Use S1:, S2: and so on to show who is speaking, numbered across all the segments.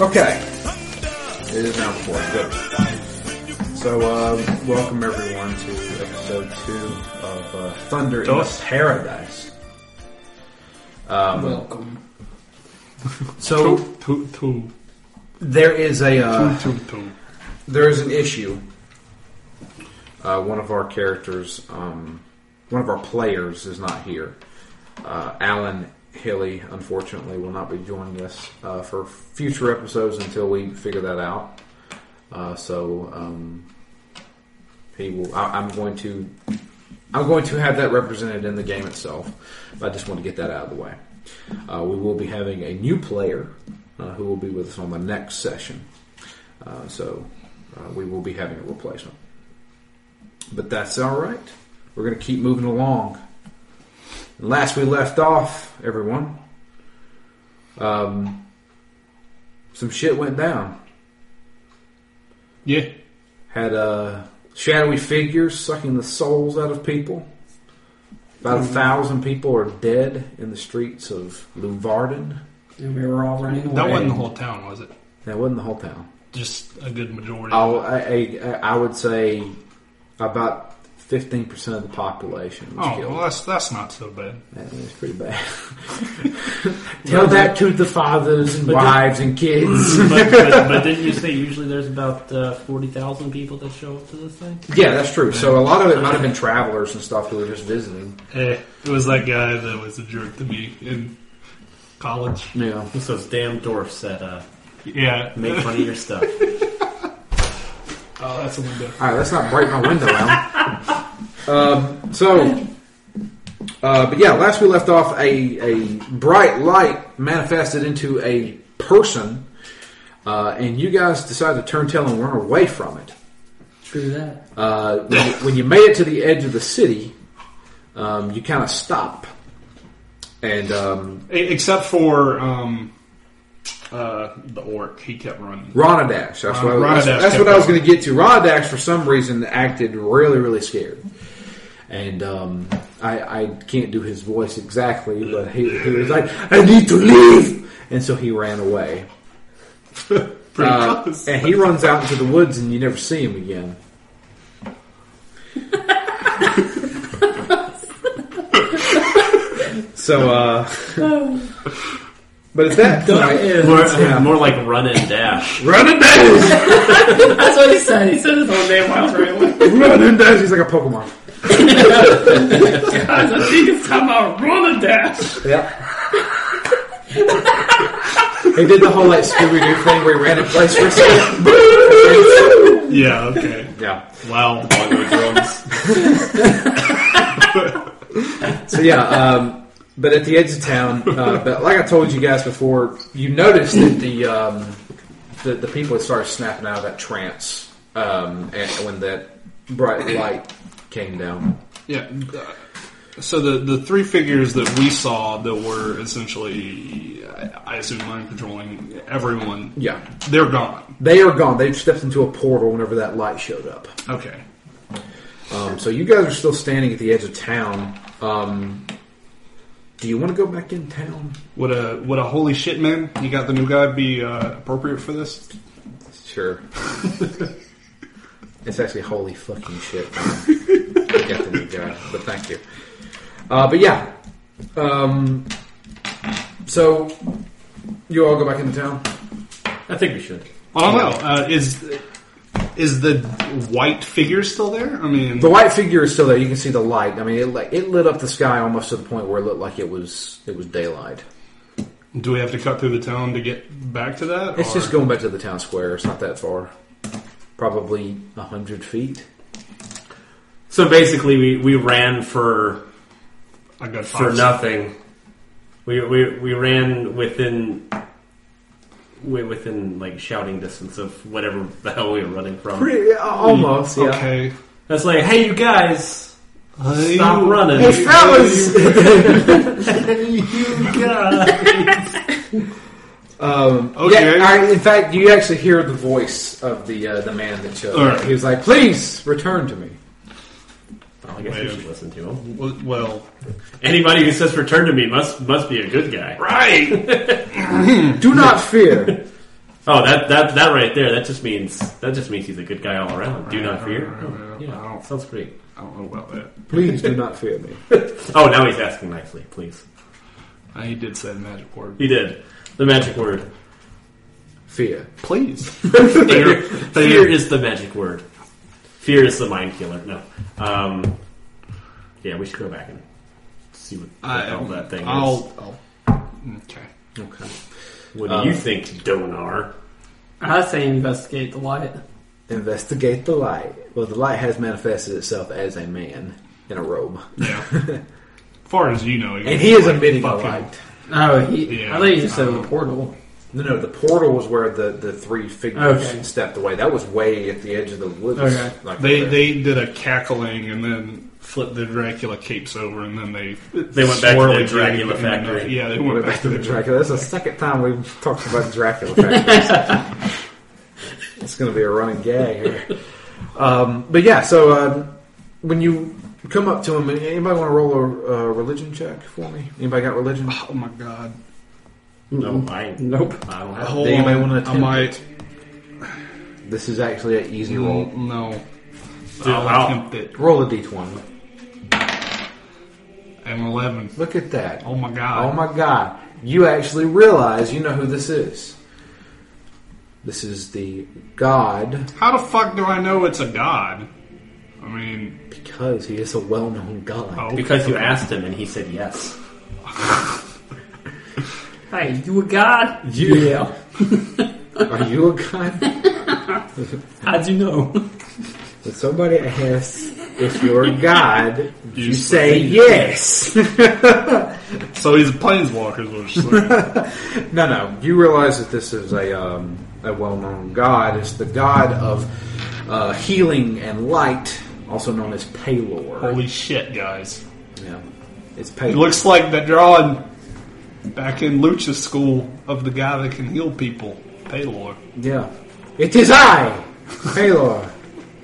S1: Okay. It is now four. Good. So, um, welcome everyone to episode two of uh, Thunder in
S2: Dos.
S1: Paradise. Um,
S3: Welcome.
S1: So
S2: Two, two,
S1: there is a uh,
S2: two, two.
S1: there is an issue. Uh, one of our characters, um, one of our players, is not here. Uh, Alan Hilly, unfortunately, will not be joining us uh, for future episodes until we figure that out. Uh, so um, he will. I, I'm going to. I'm going to have that represented in the game itself. But I just want to get that out of the way. Uh, we will be having a new player uh, who will be with us on the next session. Uh, so uh, we will be having a replacement. But that's all right. We're going to keep moving along. And last we left off, everyone, um, some shit went down.
S2: Yeah.
S1: Had uh, shadowy figures sucking the souls out of people. About a thousand people are dead in the streets of Louvarden.
S3: And we were all running away.
S2: That wasn't the whole town, was it?
S1: That wasn't the whole town.
S2: Just a good majority.
S1: I'll- I, I, I would say about 15% of the population was
S2: oh,
S1: killed.
S2: well, that's that's not so bad.
S1: That is pretty bad. Tell that to the fathers and wives and kids.
S4: but, but, but didn't you say usually there's about uh, 40,000 people that show up to this thing?
S1: yeah, that's true. So a lot of it might have been travelers and stuff who were just visiting.
S2: Eh, it was that guy that was a jerk to me in college.
S1: Yeah.
S4: It's those damn dwarfs that uh,
S2: Yeah.
S4: make fun of your stuff.
S2: oh, that's a window.
S1: All right, let's not break my window out. um, so, uh, but yeah, last we left off, a, a bright light manifested into a person, uh, and you guys decided to turn tail and run away from it.
S3: True that.
S1: Uh, when, you, when you made it to the edge of the city, um, you kind of stop. And um,
S2: E- Except for um, uh, the orc, he kept
S1: Uh,
S2: running.
S1: Ronadash, that's what, I,
S2: Ronadash
S1: that's, that's what
S2: kept
S1: I was going to get to. Ronadash, for some reason, acted really, really scared. And um, I, I can't do his voice exactly, but he, he was like, I need to leave! And so he ran away.
S2: Pretty
S1: Uh,
S2: close.
S1: and he runs out into the woods, and you never see him again. so, uh, but at that point,
S4: more,
S1: Yeah.
S4: more like run and dash.
S1: running dash,
S3: That's what he said. He said his whole name while running away.
S1: running dash. He's like a Pokemon.
S3: I was think it's time I run a dash.
S1: Yeah. he did the whole like Scooby Doo thing where he ran in place for a second.
S2: yeah. Okay.
S1: yeah.
S2: Wow. Bongo drums.
S1: So yeah, um, but at the edge of town, uh, but like I told you guys before, you noticed that the um, the, the people had started snapping out of that trance um, and when that bright light came down.
S2: Yeah. uh, So the the three figures that we saw that were essentially, I I assume, mind controlling everyone.
S1: Yeah,
S2: They're gone.
S1: they are gone. They stepped into a portal whenever that light showed up.
S2: Okay.
S1: Um, so you guys are still standing at the edge of town. Um, do you want to go back in town?
S2: Would a would a holy shit man? You got the new guy be uh, appropriate for this?
S1: Sure. it's actually holy fucking shit. Got the new guy, but thank you. Uh, but yeah, um, so you all go back into town.
S4: I think we should.
S2: I don't know. Uh, is is the white figure still there? I mean,
S1: The white figure is still there. You can see the light. I mean, it like it lit up the sky almost to the point where it looked like it was it was daylight.
S2: do we have to cut through the town to get back to that?
S1: It's
S2: or-
S1: just going back to the town square. It's not that far. Probably a hundred feet.
S4: So basically, we, we ran for
S2: I got
S4: for
S2: five.
S4: nothing. We, we we ran within wi- within like shouting distance of whatever the hell we were running from.
S1: Pretty, almost. Yeah.
S2: Okay.
S4: That's like, hey, you guys, stop running.
S1: Hey, Um,
S2: Okay.
S1: Yeah, I, in fact, you actually hear the voice of the uh, the man that showed
S2: All
S1: up.
S2: right.
S1: He was like, "Please return to me."
S4: I guess we should listen to him.
S2: Well- Well,
S4: Anybody who says "return to me" must must be a good guy.
S2: right.
S1: Do not fear.
S4: Oh, that, that that right there. That just means that just means he's a good guy all around. Do not fear.
S2: Right, right, right. I
S4: Yeah,
S2: don't-
S4: sounds great.
S2: I don't know about that.
S1: Please do not fear me.
S4: Oh, now he's asking nicely. Please,
S2: Uh, He did say the magic word.
S4: he did the magic word.
S1: Fear.
S2: Please.
S4: Fear, fear
S2: fear.
S4: is the magic word. Fear is the mind killer. No. Um, yeah, we should go back and see what, what
S2: I,
S4: all that thing is.
S2: I'll, I'll. Okay.
S1: Okay.
S4: What do
S1: um,
S4: you think, Donar?
S3: I say investigate the light.
S1: Investigate the light. Well, the light has manifested itself as a man in a robe,
S2: Yeah. far as you know,
S1: and he is emitting a
S2: fucking-
S1: light.
S3: Oh, he.
S2: Yeah.
S3: I think he just said the portal.
S1: No, no, the portal was where the, the three figures
S3: Okay.
S1: stepped away. That was way at the edge of the woods.
S3: Okay.
S1: Like
S2: They
S1: there.
S2: they did a cackling and then flipped the Dracula capes over and then they
S4: They went back to
S2: swirled
S4: the
S2: it
S4: Dracula
S2: in and out.
S4: factory.
S2: Yeah, they
S1: We
S2: went back to the Dracula.
S1: Dracula. That's the second time we've talked about Dracula. factories. it's going to be a running gag here. Um, but yeah, so um, when you come up to him, anybody want to roll a uh, religion check for me? Anybody got religion?
S2: Oh my god!
S4: No, I
S3: Nope.
S4: I don't have.
S2: Hold
S1: you may
S2: on,
S1: wanna
S2: I
S1: attempt
S2: might.
S1: This is actually an easy roll.
S2: Mm, No,
S4: Dude,
S2: I'll,
S4: I'll-
S2: attempt it.
S1: Mm-hmm. Roll a d20.
S2: An eleven.
S1: Look at that.
S2: Oh my god!
S1: Oh my god. You actually realize you know who this is. This is the god
S2: How the fuck do I know it's a god? I mean,
S1: because he is a well known god.
S2: oh,
S4: Because you asked him and he said yes.
S3: Hey, you
S2: Oh.
S3: a god?
S1: You-
S3: yeah.
S1: Are you a god?
S3: How'd you know?
S1: When somebody asks if you're a god, you,
S2: You
S1: say yes.
S2: so he's a planeswalker. Is what you're saying.
S1: no, no. You realize that this is a um, a well known god. It's the god of uh, healing and light, also known as Palor.
S2: Holy shit, guys!
S1: yeah. It's
S2: It
S1: Palor.
S2: looks like that drawing back in Lucha school of the guy that can heal people, Paylor.
S1: Yeah. It is I, Paylor.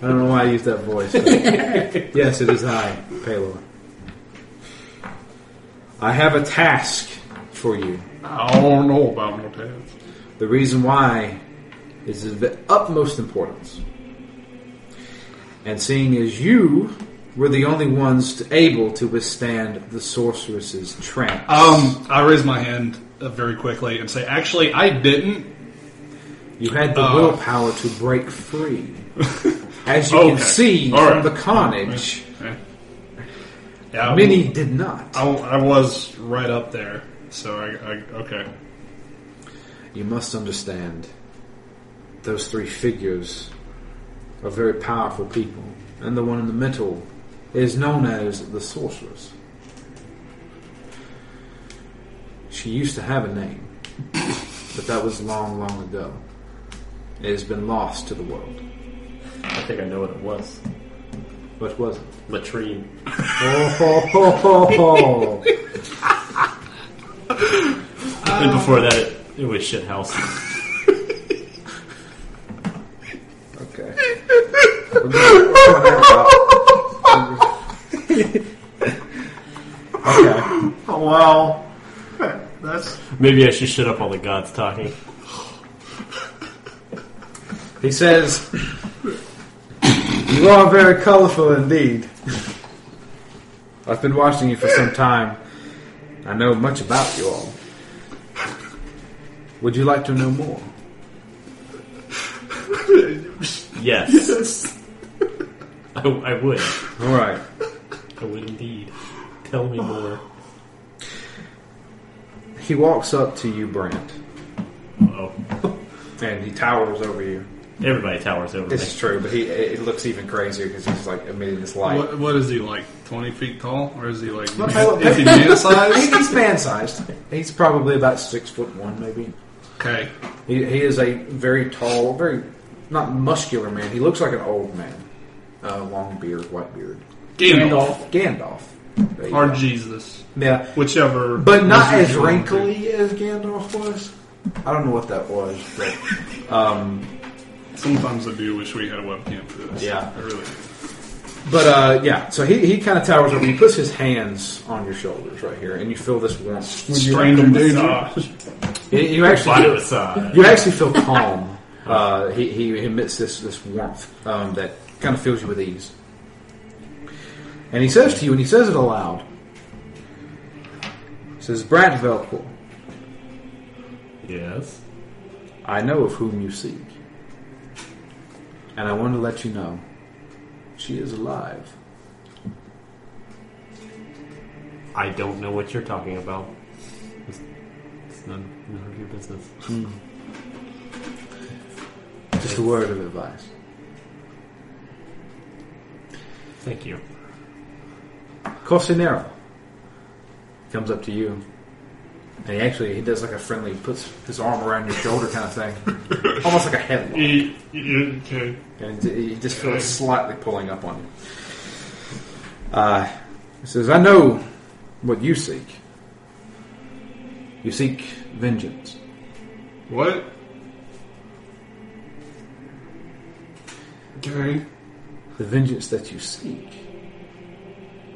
S1: I don't know why I used that voice. but- yes, it is I, Paylor. I have a task for you.
S2: I don't know about no tabs.
S1: The reason why is of the utmost importance. And seeing as you were the only ones to- able to withstand the sorceress's trance.
S2: Um, I raise my hand uh, very quickly and say, actually, I didn't.
S1: You had the
S2: Uh.
S1: willpower to break free. As you can
S2: Okay.
S1: see
S2: All
S1: from
S2: right.
S1: the carnage,
S2: Yeah, I-
S1: many did not.
S2: I, I was right up there, so I, I okay.
S1: You must understand, those three figures are very powerful people, and the one in the middle is known as the Sorceress. She used to have a name, but that was long, long ago. It has been lost to the world.
S4: I think I know what it was.
S1: What was it?
S4: Latrine.
S1: Oh, ho, ho, ho, ho.
S4: and before that, it, it was shit house.
S1: Okay. We're gonna- we're gonna have to- okay.
S2: Oh wow, that's
S4: Maybe I should shut up all the gods talking.
S1: He says, You are very colorful indeed. I've been watching you for some time. I know much about you all. Would you like to know more?
S4: Yes, I, I would.
S1: All right.
S4: I would indeed. Tell me more.
S1: He walks up to you, Brent,
S4: Oh,
S1: and he towers over you.
S4: everybody towers over
S1: This is true, but he it looks even crazier because he's like emitting this light.
S2: what, what is he like? Twenty feet tall, or is he like?
S1: Not Paylor-
S2: Is he man
S1: He-
S2: sized?
S1: He's man-sized. He's probably about six foot one, maybe.
S2: Okay,
S1: He, he is a very tall, very not muscular man. He looks like an old man. Uh, long beard, white beard.
S2: Gandalf
S1: Gandalf. There you
S2: or
S1: go.
S2: Jesus,
S1: Yeah,
S2: whichever.
S1: but not
S2: was
S1: as
S2: usual.
S1: wrinkly as Gandalf was. I don't know what that was, but
S2: Sometimes I do wish we had a webcam for this.
S1: Yeah.
S2: I really. do.
S1: But uh, yeah, so he, he kind of towers over. He puts his hands on your shoulders right here, and you feel this warmth.
S2: Strangle massage.
S1: You, you actually
S4: But it
S1: feel,
S4: was, uh,
S1: you actually feel calm. Uh, he, he emits this this warmth um, that kind of fills you with ease. And he says to you, and he says it aloud. He says, "Brad Velcourt,
S4: yes.
S1: I know of whom you seek, and I want to let you know she is alive."
S4: I don't know what you're talking about. It's, it's none, none of your business.
S1: Just a word of advice.
S4: Thank you.
S1: Cosinero comes up to you, and he actually he does like a friendly, puts his arm around your shoulder kind of thing, almost like a headlock,
S2: You- you- okay.
S1: and he just feels slightly pulling up on you. Uh, he says, "I know what you seek. You seek vengeance.
S2: What? Okay.
S1: The vengeance that you seek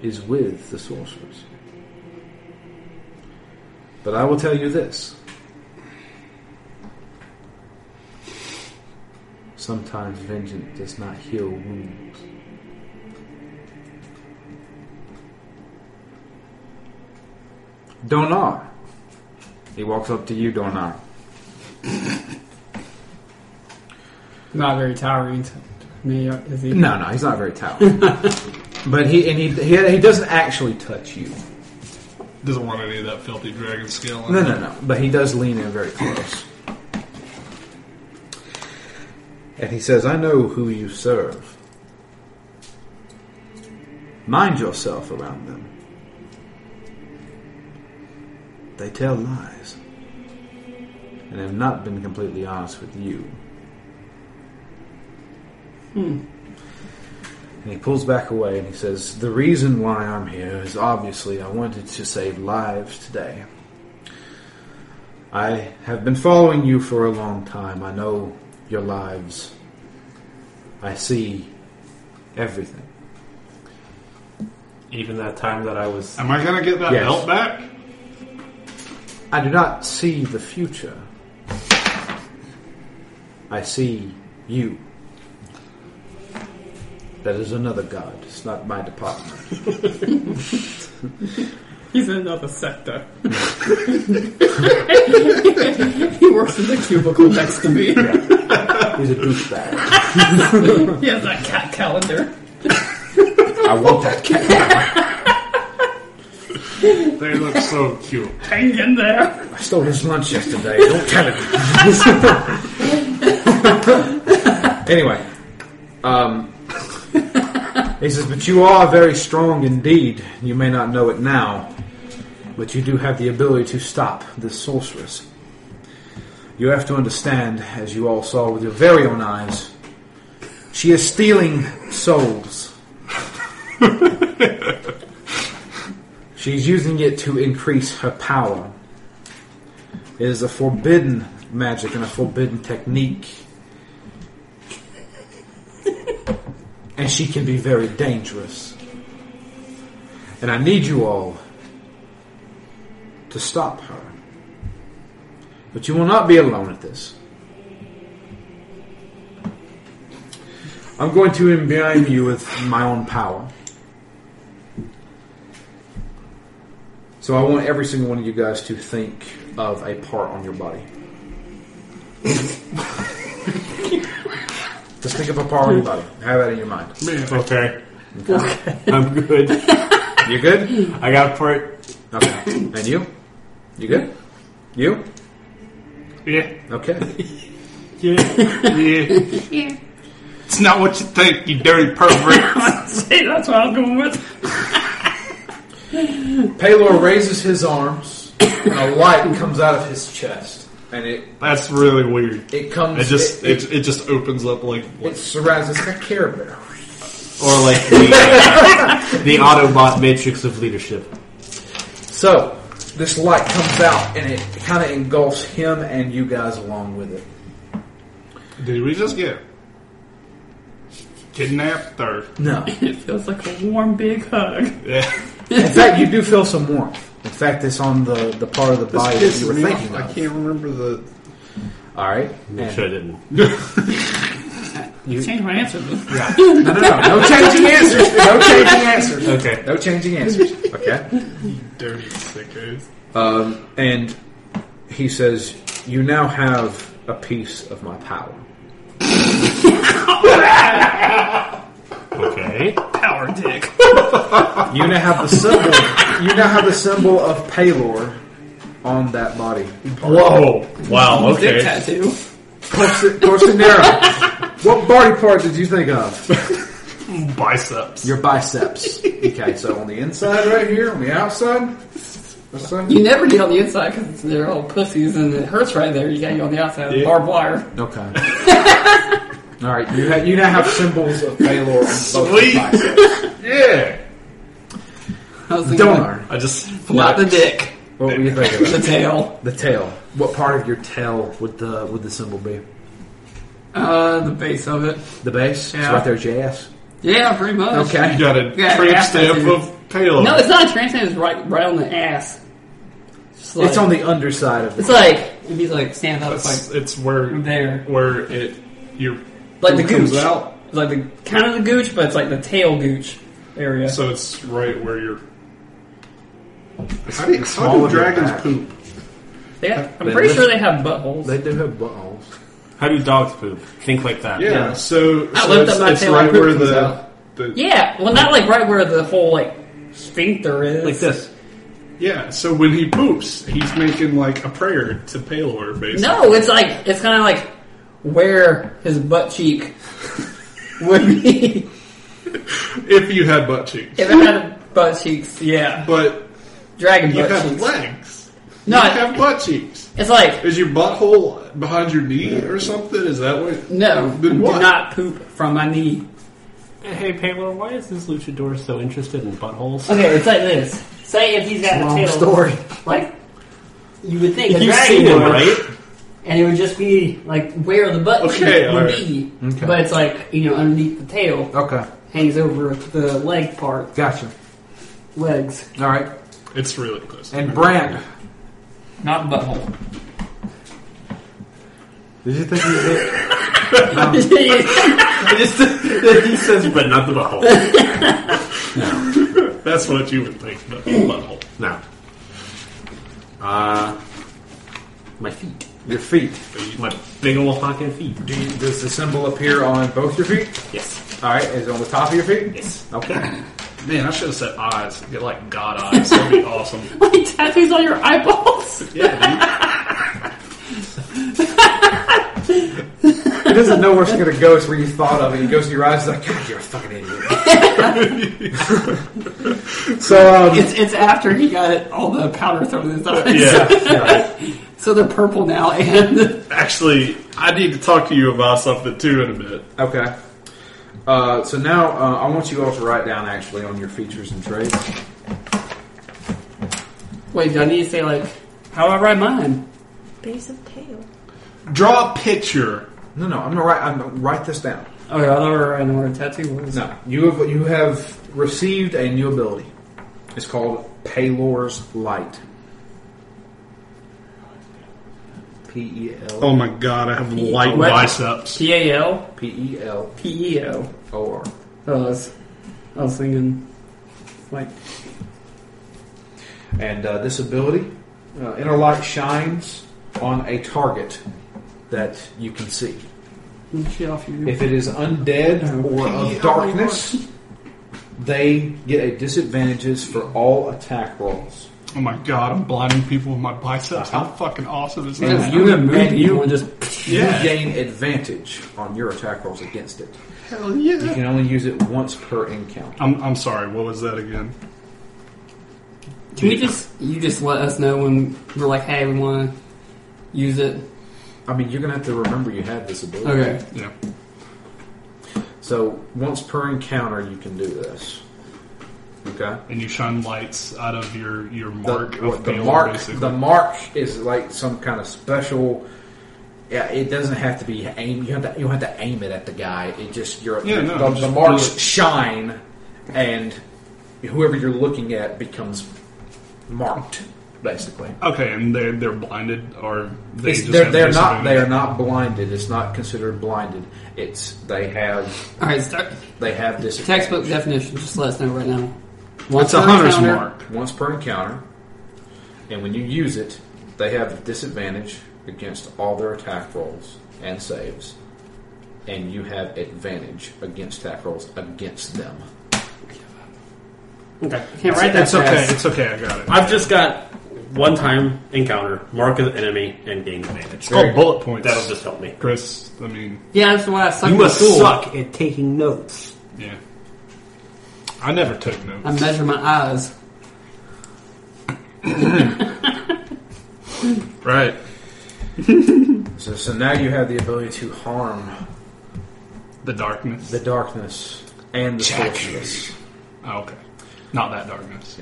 S1: is with the sorcerers. But I will tell you this. Sometimes vengeance does not heal wounds. Donar. He walks up to you, Donar.
S3: Not very towering to me, is he?
S1: No, no, he's not very talented. but he and he, he he doesn't actually touch you.
S2: Doesn't want any of that filthy dragon scale. on
S1: No,
S2: it.
S1: no, no. But he does lean in very close. And he says, I know who you serve. Mind yourself around them. They tell lies. And have not been completely honest with you. Hmm. And he pulls back away and he says, The reason why I'm here is obviously I wanted to save lives today. I have been following you for a long time. I know your lives. I see everything.
S4: Even that time that I was.
S2: Am I gonna get that
S1: Yes.
S2: belt back?
S1: I do not see the future. I see you. That is another god. It's not my department.
S3: He's in another sector. he works in the cubicle next to me.
S1: He's a douchebag.
S3: He has that cat calendar.
S1: I want that cat.
S2: They look so cute.
S3: Hang in there.
S1: I stole his lunch yesterday. Don't tell him. anyway, um, he says, but you are very strong indeed. You may not know it now, but you do have the ability to stop this sorceress. You have to understand, as you all saw with your very own eyes, she is stealing souls. She's using it to increase her power. It is a forbidden magic and a forbidden technique. and she can be very dangerous. And I need you all to stop her. But you will not be alone at this. I'm going to imbue you with my own power. So I want every single one of you guys to think of a part on your body. Just think of a part on your body. Have that in your mind.
S4: Okay. I'm good.
S1: You good?
S4: I got part.
S1: Okay. And you? You good? You?
S2: Yeah.
S1: Okay.
S2: Yeah.
S3: Yeah.
S2: It's not what you think, you dirty pervert.
S3: See, that's what I was going with.
S1: Palor raises his arms, and a light comes out of his chest, and it
S2: That's really weird.
S1: it comes.
S2: It just
S1: it,
S2: it, it, just opens up like
S1: it, it surrounds. It's like a Care Bear.
S4: Or like the, the Autobot Matrix of Leadership.
S1: So this light comes out, and it kind of engulfs him and you guys along with it.
S2: did we just get kidnapped or
S1: No.
S3: It feels like a warm, big hug.
S2: yeah.
S1: In fact, you do feel some warmth. In affect this on the, the part of the
S2: This
S1: body that
S2: pisses
S1: you were
S2: me
S1: thinking
S2: off. I
S1: of.
S2: can't remember the.
S1: All right.
S4: Make
S1: And-
S4: sure I didn't.
S3: Change my answer. though.
S1: No, no, no. No changing answers. No changing answers.
S4: Okay.
S1: No changing answers. Okay.
S2: Dirty sickos.
S1: Um, and he says, "You now have a piece of my power."
S4: Okay.
S3: Power dick.
S1: You now have the symbol. you now have the symbol of Palor on that body.
S4: Whoa. Wow.
S3: Dick
S4: Okay.
S3: tattoo.
S1: Corsi- Corsinero, what body part did you think of?
S2: Biceps.
S1: Your biceps. Okay, so on the inside, right here, on the outside. This side?
S3: You never do on the inside because they're all pussies and it hurts right there. You got to go on the outside.
S2: Yeah.
S3: Barbed wire.
S1: Okay. All right, you, ha- you now have symbols of Palor on both
S2: Sweet.
S1: your biceps.
S2: yeah.
S3: I was thinking, like,
S1: Donar,
S2: I just
S3: not the dick,
S1: what were you thinking? Of?
S3: the tail,
S1: The tail. What part of your tail would the would the symbol be?
S3: uh, the base of it.
S1: The base? It's
S3: Yeah.
S1: right there at your ass.
S3: Yeah, pretty much.
S1: Okay.
S2: You got a
S3: Yeah,
S2: tramp
S3: ass
S2: stamp
S3: tattoo.
S2: of pale.
S3: No, it's not a trans It's right, right on the ass. Just like-
S1: It's on the underside of
S3: It's
S1: the
S3: like it'd be like stand up,
S2: it's,
S3: it's
S2: it's where
S3: like there,
S2: where it your
S3: like the
S2: it comes
S3: gooch,
S2: out.
S3: It's like the kind of the gooch, but it's like the tail gooch area.
S2: So it's right where your. How
S1: do- the small how do of your dragons back.
S2: poop?
S3: yeah, I'm
S1: they
S3: pretty
S1: lift-
S3: sure they have buttholes.
S1: They do have buttholes.
S4: How do dogs poop? Think like that.
S2: Yeah.
S1: Yeah.
S2: So,
S3: I
S2: so
S3: lift
S2: it's,
S3: up my
S2: it's
S3: tail
S2: right
S3: and poop
S2: where
S3: comes
S2: the,
S3: out.
S2: the
S3: yeah, well, not like right where the whole like sphincter is.
S4: Like this.
S2: yeah. So when he poops, he's making like a prayer to Palor, basically.
S3: No, it's like it's kind of like where his butt cheek would be
S2: If you had butt cheeks,
S3: if it had butt cheeks. Yeah,
S2: but
S3: dragon
S2: you
S3: butt
S2: have
S3: cheeks.
S2: legs.
S3: No,
S2: you
S3: it-
S2: have butt cheeks.
S3: It's like
S2: Is your butthole behind your knee or something? Is that what?
S3: no,
S2: Then
S3: do
S2: what?
S3: not poop from my knee.
S4: Hey, Paylor, why is this luchador so interested in buttholes?
S3: Okay, it's like this. Say if he's got a
S1: Long
S3: tail,
S1: story.
S3: like you would think a
S4: You've
S3: dragon
S4: seen him,
S3: would,
S4: right?
S3: and it would just be like where the butt
S2: Okay,
S3: cheek would
S2: alright.
S3: be,
S1: Okay.
S3: but it's like you know underneath the tail
S1: Okay.
S3: hangs over the leg part,
S1: Gotcha.
S3: legs,
S1: All right.
S2: It's really close.
S1: And Brant,
S3: not butthole.
S1: did you think he did?
S4: I just he says, but not the butthole.
S2: That's what you would think. But oh, butthole.
S4: No. Uh, my feet,
S1: Your feet.
S4: my big ol' fucking feet.
S1: Do you, does the symbol appear on both your feet?
S4: Yes,
S1: All right. Is it on the top of your feet?
S4: yes.
S1: Okay.
S2: Man, I should have said eyes. Get like god eyes. That'd be awesome.
S3: like tattoos on your eyeballs.
S2: Yeah,
S1: He doesn't know where it's gonna go. It's where you thought of it. He goes to your eyes. He's like, God, you're a fucking idiot. so, um,
S3: It's it's after he got all the powder thrown in his eyes.
S2: dude. yeah.
S1: yeah.
S3: So they're purple now, and
S2: Actually, I need to talk to you about something too in a bit.
S1: Okay. Uh, so now uh, I want you all to write down actually on your features and traits.
S3: wait, do I need to say like how do I write mine?
S5: Base of tail.
S2: Draw a picture.
S1: No, no, I'm gonna write. I'm gonna write this down.
S3: Okay, Oh, I thought we were writing where a tattoo was.
S1: No, you have you have received a new ability. It's called Palor's Light. P e l
S2: Oh my god, I have light
S3: What?
S2: biceps.
S3: P A L
S1: p e l
S3: P E O. Oh,
S1: o r.
S3: I was, I was thinking, like,
S1: And uh, this ability, uh, inner light shines on a target that you can see.
S3: shit off you.
S1: If it is undead or of darkness, they get a disadvantages for all attack rolls.
S2: Oh my god, I'm blinding people with my biceps. How fucking awesome is
S1: And
S2: that?
S1: you-
S3: gonna move
S1: and you-
S3: people and just
S2: Yeah.
S1: You gain advantage on your attack rolls against it.
S2: Hell
S1: You
S2: yeah.
S1: can only use it once per encounter.
S2: I'm, I'm sorry, what was that again?
S3: Can we just you just let us know when we're like, hey, we want to use it?
S1: I mean, you're gonna have to remember you had this ability.
S3: Okay.
S2: Yeah.
S1: So once per encounter, you can do this. Okay.
S2: And you shine lights out of your, your
S1: The,
S2: mark
S1: what-
S2: of
S1: the
S2: Baylor,
S1: mark.
S2: basically.
S1: The mark is like some kind of special. Yeah, it doesn't have to be aim. You have to. You don't have to aim it at the guy. It just you're.
S2: Yeah, no,
S1: the,
S2: just
S1: the marks
S2: do it.
S1: shine, and whoever you're looking at becomes marked, basically.
S2: Okay, and they they're blinded or they
S1: It's-
S2: just
S1: they're
S2: have
S1: they're not they are
S2: disadvantage?
S1: not blinded. It's not considered blinded. It's they have
S3: All right, start,
S1: they have disadvantage.
S3: textbook definition. Just let us know right now.
S2: It's a
S3: per
S2: hunter's
S3: encounter,
S2: mark.
S1: once per encounter, and when you use it, they have a disadvantage against all their attack rolls and saves, and you have advantage against attack rolls against them.
S4: Okay.
S3: Can't write that
S2: It's okay.
S3: fast.
S2: It's okay. I got it.
S4: I've just got one time encounter, mark of the enemy, and gain advantage.
S2: It's called bullet points.
S4: That'll just help me.
S2: Chris. I mean,
S3: Yeah, that's why I suck
S4: You
S3: at
S4: must
S3: school.
S4: suck at taking notes.
S2: yeah. I never took notes.
S3: I measure my eyes.
S2: right.
S1: So, so now you have the ability to harm
S2: The darkness.
S1: the darkness and the
S2: Jack.
S1: sorceress.
S2: oh, okay. Not that darkness.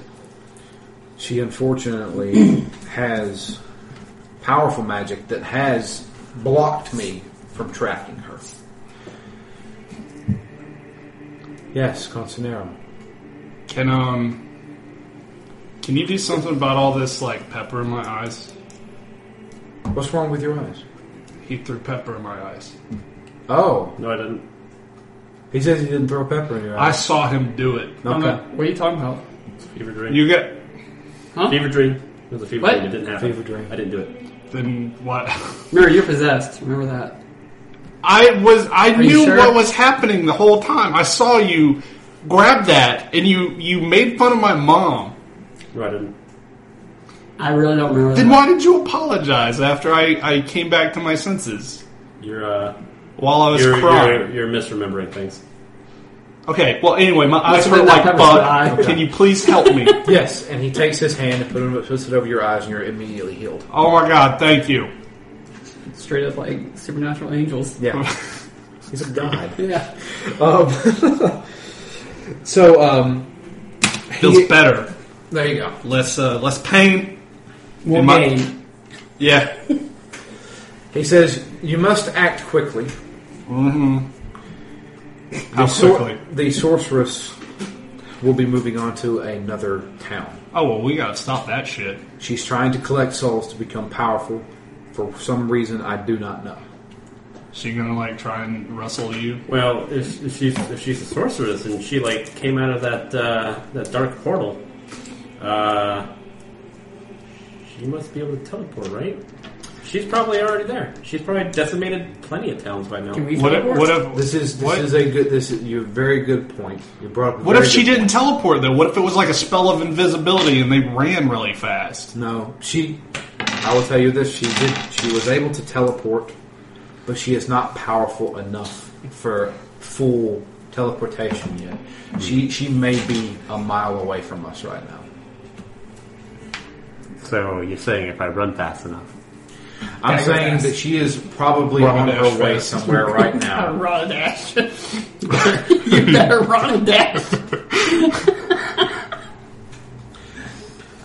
S1: She unfortunately has powerful magic that has blocked me from tracking her. Yes, Consonero.
S2: Can um. Can you do something about all this like pepper in my eyes?
S1: What's wrong with your eyes?
S2: He threw pepper in my eyes.
S1: Oh,
S4: No, I didn't.
S1: he says he didn't throw pepper in your
S2: I
S1: eyes.
S2: saw him do it.
S1: Okay.
S2: what are you talking about?
S4: Fever dream.
S2: You get
S4: fever dream. It was a fever
S3: What?
S4: dream. It didn't happen.
S1: Fever dream.
S4: I didn't do it.
S2: then what?
S3: Remember, you're possessed. Remember that.
S2: I was I
S3: you
S2: knew
S3: sure?
S2: what was happening the whole time. I saw you grab that and you you made fun of my mom.
S4: No, I didn't.
S3: I really don't remember.
S2: Then
S3: that.
S2: why did you apologize after I, I came back to my senses
S4: You're uh,
S2: while I was
S4: you're,
S2: crying?
S4: you're you're misremembering things.
S2: Okay, well anyway, my eyes
S3: have
S2: were
S3: been that
S2: like
S3: pepper
S2: bug.
S3: spray.
S2: Can you please help me?
S1: Yes, and he takes his hand and put it, puts it over your eyes, and you're immediately healed.
S2: oh my god, thank you.
S3: Straight up like supernatural angels.
S1: Yeah, he's a god.
S3: Yeah.
S1: Um, so, um,
S2: Feels
S1: He-
S2: better.
S1: there you go.
S2: Less uh, less pain.
S3: Well,
S2: In my-
S3: game.
S2: Yeah.
S1: He says, You must act quickly.
S2: How
S1: The sor-
S2: quickly.
S1: the sorceress will be moving on to another town.
S2: Oh well we gotta stop that shit.
S1: She's trying to collect souls to become powerful for some reason I do not know.
S2: She gonna like try and wrestle you?
S4: Well, if, if she's if she's a sorceress and she like came out of that uh, that dark portal, uh, she must be able to teleport, right? She's probably already there. She's probably decimated plenty of towns by now.
S3: Can we
S2: What if,
S3: teleport?
S2: what if
S1: This is this
S2: what,
S1: is a good this is you very good point. You brought up a
S2: what if
S1: very
S2: she
S1: good-
S2: didn't teleport though? What if it was like a spell of invisibility and they ran really fast?
S1: No, she I will tell you this, she did she was able to teleport, but she is not powerful enough for full teleportation yet. She she may be a mile away from us right now.
S4: So you're saying if I run fast enough?
S1: I'm
S2: Dagger
S1: saying
S2: ass.
S1: that she is probably
S2: Rubber
S1: on her
S2: dash
S1: way
S2: fast.
S1: somewhere right
S3: Uh,
S1: now.
S3: run a dash. you better run a dash.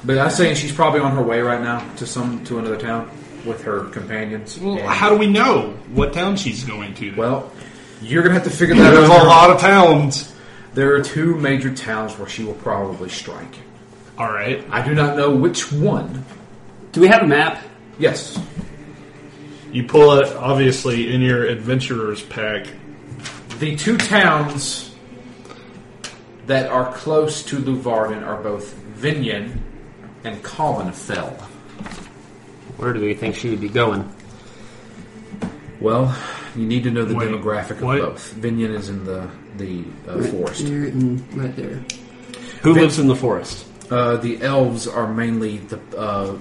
S1: But I'm saying she's probably on her way right now to some to another town with her companions.
S2: Well,
S1: And-
S2: how do we know what town she's going to? Then?
S1: well, you're gonna have to figure that
S2: there's a
S1: out.
S2: lot of towns.
S1: There are two major towns where she will probably strike.
S2: All right.
S1: I do not know which one.
S3: Do we have a map?
S1: Yes,
S2: You pull it obviously in your adventurer's pack.
S1: the two towns that are close to Luvarden are both Vinyan and Collinfell.
S4: Where do we think she would be going?
S1: Well, you need to know the
S2: Wait,
S1: demographic of
S2: what?
S1: both. Vinyan is in the the uh, forest.
S3: Here and right there.
S4: Who lives in the forest?
S1: Uh, the elves are mainly the uh,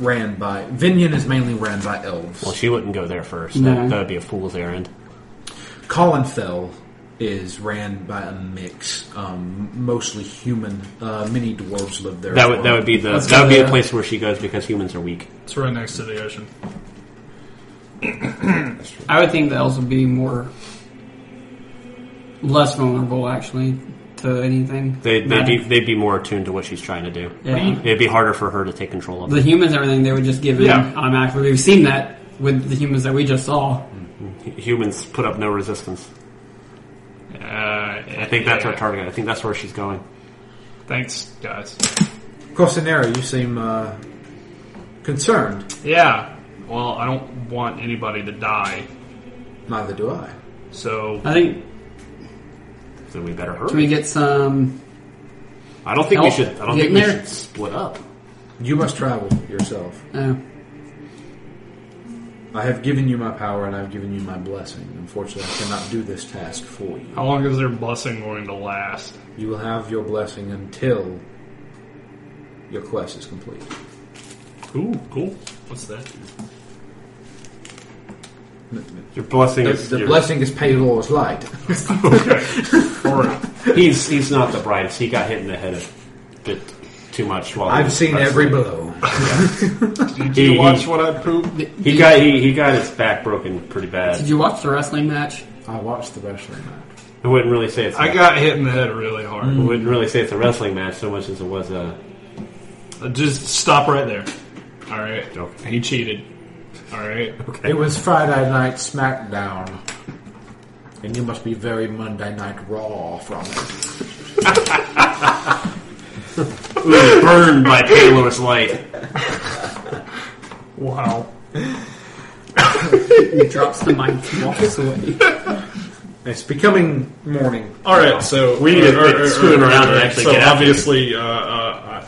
S1: ran by Vinyan is mainly ran by
S4: Well,
S1: elves.
S4: she wouldn't go there first.
S3: No.
S4: That, that'd be a fool's errand.
S1: Collinfell is ran by a mix, um, mostly human. Uh, many dwarves live there.
S4: That
S1: as
S4: would that
S1: well.
S4: would be the
S3: Let's
S4: that would
S3: go
S4: be the
S3: there.
S4: place where she goes because humans are weak.
S2: It's right next to the ocean.
S3: I would think the elves would be more less vulnerable, actually, to anything.
S4: They they'd be
S3: Magic.
S4: they'd be more attuned to what she's trying to do.
S3: Yeah.
S4: It'd be harder for her to take control of.
S3: The
S4: it.
S3: humans, and everything they would just give in
S2: Yeah.
S3: automatically. We've seen that with the humans that we just saw.
S4: Humans put up no resistance.
S2: Uh, I
S4: I think that's our target. I think that's where she's going.
S2: Thanks, guys.
S1: Costanera, you seem uh, concerned.
S2: Yeah. Well, I don't want anybody to die,
S1: Neither do I.
S2: so
S3: I think.
S4: Then we better
S3: Can
S4: hurry.
S3: we get some?
S4: I don't think we
S3: Help
S4: should. I don't
S3: getting
S4: think we
S3: there?
S4: should split up.
S1: You must travel yourself.
S3: Uh,
S1: I have given you my power and I've given you my blessing. Unfortunately, I cannot do this task for you.
S2: how long is their blessing going to last?
S1: You will have your blessing until your quest is complete.
S2: Ooh, cool. What's that?
S4: Your blessing
S1: The,
S4: is
S1: the
S4: your-
S1: blessing is pale as light.
S2: All right.
S4: He's he's not the brightest. He got hit in the head a bit too much while he
S1: I've
S4: was
S1: seen every
S4: wrestling.
S1: blow.
S2: Did
S4: He-
S2: you
S4: he-
S2: watch what I pooped?
S3: did,
S4: He got he, he got his back broken pretty bad.
S3: Did you watch the wrestling match?
S1: I watched the wrestling match.
S4: I wouldn't really say it's. I
S2: I got hit in the head really hard.
S4: wouldn't really say it's a wrestling match so much as it was a.
S2: Uh, Just stop right there. All right.
S4: Okay.
S2: He cheated. All right.
S1: It was Friday night SmackDown. And you must be very Monday Night Raw from it.
S4: burned by Taylor's light.
S2: Wow.
S3: He drops the mic and walks away.
S1: It's becoming morning.
S2: All right. So
S4: We need to
S2: er,
S4: quit screwing around and actually
S2: so
S4: get after
S2: obviously, uh, uh, I-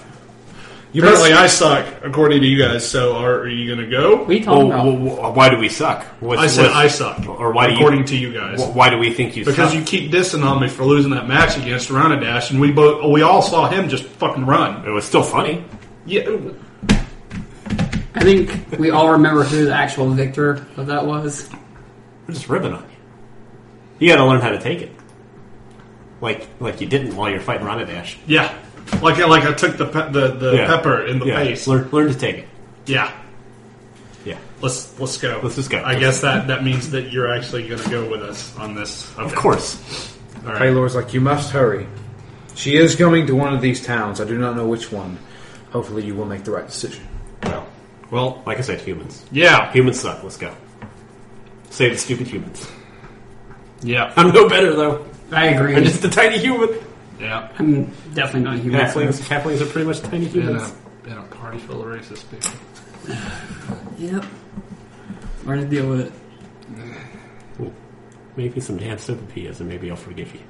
S2: you apparently I suck according to you guys. So are, are you going to go?
S3: What are you
S4: Oh, Well,
S3: talking about?
S4: well, why do we suck? What's,
S2: I said
S4: what's-
S2: I suck.
S4: Or why do
S2: according
S4: you?
S2: to you guys?
S4: wh- Why do we think you?
S2: because you
S4: suck?
S2: keep dissing on me for losing that match against Dash, and we both we all saw him just fucking run.
S4: It was still funny.
S2: Yeah.
S3: I think we all remember who the actual victor of that was.
S4: We're just ripping on you. You got to learn how to take it. Like like you didn't while you're fighting Ronadash.
S2: Yeah. Like I like I took the pe- the, the
S4: Yeah.
S2: pepper in the
S4: Yeah.
S2: face.
S4: Learn learn to take it.
S2: Yeah.
S4: Yeah.
S2: Let's let's go.
S4: Let's just go.
S2: I guess that that means that you're actually going to go with us on this.
S4: Of course.
S2: All right.
S1: Paylor's like, you must hurry. She is coming to one of these towns. I do not know which one. Hopefully you will make the right decision.
S4: Well,
S2: Well,
S4: like I said, humans.
S2: yeah,
S4: Humans suck. Let's go. Save the stupid humans.
S2: yeah,
S4: I'm no better though.
S3: I agree.
S4: I'm just a tiny human.
S2: yeah.
S3: I'm definitely not human.
S4: Halflings, halflings are pretty much tiny
S2: In
S4: humans.
S2: a, in a party full of racist people.
S3: Yep. We're gonna deal with it.
S4: Maybe some damn sympathias, and maybe I'll forgive you.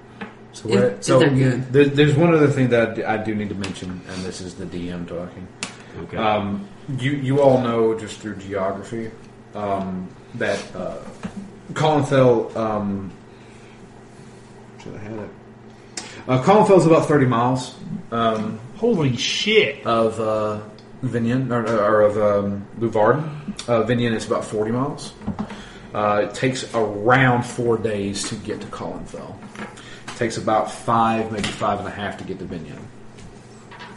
S1: So,
S3: If-
S1: we're-
S3: if
S1: so
S3: they're good.
S1: There, there's one other thing that I d- I do need to mention, and this is the DM talking.
S4: Okay.
S1: Um, you you all know just through geography um, that uh, Colinthel. Um, should I have it? Uh, Colinfel's about thirty miles um,
S2: Holy shit!
S1: of uh, Vinian or, or of um, Louvarden. Uh, Vinian is about forty miles. Uh, it takes around four days to get to Colinfell. It takes about five, maybe five and a half to get to Vinian.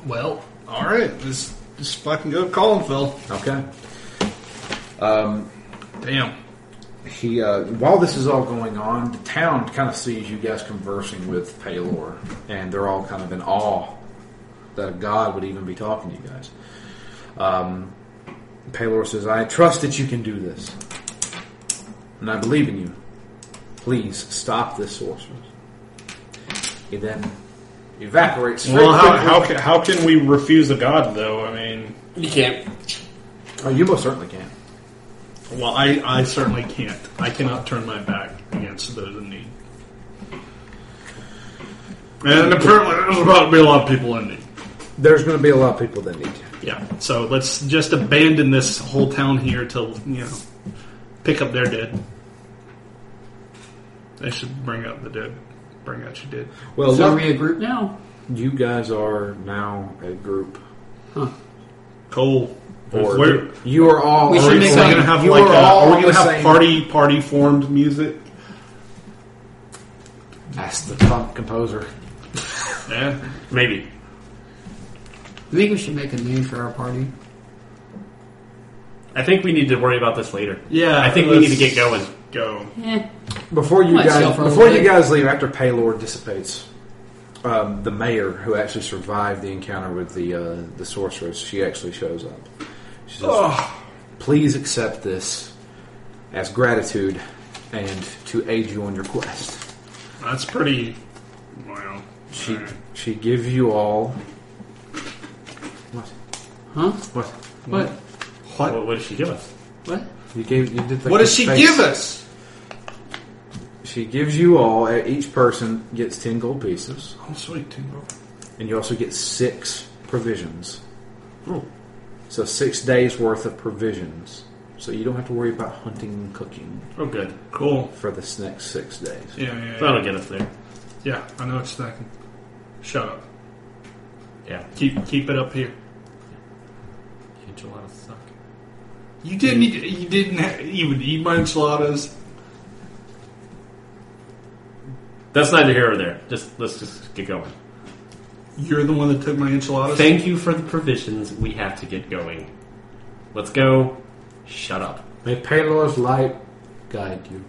S2: Well, all right, let's just fucking go, Colin Phil.
S1: Okay.
S2: Damn.
S1: He, uh, while this is all going on, the town kind of sees you guys conversing with Paylor, and they're all kind of in awe that a god would even be talking to you guys. Um, Paylor says, "I trust that you can do this, and I believe in you. Please stop this sorceress." He then evaporates. very
S2: Well, how
S1: quickly.
S2: how can, how can we refuse a god though? I mean,
S3: You can't.
S1: Oh, you most certainly can.
S2: well, I I certainly can't. I cannot turn my back against those in need. And apparently, there's about to be a lot of people in need.
S1: There's going to be a lot of people that need you.
S2: Yeah. So let's just abandon this whole town here till you know pick up their dead. They should bring out the dead. Bring out your dead.
S1: Well,
S3: So are
S1: look,
S3: we a group now?
S1: you guys are now a group.
S2: Cool.
S1: Or
S2: Where-
S1: you are all.
S3: We
S2: are
S3: should
S2: we,
S3: make
S2: are we
S3: some-
S2: gonna have
S1: you
S2: like
S1: are
S2: a,
S1: all
S2: are we
S1: on
S2: gonna
S1: the
S2: have
S1: same-
S2: party party formed music?
S1: That's the punk composer.
S2: Yeah.
S4: maybe.
S3: I think we should make a name for our party.
S4: I think we need to worry about this later.
S2: Yeah.
S4: I think we need to get going.
S2: Go.
S3: Eh.
S1: Before you
S3: Might sell
S1: guys,
S3: for a
S1: before
S3: little
S1: you
S3: bit.
S1: guys leave, after Paylor dissipates, um, the mayor who actually survived the encounter with the uh, the sorceress, she actually shows up. She says, "Please accept this as gratitude and to aid you on your quest."
S2: That's pretty. Well.
S1: She she gives you all What?
S3: Huh?
S1: What?
S3: What?
S2: What?
S4: What, what did she give us?
S3: What?
S1: You gave. You did. Like
S2: What
S1: the
S2: does she
S1: face-
S2: give us?
S1: She gives you all. e, Each person gets ten gold pieces,
S2: Oh, sweet tingle.
S1: and you also get six provisions. Hmm. So six days worth of provisions. So you don't have to worry about hunting and cooking
S4: Oh, good.
S2: Cool.
S1: for this next six days.
S2: Yeah, yeah, yeah.
S4: That'll get us there.
S2: yeah I know what you're thinking. Shut up.
S4: Yeah.
S2: Keep keep it up here.
S4: Enchiladas suck.
S2: You didn't. eat- You didn't ha even eat my enchiladas.
S4: That's neither here or there. Just let's just get going.
S2: You're the one that took my enchiladas.
S4: Thank you for the provisions. We have to get going. Let's go. Shut up.
S1: May Pelor's light guide you.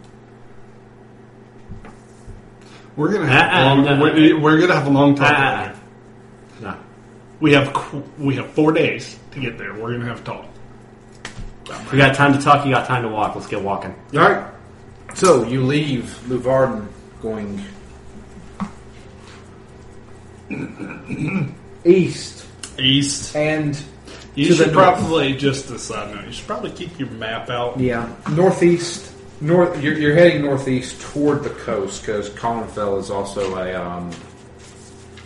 S2: We're gonna have
S4: Ah, ah,
S2: a long,
S4: no.
S2: we're, we're gonna have a long talk. about
S4: Ah.
S2: it.
S4: Nah.
S2: We have qu- we have four days to get there. We're gonna have a talk.
S5: We got time to talk. You got time to walk. Let's get walking.
S1: All right. So you leave Luvarden going east
S2: East.
S1: and
S2: You
S1: to the
S2: should
S1: north.
S2: probably just a side note. You should probably keep your map out.
S1: Yeah, northeast. North. You're, you're heading northeast toward the coast because Collinfell is also a. Um,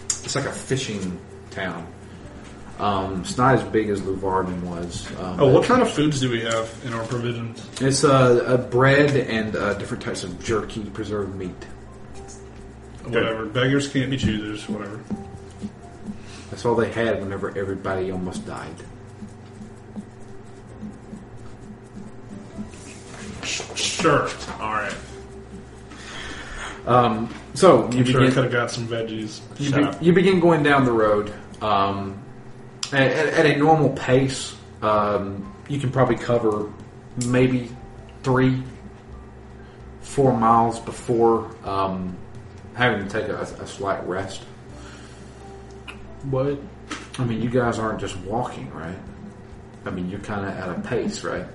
S1: it's like a fishing town. Um, it's not as big as Luvarden was. Um,
S2: Oh, what kind of foods do we have in our provisions?
S1: It's uh, a bread and uh, different types of jerky, preserved meat.
S2: Whatever. Beggars can't be choosers. Whatever.
S1: That's all they had whenever everybody almost died.
S2: Sure. All right.
S1: So you
S2: I'm sure I
S1: begin.
S2: could have got some veggies.
S1: you,
S2: Shut
S1: be-
S2: up.
S1: you begin going down the road um, at, at, at a normal pace. Um, you can probably cover maybe three, four miles before um, having to take a, a slight rest.
S2: What?
S1: I mean, you guys aren't just walking, right? I mean, you're kind of at a pace, right?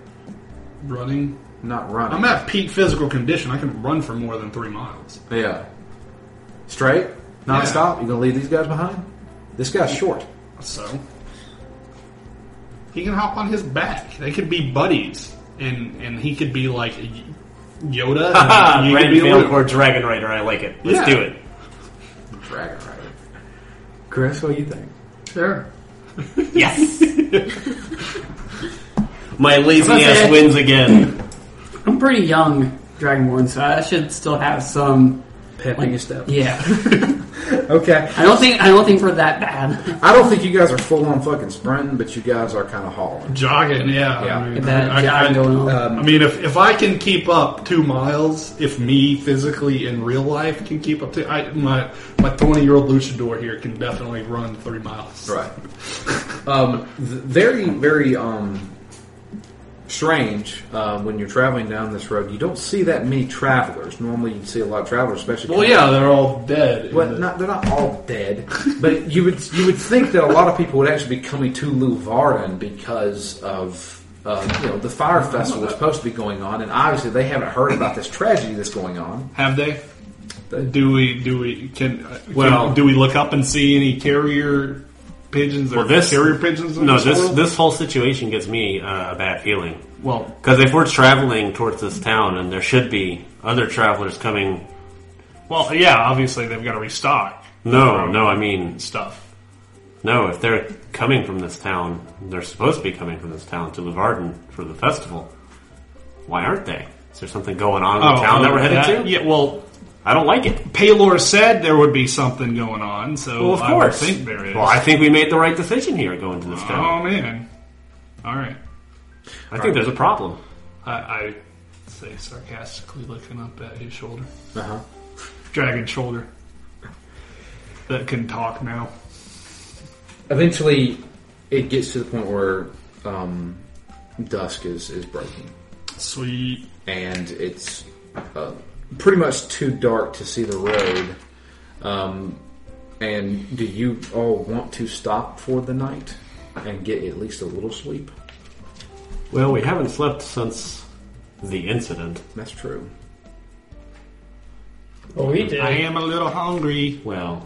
S2: Running.
S1: Not running.
S2: I'm at peak physical condition. I can run for more than three miles.
S1: yeah. Straight, non-stop. You gonna leave these guys behind? This guy's short.
S2: So he can hop on his back. They could be buddies, and and he could be like Y- Yoda. and you could be
S5: Renfield
S2: Luke.
S5: or Dragon Rider. I like it. Let's
S2: Yeah.
S5: do it.
S1: Dragon rider. Chris, what do you think?
S3: Sure.
S5: Yes. My lazy
S3: I'm gonna
S5: ass
S3: say-
S5: wins again.
S3: I'm pretty young, Dragonborn, so I should still have some.
S1: Pepping
S3: Like,
S1: his step.
S3: yeah.
S1: Okay.
S3: I don't think I don't think we're that bad.
S1: I don't think you guys are full on fucking sprinting, but you guys are kind of hauling.
S2: jogging. Yeah,
S1: Yeah.
S2: I mean,
S3: Get that
S2: I- I-
S3: jog
S2: I-
S3: going on.
S2: I mean, if, if I can keep up two miles, if me physically in real life can keep up to, I, my my twenty year old luchador here can definitely run three miles.
S1: Right. Um, th- very, very um, strange uh, when you're traveling down this road. You don't see that many travelers. Normally, you'd see a lot of travelers, especially.
S2: Well, yeah, they're all dead. in
S1: Well,
S2: the-
S1: not, they're not all dead, but you would you would think that a lot of people would actually be coming to Luvarden because of uh, you know the fire festival is supposed to be going on, and obviously they haven't heard about this tragedy that's going on.
S2: Have they?
S1: They-
S2: Uh, Do we do we can uh,
S5: Well-
S2: can- do we look up and see any carrier pigeons or
S5: Well, this
S2: carrier pigeons? in
S5: No, this
S2: world?
S5: this whole situation gives me uh, a bad feeling
S2: well,
S5: because if we're traveling towards this town and there should be other travelers coming.
S2: well, yeah. Obviously, they've got to restock
S5: No, no, I mean
S2: stuff.
S5: no. If they're coming from this town, they're supposed to be coming from this town to Luvarden for the festival. Why aren't they? Is there something going on in the town that we're headed to?
S2: Oh, Yeah. Well,
S5: I don't like it.
S2: Paylor said there would be something going on, so
S5: Well, of
S2: I would
S5: course.
S2: think there is.
S5: Well, I think we made the right decision here going to this town.
S2: oh man. All right.
S5: I think there's a problem.
S2: I, I say sarcastically, looking up at his shoulder,
S1: Uh huh.
S2: dragon shoulder, that can talk now.
S1: Eventually, it gets to the point where um, dusk is, is breaking,
S2: Sweet.
S1: and it's uh, pretty much too dark to see the road. Um, and do you all want to stop for the night and get at least a little sleep?
S5: Well, we haven't slept since the incident.
S1: That's true.
S3: Well, we did.
S2: I am a little hungry.
S5: Well,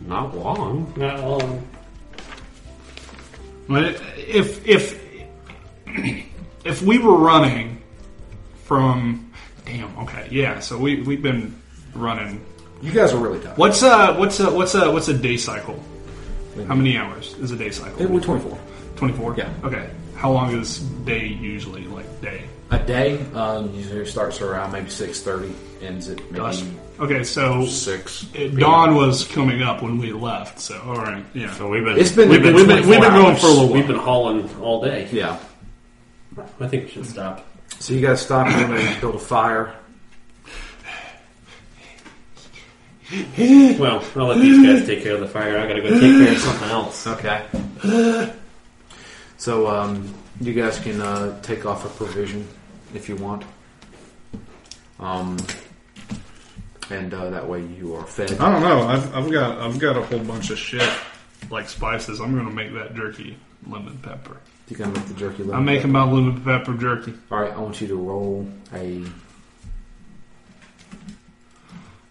S5: not long.
S3: Not all.
S2: But if if if we were running from, damn, okay, yeah. So we we've been running.
S1: You guys are really tough.
S2: What's a what's a what's a what's a day cycle? How many hours is a day cycle?
S1: It was 24.
S2: 24?
S1: Yeah.
S2: Okay. How long is day usually? Like day?
S1: A day um, usually starts around maybe 6.30, ends at maybe
S2: Dusk. Okay, so
S1: 6.
S2: it, dawn was coming up when we left, so alright, yeah.
S5: So we've been.
S1: It's been-
S5: We've been.
S2: we've been, we've been
S1: 24
S2: going for a little
S4: We've
S2: while.
S4: been hauling all day.
S1: Yeah.
S4: I think we should stop.
S1: So you guys stop and they build a fire.
S4: Well, I'll let these guys take care of the fire. I gotta go take care of something else.
S1: Okay. So um, you guys can uh, take off a provision if you want. Um, and uh, that way you are fed.
S2: I don't know. I've, I've got I've got a whole bunch of shit like spices. I'm gonna make that jerky lemon pepper.
S1: You can make the jerky.
S2: I'm making my lemon pepper jerky.
S1: All right. I want you to roll a.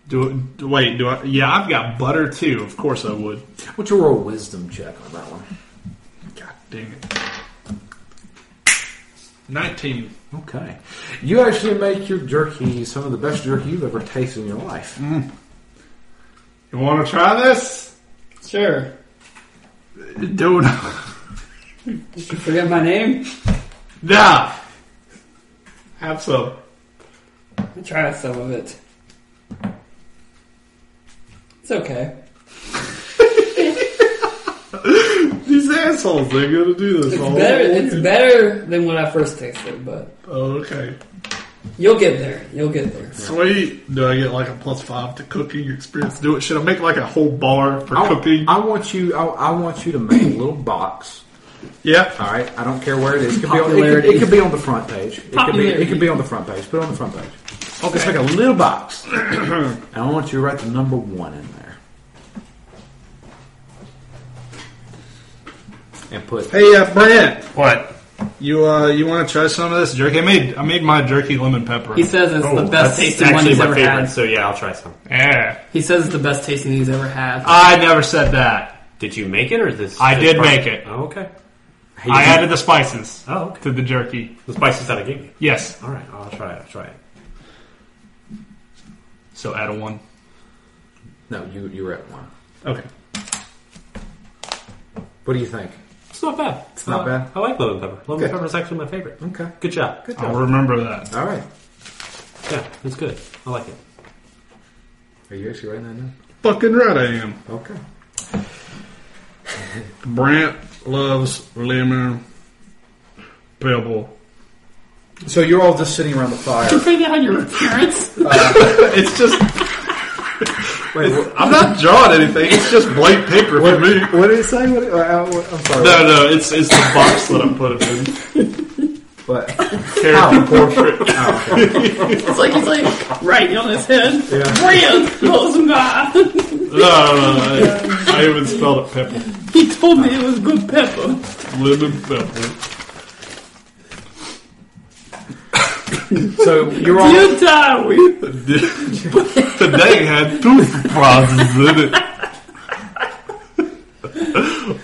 S2: Do, do wait? Do I? Yeah, I've got butter too. Of course I would.
S1: What's your roll wisdom check on that one?
S2: God dang it. Nineteen.
S1: Okay. You actually make your jerky some of the best jerky you've ever tasted in your life.
S2: Mm-hmm. You want to try this?
S3: Sure.
S2: Don't.
S3: Did you forget my name?
S2: nah. Have some.
S3: I tried some of it. It's okay.
S2: These assholes. They're gonna do this.
S3: It's
S2: all
S3: better.
S2: over
S3: It's
S2: again.
S3: better than when I first tasted, but
S2: Oh, okay.
S3: you'll get there. You'll get there.
S2: Sweet. Do I get like a plus five to cooking experience? Do it? Should I make like a whole bar for
S1: I,
S2: cooking?
S1: I want you. I, I want you to make a little box.
S2: yeah.
S1: All right. I don't care where it is. It could, be on, it, could,
S3: Popularity.
S1: it could be on the front page. It could, be,
S3: Popularity.
S1: it could be on the front page. Put it on the front page. Okay. Just make a little box. and I want you to write the number one in there. And put.
S2: Hey, uh, Brent.
S5: What?
S2: You uh, you want to try some of this jerky? I made I made my jerky lemon pepper.
S3: He says it's
S2: Oh.
S3: the best tasting one
S5: actually
S3: he's
S5: my
S3: ever
S5: favorite.
S3: had.
S5: So yeah, I'll try some.
S2: Yeah.
S3: He says it's the best tasting he's ever had. Uh,
S2: I never said that.
S5: Did you make it or this?
S2: I
S5: this
S2: did
S5: part-
S2: make it.
S5: Oh, okay.
S1: Hey,
S2: I added the spices
S5: Oh, okay.
S2: to the jerky.
S5: The spices that I gave you.
S2: Yes.
S5: All right, I'll try it. I'll try it.
S2: So add a one.
S1: No, you you were at one.
S2: Okay.
S1: What do you think?
S5: It's not bad. It's
S1: not bad.
S5: I like lemon pepper. Lemon
S1: Good.
S5: pepper is actually my favorite.
S1: Okay.
S5: Good job. Good
S2: I'll remember that.
S1: All right.
S5: Yeah, it's good. I like it.
S1: Are you actually writing that down?
S2: Fucking right, I am.
S1: Okay.
S2: Brent loves lemon pepper.
S1: So you're all just sitting around the fire.
S3: Put that on your parents.
S2: It's just
S1: Wait, wha-
S2: I'm not drawing anything. It's just blank paper for me.
S1: what, did it say? What, did- uh, what, I'm sorry.
S2: No, no, it's it's the box that I put it in.
S1: But
S2: Character portrait.
S1: oh, okay.
S3: it's like he's like right on his head.
S1: Yeah.
S3: Brilliant. Close him by.
S2: No, no, no. I, I even spelled it pepper.
S3: He told me it was good pepper.
S2: Lemon pepper.
S1: so you're all
S3: You die. We
S2: Today had two surprises in it.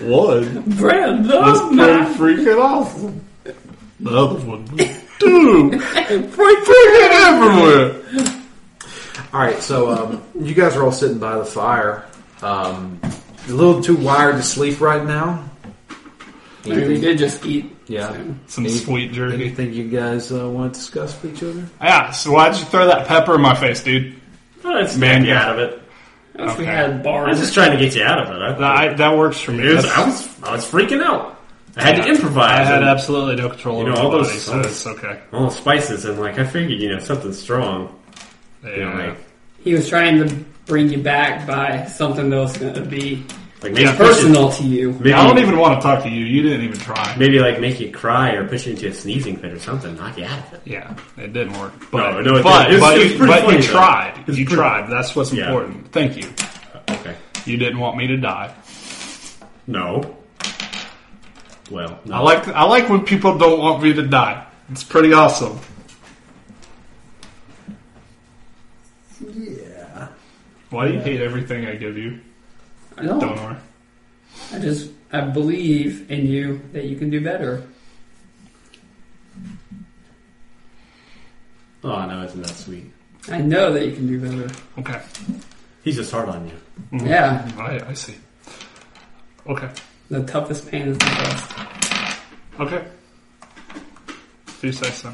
S2: One
S3: bread
S2: was
S4: Oh,
S3: love
S2: pretty
S3: Oh, my
S2: freaking awesome. The other one was two.
S3: freaking
S2: Freaking everywhere.
S1: All right, so um, you guys are all sitting by the fire. Um, a little too wired to sleep right now.
S3: We did just eat.
S1: Yeah.
S2: Some sweet jerky.
S1: Anything you guys uh, want to discuss with each other?
S2: Yeah, so why'd you throw that pepper in my face, dude?
S4: Oh, it's
S2: Man,
S4: man, you
S2: yeah.
S4: out of it.
S3: Unless we
S2: Okay.
S3: had
S4: I was
S3: bars.
S4: just trying to get you out of it. I,
S2: That, I, that works for me.
S4: it was,
S2: That's-
S4: I was I was freaking out. I had to
S2: Yeah.
S4: improvise.
S2: I had
S4: and-
S2: absolutely no control
S4: You
S2: over
S4: know,
S2: my
S4: all
S2: body,
S4: those-
S2: so it's okay.
S4: all the spices and like I figured, you know, something strong.
S2: Yeah.
S4: You know, like
S3: He was trying to bring you back by something that was going to be
S4: like maybe
S2: Yeah,
S4: push it-
S3: personal to you.
S4: Maybe,
S2: I don't even want to talk to you. You didn't even try.
S4: maybe like make you cry or push you into a sneezing fit or something, knock you out of it.
S2: Yeah, it didn't work. But,
S4: no,
S2: but,
S4: it didn't. It was-
S2: but,
S4: it was
S2: you,
S4: pretty
S2: but
S4: funny,
S2: you
S4: though.
S2: tried.
S4: was
S2: You
S4: pretty-
S2: tried. That's what's
S4: Yeah.
S2: important. Thank you.
S4: Okay.
S2: You didn't want me to die.
S4: No. Well, no.
S2: I like I like when people don't want me to die. It's pretty awesome.
S1: Yeah.
S2: Why do you hate everything I give you,
S3: I don't.
S2: Donor?
S3: I just I believe in you that you can do better.
S6: Oh, no, isn't that sweet?
S3: I know that you can do better.
S2: Okay.
S6: He's just hard on you.
S2: Mhm.
S3: Yeah,
S2: I, I see. Okay.
S3: the toughest pain is the best.
S2: Okay. If you say so.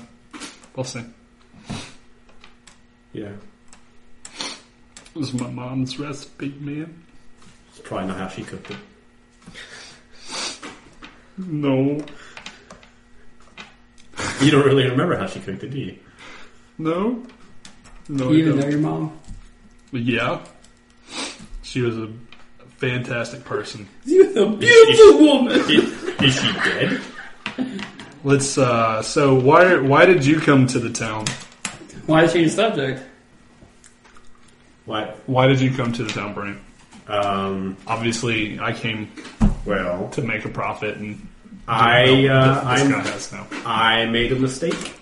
S2: We'll see.
S6: Yeah.
S2: It was my mom's recipe, man.
S6: It's probably not how she cooked it.
S2: No.
S6: You don't really remember how she cooked it, do you?
S2: No. No. I
S3: Even though
S2: don't.
S3: your mom,
S2: Yeah. She was a fantastic person.
S3: you're the beautiful woman.
S6: Is, is she dead?
S2: Let's. uh So why why did you come to the town?
S3: Why change subject?
S6: What?
S2: Why did you come to the town, Brian?
S6: Um,
S2: Obviously, I came
S6: well,
S2: to make a profit, and
S6: I, uh,
S2: this
S6: I'm,
S2: guy has now.
S6: I made a mistake,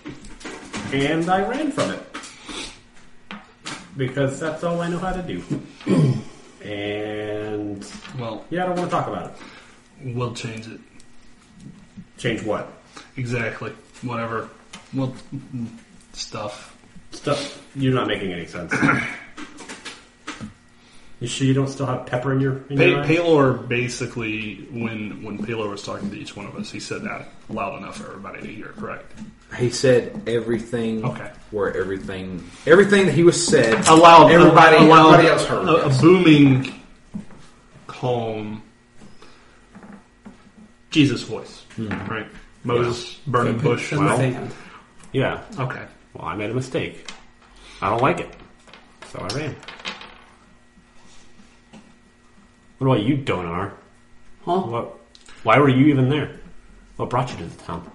S6: and I ran from it because that's all I know how to do. and
S2: Well,
S6: yeah, I don't want to talk about it.
S2: we'll change it.
S6: Change what
S2: Exactly. Whatever. Well, mm, stuff.
S6: stuff? You're not making any sense. you sure you don't still have pepper in your? In your
S2: Pa-
S6: eye?
S2: Paylor basically, when when Paylor was talking to each one of us, he said that loud enough for everybody to hear. Correct.
S1: He said everything
S2: Okay.
S1: where everything everything that he was said
S2: A loud,
S1: everybody
S2: a loud-
S1: everybody else heard.
S2: a, a
S1: yes.
S2: booming, calm Jesus voice. Right, Moses burning bush.
S3: Doesn't
S4: Well.
S3: stand.
S4: Yeah.
S2: Okay,
S4: Well, I made a mistake. I don't like it. So I ran. What about you, Donar?
S3: Huh?
S4: What? Why were you even there? What brought you to the town?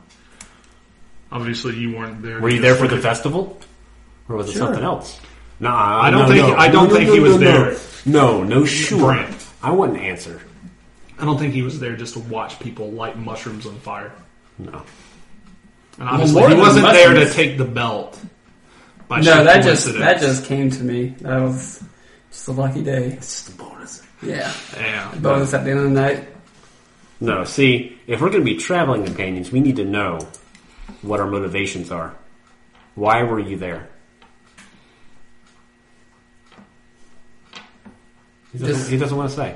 S2: obviously you weren't there.
S4: Were you there
S2: because-
S4: for the festival, or was it
S3: Sure.
S4: something else? Nah,
S2: I don't
S4: no,
S2: think-
S4: no.
S2: I don't
S4: No, no,
S2: think
S4: no,
S2: he was
S4: no, no.
S2: there.
S4: No, no, sure.
S2: Brand.
S4: I wouldn't answer.
S2: I don't think he was there just to watch people light mushrooms on fire.
S4: No,
S2: And obviously,
S3: more
S2: he
S3: than
S2: wasn't there to
S3: mushrooms.
S2: take the belt. By sheer
S3: No, that just that
S2: coincidence.
S3: just came to me. That was just a lucky day.
S4: it's the bonus.
S3: Yeah,
S2: Yeah.
S3: bonus at the end of the night.
S4: No, see, if we're going to be traveling companions, we need to know what our motivations are. Why were you there? He doesn't,
S3: Just-
S4: he doesn't want to say.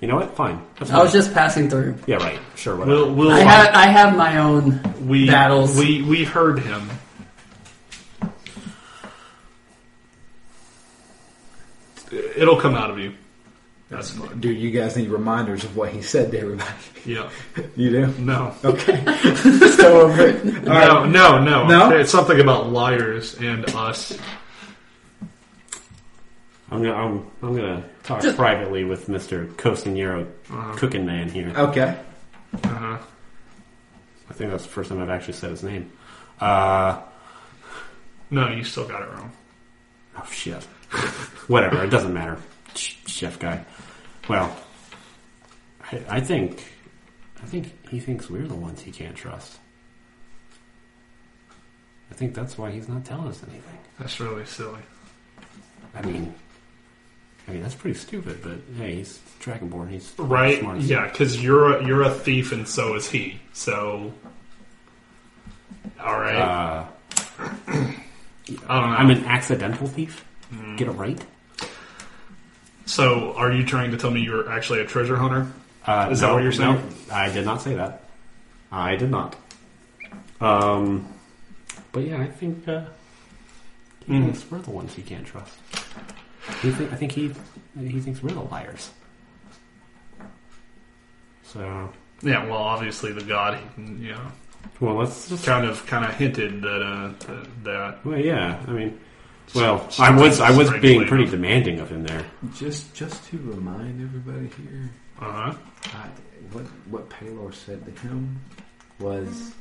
S4: You know what? Fine. That's
S3: I was
S4: fine.
S3: just passing through.
S4: Yeah, right. Sure. Whatever.
S2: We'll, we'll,
S3: I had I have my own
S2: we,
S3: battles.
S2: We, we heard him. It'll come out of you. That's fine.
S1: Dude, you guys need reminders of what he said to everybody.
S2: Yeah.
S1: You do?
S2: No.
S1: Okay. Just go over it.
S2: um,
S1: All right.
S2: No, no, no.
S1: No?
S2: It's something about liars and us.
S4: I'm gonna I'm, I'm gonna talk privately with Mr. Costanero
S3: Uh-huh.
S4: Cooking Man here.
S1: Okay.
S2: Uh-huh.
S4: I think that's the first time I've actually said his name. Uh,
S2: No, you still got it wrong.
S4: oh shit. Whatever. It doesn't matter. Ch- Chef guy. Well, I, I think I think he thinks we're the ones he can't trust. I think that's why he's not telling us anything.
S2: That's really silly.
S4: I mean, I mean that's pretty stupid. But hey, he's Dragonborn. He's
S2: Right?
S4: Smart.
S2: Yeah, because you're a, you're a thief and so is he. So. All right.
S4: Uh,
S2: I don't know.
S4: I'm an accidental thief. Get it right.
S2: so, are you trying to tell me you're actually a treasure hunter?
S4: Uh,
S2: Is that
S4: no,
S2: what you're saying?
S4: no, I did not say that. I did not. Um, but yeah, I think uh, he
S2: Mm.
S4: thinks we're the ones he can't trust. He thi- I think he he thinks we're the liars. So
S2: Yeah, well, obviously the god, you know,
S4: well, let's just.
S2: kind of kind of hinted that uh, that- that
S4: Well, yeah, I mean, well, I was I was
S2: Strange
S4: being
S2: flavor.
S4: pretty demanding of him there.
S1: Just just to remind everybody here,
S2: uh huh.
S1: I, what what Palor said to him was,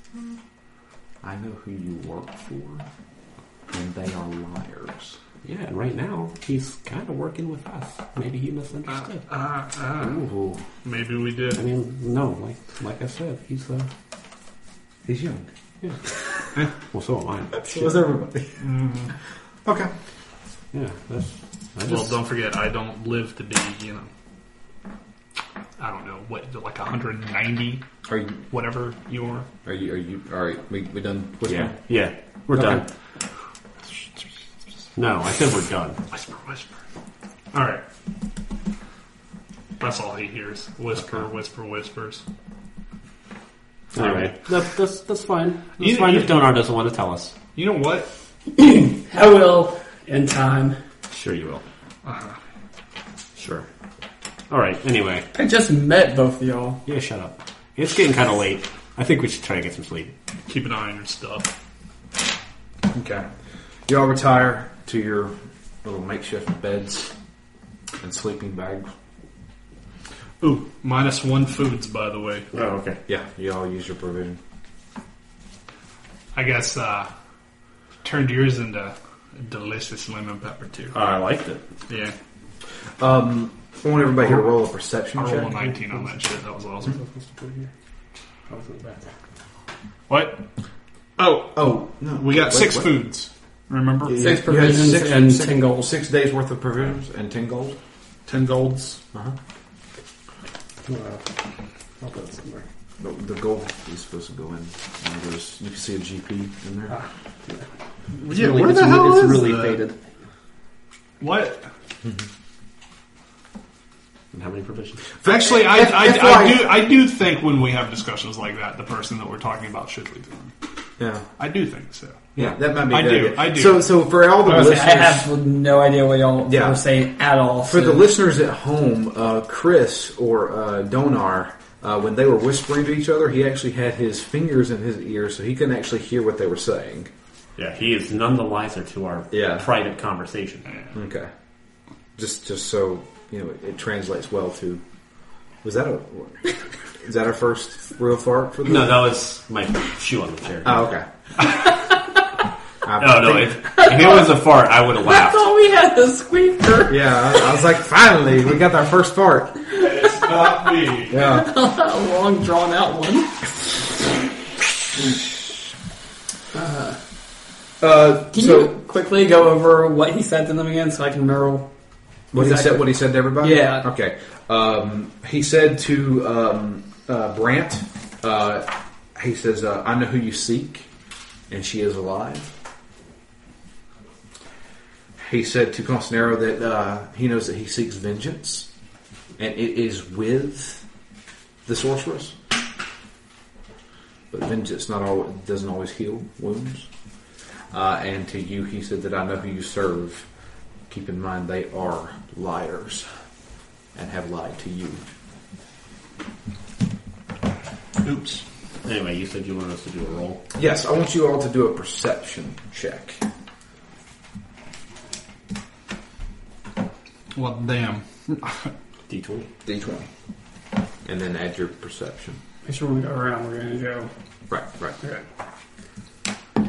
S1: "I know who you work for, and they are liars."
S4: Yeah, and right now he's kind of working with us. Maybe he
S2: Uh,
S4: misunderstood.
S2: uh, uh,
S1: Ooh,
S2: maybe we
S4: I
S2: did.
S4: mean, no, like like I said, he's uh,
S1: he's young.
S4: well, so am I.
S1: So was everybody. Okay.
S4: Yeah, that's. I
S2: Well,
S4: just,
S2: don't forget, I don't live to be, you know, I don't know what, like 190,
S1: Are you?
S2: whatever you are.
S1: Are you? Are you? All right. We we done. whispering?
S5: Yeah, yeah, we're
S1: Okay.
S5: done. No, I said we're done.
S2: Whisper, whisper. All right. That's all he hears. Whisper, whisper, whispers.
S5: Anyway, that, that's that's fine. That's
S2: You-
S5: fine
S2: you-
S5: if Donar doesn't want to tell us.
S2: You know what?
S4: I will in time.
S5: Sure, you will. Sure. All right. Anyway,
S3: I just met both of y'all.
S5: yeah. Shut up. It's getting kind of late. I think we should try to get some sleep.
S2: Keep an eye on your stuff.
S1: Okay. Y'all retire to your little makeshift beds and sleeping bags.
S2: Ooh, minus one foods, by the way.
S5: Oh, okay.
S1: Yeah. Y'all use your provision.
S2: I guess uh turned yours into delicious lemon pepper too.
S5: I liked it.
S2: Yeah,
S1: Um, I want everybody here to roll a perception
S2: I
S1: check.
S2: rolled a 19 on that shit. That was
S1: Mm-hmm.
S2: awesome.
S5: I was in the bathroom.
S2: What? Oh,
S1: Oh no,
S2: we got
S1: wait,
S2: six
S1: what?
S2: foods. Remember?
S1: Yeah,
S3: Six
S1: you had
S3: provisions and 10 gold.
S1: Six days worth of provisions and ten gold. Uh-huh.
S2: 10 golds. Uh,
S5: I'll put it somewhere.
S1: The, the gold is supposed to go in. One of those. You can see a GP in there.
S2: Ah. Yeah, where the hell is that? What?
S5: And how many provisions?
S2: Actually, I,
S1: F-
S2: I,
S1: F-
S2: I
S1: Y.
S2: do I do think when we have discussions like that, the person that we're talking about should leave the room.
S1: Yeah.
S2: I do think so.
S1: Yeah, that might be.
S2: I
S1: a good
S2: do,
S1: idea.
S2: I do.
S1: So, so for all the
S3: I
S1: listeners,
S3: have no idea what y'all
S1: Yeah.
S3: were saying at all.
S1: for the
S3: so-
S1: listeners at home, uh, Chris or uh, Donar, uh, when they were whispering to each other, he actually had his fingers in his ears, so he couldn't actually hear what they were saying.
S5: Yeah, he is none the wiser to our
S1: Yeah.
S5: private conversation.
S1: Okay, just just so you know, it, it translates well to. Was that a? Is that our first real fart for the?
S5: No, that was my shoe on the chair. Oh,
S1: Oh, okay. I
S5: no, no,
S1: think-
S5: if, if it was a fart, I would have
S3: I
S5: laughed.
S3: thought we had the squeaker.
S1: Yeah, I, I was like, finally, we got our first fart.
S2: It's not me.
S1: Yeah.
S3: a long, drawn out one.
S1: Uh,
S3: Can
S1: so,
S3: you quickly go over what he said to them again so I can remember?
S1: What he said? What he said to everybody?
S3: Yeah.
S1: Okay. Um, he said to um, uh, Brant. Uh, he says, uh, "I know who you seek, and she is alive." He said to Constanero that uh, he knows that he seeks vengeance, and it is with the sorceress. But vengeance not al doesn't always heal wounds. Uh, and to you, he said that I know who you serve. Keep in mind they are liars and have lied to you.
S2: Oops.
S5: Anyway, you said you wanted us to do a roll.
S1: Yes, I want you all to do a perception check.
S2: Well, damn.
S5: D20.
S1: D20. And then add your perception.
S3: Make sure we go around. We're gonna go.
S1: Right, right.
S3: Okay.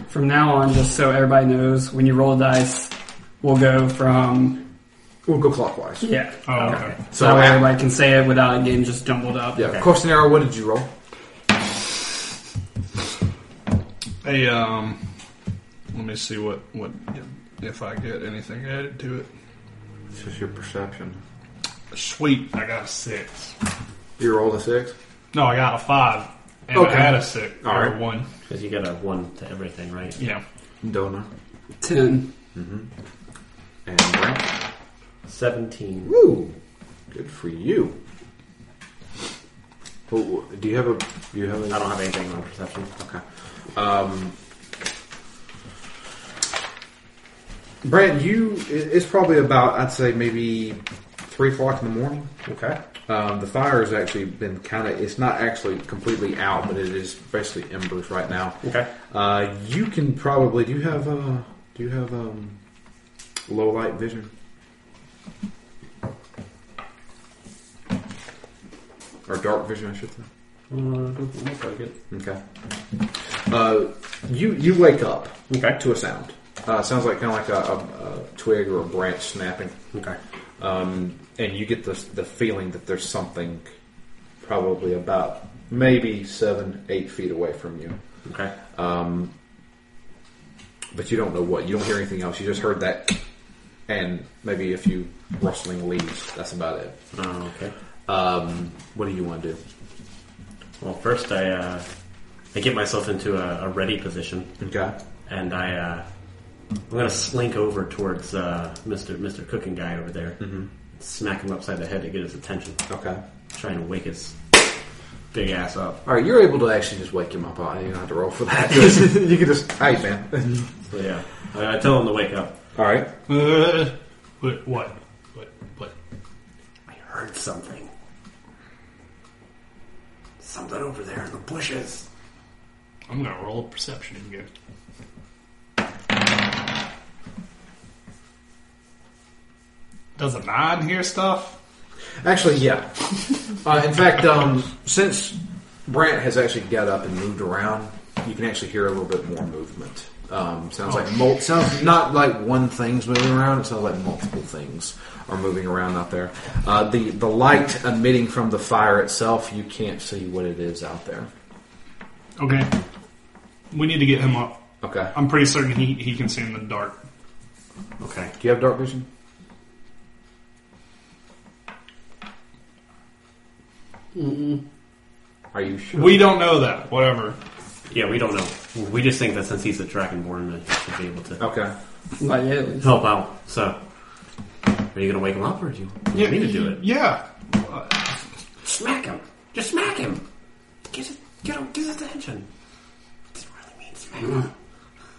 S3: From now on, just so everybody knows, when you roll a dice, we'll go from
S1: We'll go clockwise.
S3: yeah.
S2: Oh, okay.
S3: So that way
S1: I-
S3: everybody can say it without it getting just jumbled up.
S1: Yeah. Costanero, what did you roll?
S2: Hey, um, let me see what what if I get anything added to it.
S1: It's just your perception.
S2: Sweet, I got a six.
S1: You rolled a six?
S2: No, I got a five, and
S1: Okay.
S2: I had a six
S1: All
S2: or
S1: right.
S2: a one.
S5: Because you got a 1 to everything, right?
S2: Yeah,
S1: Dona.
S3: Ten.
S1: And Brant.
S5: 17.
S1: Woo! Good for you. Oh, do you have a. Do you have a.
S5: I don't have anything on perception.
S1: Okay. Um, Brent, you, it- it's probably about, I'd say maybe 3 o'clock in the morning.
S5: Okay.
S1: Um, the fire has actually been kind of, it's not actually completely out, but it is basically embers right now.
S5: Okay.
S1: Uh, you can probably, do you have, uh, do you have, um, low light vision? Or dark vision, I should say.
S5: Uh, doesn't look like it.
S1: Okay. Uh, you you wake up
S5: Okay.
S1: to a sound. Uh, sounds like kind of like a, a, a twig or a branch snapping,
S5: Okay.
S1: um, and you get the the feeling that there's something, probably about maybe seven eight feet away from you,
S5: Okay.
S1: but you don't know what. You don't hear anything else. You just heard
S4: Uh,
S1: that, and maybe a few rustling leaves. That's about it.
S5: Oh, okay.
S1: Um, what do you want to do?
S4: Well, first I uh, I get myself into a, a ready position,
S1: Okay.
S4: and I uh, I'm gonna slink over towards uh, Mister Mister Cooking guy over there, mm-hmm. smack him upside the head to get his attention,
S1: Okay.
S4: try and wake his big ass up.
S1: All right, you're able to actually just wake him up. huh? You don't have to roll for that. you can just, hey man.
S4: So yeah, I, I tell him to wake up.
S1: All right.
S2: Uh, what? What? What? What?
S4: I heard something. Something over there in the bushes.
S2: I'm gonna roll a perception again. Does a nine hear stuff?
S1: Actually, yeah. Uh, in fact, um, since Brant has actually got up and moved around, you can actually hear a little bit more movement. Um, sounds like mul- sounds not like one thing's moving around. It sounds like multiple things are moving around out there. Uh, the the light emitting from the fire itself, you can't see what it is out there.
S2: Okay. We need to get him up.
S1: Okay.
S2: I'm pretty certain he, he can see in the dark.
S5: Okay.
S1: Do you have dark vision? Are you sure?
S2: We don't know that. Whatever.
S4: Yeah, we don't know. We just think that since he's a dragonborn, that he should be able
S5: Oh.
S4: to
S1: okay.
S3: Not yet, at least.
S4: help out. So, are you gonna wake him up, or do you want me to do it?
S2: Yeah.
S4: Smack him. Just smack him. Get his, get him, get his attention. This really means smack him.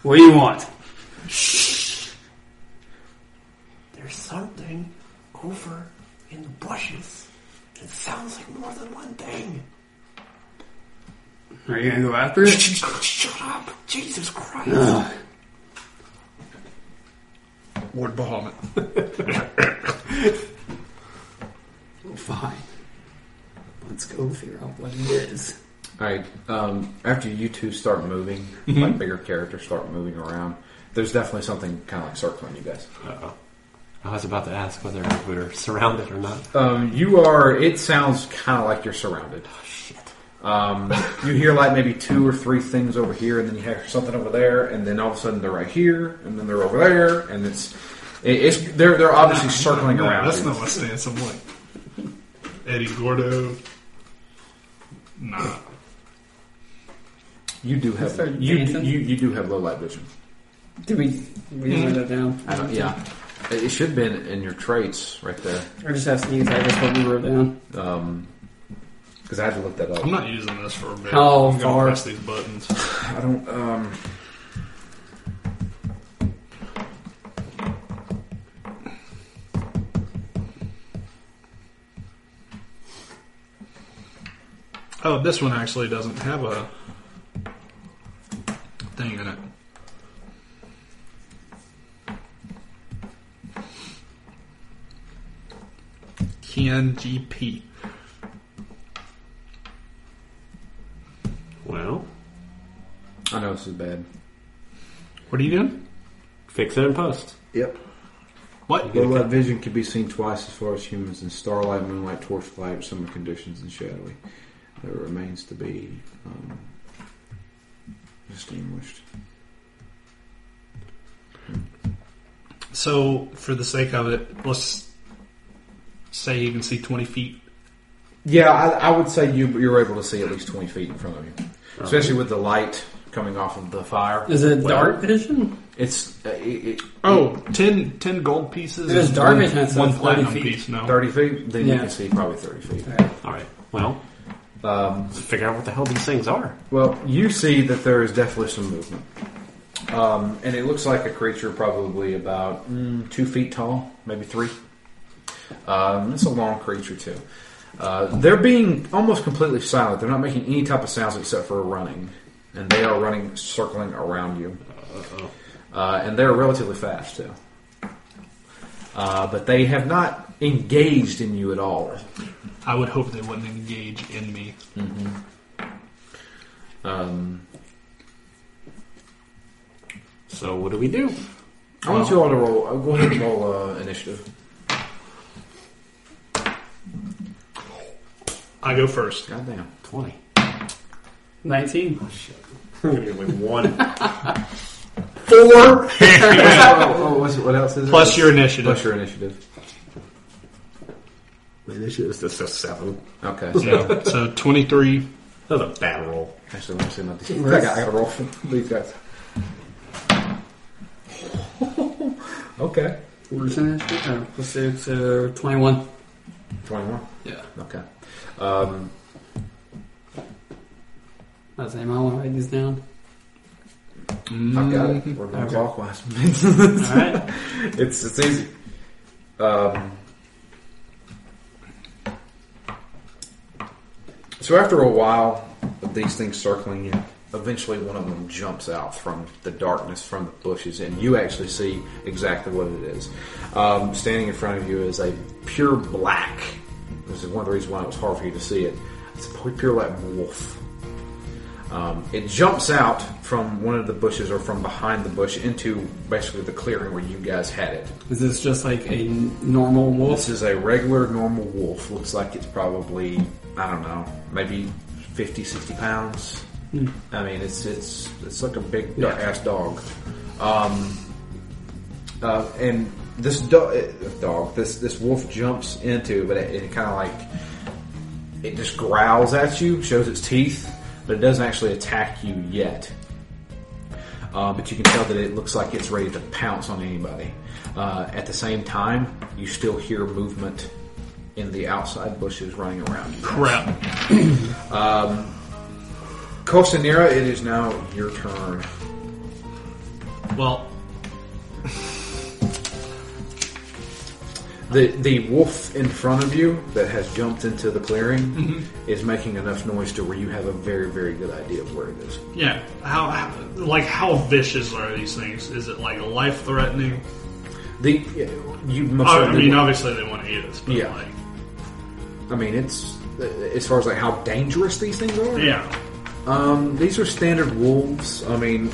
S5: What do you want?
S4: There's something over in the bushes. It sounds like more than one thing.
S5: Are you gonna go after it?
S4: Shut up, Jesus Christ!
S5: Ugh.
S2: Ward Bahamut.
S3: Fine. Let's go figure out what it is.
S1: All right. Um, after you two start moving,
S2: Mm-hmm.
S1: like bigger characters start moving around, there's definitely something kind of like circling you guys.
S5: I was about to ask whether we were surrounded or not.
S1: Um, you are. It sounds kind of like you're surrounded.
S2: Oh,
S1: Um, you hear like maybe two or three things over here, and then you hear something over there, and then all of a sudden they're right here, and then they're over there, and it's it, it's they're they're obviously circling
S2: No,
S1: around.
S2: That's
S1: you.
S2: not my stance. I'm like Eddie Gordo. Nah.
S1: You do have
S3: Start
S1: you, do-
S3: dancing?
S1: you you do have low light vision.
S3: Did we, we didn't write that down?
S1: I don't, yeah, it it should have been in your traits right there
S3: I just have sneeze. I just what we wrote down.
S1: because Um, I had to look that up.
S2: I'm not using this for a bit.
S3: How
S2: I'm gonna
S3: far?
S2: press these buttons.
S1: I don't. Um,
S2: Oh, this one actually doesn't have a thing in it. Can GP.
S5: Well,
S1: I know this is bad.
S2: What are you doing?
S5: fix it in post.
S1: Yep.
S2: What?
S1: Low light vision can be seen twice as far as humans in starlight, moonlight, torchlight, summer conditions, and shadowy. That remains to be um, distinguished.
S2: So, for the sake of it, let's say you can see 20 feet.
S1: Yeah, I, I would say you, you're able to see at least 20 feet in front of you, especially with the light coming off of the fire.
S3: Is it
S1: Well,
S3: dark vision?
S1: It's uh, it, it,
S2: Oh, 10, 10 gold pieces.
S3: There's
S2: and
S3: dark
S2: one-
S3: vision, so
S2: One
S3: it's 30
S2: platinum
S3: feet.
S2: piece, no.
S1: 30 feet. Then you
S3: Yeah.
S1: can see probably 30 feet.
S5: All right. Well,
S1: Um,
S5: let's figure out what the hell these things are.
S1: Well, you see that there is definitely some movement. Um, and it looks like a creature probably about mm, two feet tall, maybe three. Um, it's a long creature, too. Uh, they're being almost completely silent. They're not making any type of sounds except for running. And they are running, circling around you. Uh, and they're relatively fast, too. Uh, but they have not engaged in you at all.
S2: I would hope they wouldn't engage in me.
S1: Um,
S5: So what do we do?
S1: I want you all to roll. Uh, go ahead and roll uh, initiative.
S2: I go first.
S1: God damn.
S5: Twenty.
S3: 19.
S4: I'm gonna give away one.
S1: Four. oh, oh, what's- what else is it?
S2: Plus your initiative.
S1: Plus your initiative.
S5: Initiative is just a seven.
S1: Okay.
S2: Yeah. so 23.
S5: That was a bad roll.
S1: Actually, let me see my d- I got, I got a roll from these guys. okay.
S3: Percentage? Oh, let's see. So twenty-one.
S1: 21.
S3: Yeah.
S1: Okay. Um,
S3: I was saying, I want to write these down.
S1: I've got it. We're going
S3: Okay.
S1: clockwise.
S3: All right.
S1: it's, it's easy. Um, so after a while of these things circling you, eventually one of them jumps out from the darkness, from the bushes, and you actually see exactly what it is. Um, standing in front of you is a pure black. This is one of the reasons why it was hard for you to see it. It's a pu- pure black wolf. Um, it jumps out from one of the bushes or from behind the bush into basically the clearing where you guys had it.
S3: Is this just like a n- normal wolf?
S1: This is a regular, normal wolf. Looks like it's probably, I don't know, maybe 50, 60 pounds. I mean, it's it's it's like a big
S3: Yeah.
S1: ass dog. Um, uh, and this do- eh, dog, this this wolf jumps into, but it, it kind of like it just growls at you, shows its teeth, but it doesn't actually attack you yet. Uh, but you can tell that it looks like it's ready to pounce on anybody. Uh, at the same time, you still hear movement in the outside bushes running around.
S2: Crap.
S1: Costanera, it is now your turn.
S2: Well,
S1: The the wolf in front of you that has jumped into the clearing is making enough noise to where you have a very very good idea of where it is.
S2: yeah. How, how like how vicious are these things? Is it like life threatening?
S1: The you most
S2: I, I
S1: certainly-
S2: mean, obviously they want to eat us, but
S1: Yeah.
S2: like,
S1: I mean it's uh, as far as like how dangerous these things are.
S2: yeah.
S1: Um, these are standard wolves. I mean,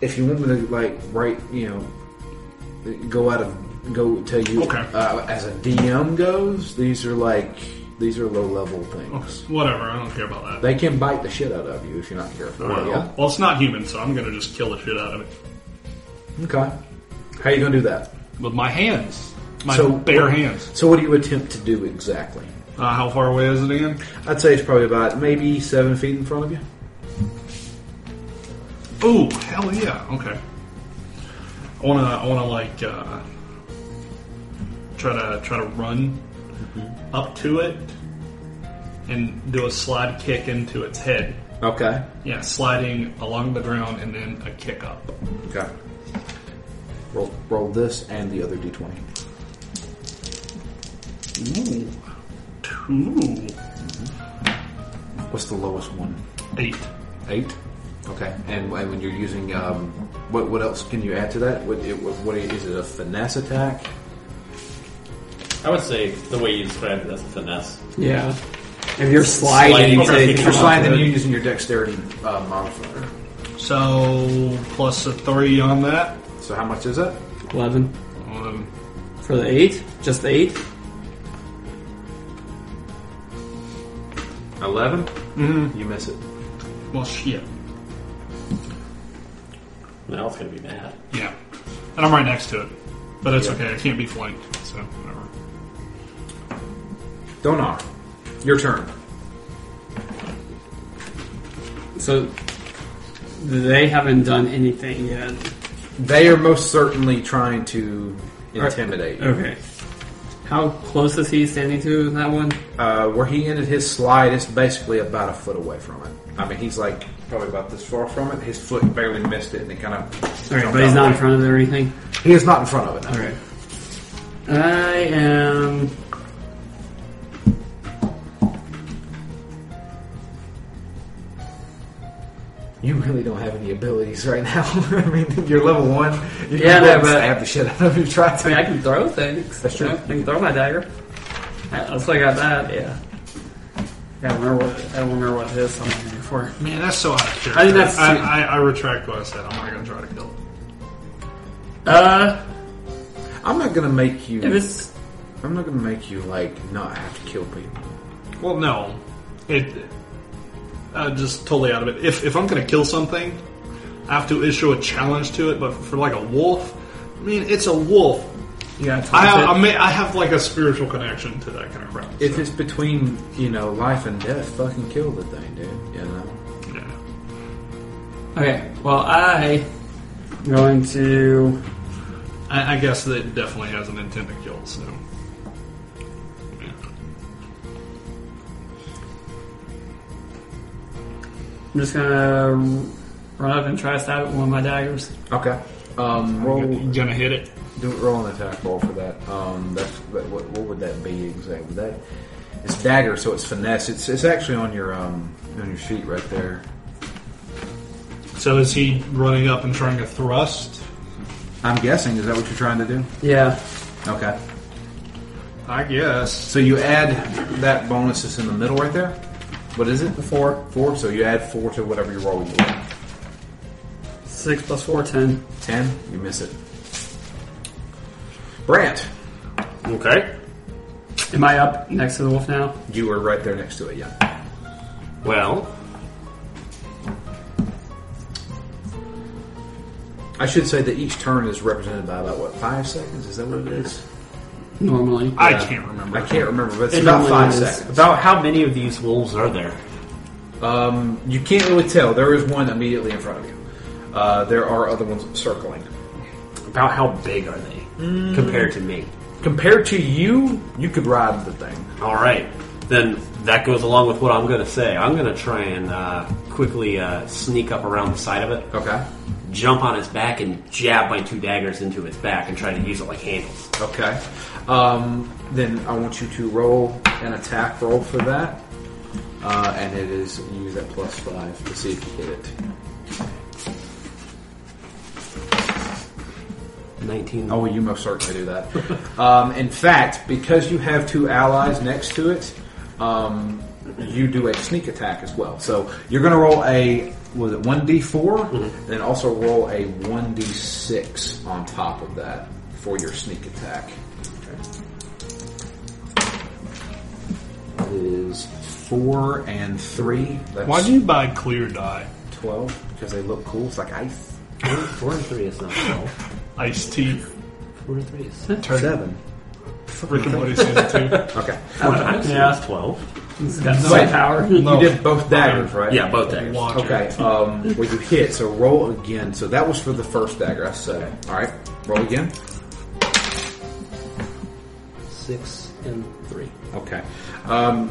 S1: if you want me to like write, you know, go out of go tell you
S2: Okay.
S1: uh, as a DM goes, these are like these are low level things.
S2: Whatever. I don't care about that.
S1: They can bite the shit out of you if you're not careful.
S5: Well.
S1: Yeah.
S2: Well, it's not human, so I'm gonna just kill the shit out of it
S1: Okay. How you gonna do that?
S2: with my hands, my
S1: So-
S2: bare hands.
S1: So, what do you attempt to do exactly?
S2: Uh, how far away is it again?
S1: I'd say it's probably about maybe seven feet in front of you.
S2: Oh hell yeah! Okay. I wanna, I wanna like uh, try to try to run
S1: Mm-hmm.
S2: up to it and do a slide kick into its head.
S1: Okay.
S2: Yeah, sliding along the ground and then a kick up.
S1: Okay. Roll, roll this and the other d20.
S2: Ooh, two,
S1: Mm-hmm. What's the lowest one?
S2: eight.
S1: Eight. Okay. And, and when you're using, um, what what else can you add to that? What, it, what, what it- is it a finesse attack?
S4: I would say the way you described it, that's finesse.
S3: Yeah. If you're sliding,
S4: Sliding. Okay.
S3: to-
S1: If you're sliding, then you're using your dexterity uh, modifier.
S2: So plus a three on that.
S1: So how much is that?
S3: eleven
S2: Um,
S3: for the eight, just the eight.
S1: Eleven. Mm-hmm. You miss it.
S2: well, shit.
S4: Now it's gonna be bad.
S2: Yeah, and I'm right next to it, but it's okay. I can't be flanked, so whatever.
S1: Donar, your turn.
S3: So they haven't done anything yet.
S1: They are most certainly trying to intimidate you.
S3: Okay. How close is he standing to that one?
S1: Uh, where he ended his slide is basically about a foot away from it. I mean, he's like probably about this far from it. His foot barely missed it, and it kind of.
S3: Alright, but he's not in front of it or anything?
S1: He is not in front of it.
S3: Alright. I am.
S1: You really don't have any abilities right now. I mean, you're level one. You
S3: Yeah,
S1: can
S3: no,
S1: have
S3: but-
S1: stab the shit out of you. Try
S3: I mean,
S1: to.
S3: I can throw things.
S1: That's true.
S3: I can throw my dagger. I, that's why I got that, yeah. I don't remember what, I don't remember what it is I'm looking for.
S2: Man, that's so out of character.
S3: I think that's-
S2: I, I, I retract what I said. I'm not gonna try to kill it.
S3: Uh,
S1: I'm not gonna make you.
S3: if it's.
S1: I'm not gonna make you like not have to kill people.
S2: Well, no, it uh, just totally out of it. If if I'm gonna kill something, I have to issue a challenge to it. But for like a wolf, I mean, it's a wolf. Yeah,
S1: it.
S2: I, I, may, I have like a spiritual connection to that kind of crap.
S1: If it's between, you know, life and death, fucking kill the thing, dude. You know?
S2: yeah.
S3: Okay, well, I am going to.
S2: I, I guess that it definitely has an intent to kill. So, yeah.
S3: I'm just gonna run up and try to stab it with one of my daggers.
S1: Okay. Um, roll,
S2: you gonna hit it.
S1: do roll an attack roll for that. Um, that's that, what, what would that be exactly? That it's dagger, so it's finesse. It's it's actually on your um on your sheet right there.
S2: So is he running up and trying to thrust?
S1: I'm guessing is that what you're trying to do?
S3: Yeah.
S1: Okay.
S2: I guess.
S1: So you add that bonus that's in the middle right there. What is it? Four. Four. So you add four to whatever you roll. You roll.
S3: 6 plus 4, 10.
S1: Ten. You miss it. Brant,
S5: Okay.
S3: Am I up next to the wolf now?
S1: you were right there next to it. Yeah.
S5: Well,
S1: I should say that each turn is represented by about what five seconds. Is that what it is?
S3: Normally.
S2: I can't remember.
S1: I can't remember, but it's
S5: It
S1: about
S5: normally
S1: five
S5: is.
S1: seconds.
S5: About how many of these wolves are there?
S1: Um, you can't really tell. There is one immediately in front of you. Uh, there are other ones circling.
S5: About how big are they
S4: Mm.
S5: compared to me?
S1: Compared to you, you could ride the thing.
S5: All right, then that goes along with what I'm going to say. I'm going to try and uh, quickly uh, sneak up around the side of it,
S1: Okay.
S5: jump on its back, and jab my two daggers into its back, and try to use it like handles.
S1: Okay. Um, then I want you to roll an attack roll for that. Uh, and it is use that plus five to see if you hit it.
S5: 19.
S1: Oh, you most certainly do that. um, in fact, because you have two allies next to it, um, you do a sneak attack as well. So you're going to roll a was it one d four, then also roll a one d six on top of that for your sneak attack. That is four and three. That's
S2: Why do you buy clear dye?
S1: twelve? Because they look cool. It's like ice.
S5: Four- Four and three is not twelve.
S2: Iced tea.
S5: Four and three is
S1: Seven.
S2: Rick and Morty season two.
S1: Okay.
S5: four times two
S3: Yeah.
S5: is twelve.
S3: It's got
S2: No.
S3: some power.
S2: No.
S1: You did both daggers, right?
S5: Yeah, both daggers.
S2: Water.
S1: Okay, um, well, you hit, so roll again. So that was for the first dagger, I said. Alright, roll again.
S5: Six and three.
S1: Okay. Um,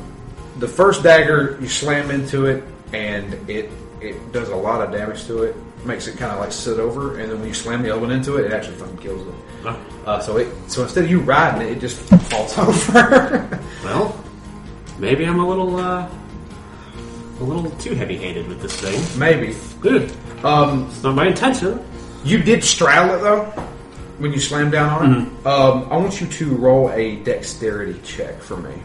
S1: the first dagger, you slam into it, and it it does a lot of damage to it. Makes it kind of like sit over, and then when you slam the other one into it, it actually fucking kills it.
S5: Ah.
S1: Uh, so it so instead of you riding it, it just falls over.
S5: Well, maybe I'm a little uh, a little too heavy-handed with this thing.
S1: Maybe.
S5: Dude,
S1: Um,
S5: it's not my intention.
S1: you did straddle it though when you slammed down on it. Um, I want you to roll a dexterity check for me.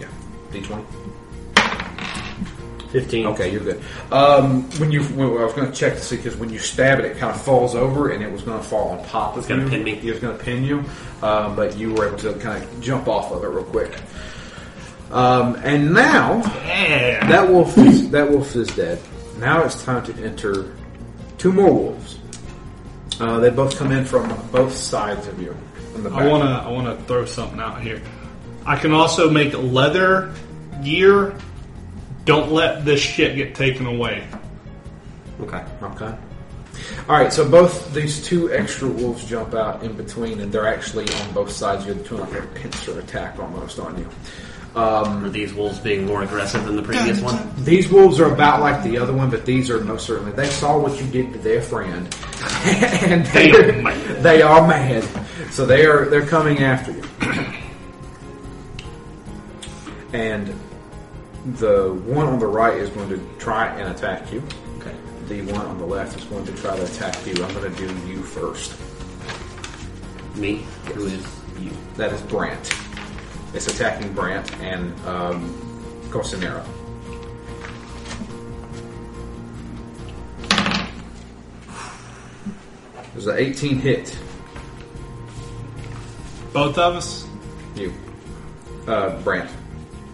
S1: Yeah, d twenty.
S5: Fifteen.
S1: Okay, you're good. Um, when you, when, I was going to check to see because when you stab it, it kind of falls over, and it was going to fall on top of
S5: gonna
S1: you.
S5: pin me.
S1: It was going to pin you, um, but you were able to kind of jump off of it real quick. Um, and now
S2: Yeah.
S1: that wolf, is, that wolf is dead. Now it's time to enter two more wolves. Uh, they both come in from both sides of you. From the back.
S2: I wanna I wanna throw something out here. I can also make leather gear. Don't let this shit get taken away.
S5: Okay.
S1: Okay. All right, so both these two extra wolves jump out in between, and they're actually on both sides. You're doing like a pincer attack almost on you.
S5: Are these wolves being more aggressive than the previous one?
S1: These wolves are about like the other one, but these are most certainly. They saw what you did to their friend, and they
S2: They are
S1: are
S2: mad.
S1: they are mad. So they are they're coming after you. And the one on the right is going to try and attack you.
S5: Okay.
S1: The one on the left is going to try to attack you. I'm going to do you first.
S5: Me, who is you?
S1: That is Brant. It's attacking Brant and um, Costanera. There's an 18 hit.
S2: Both of us?
S1: You. Uh, Brant.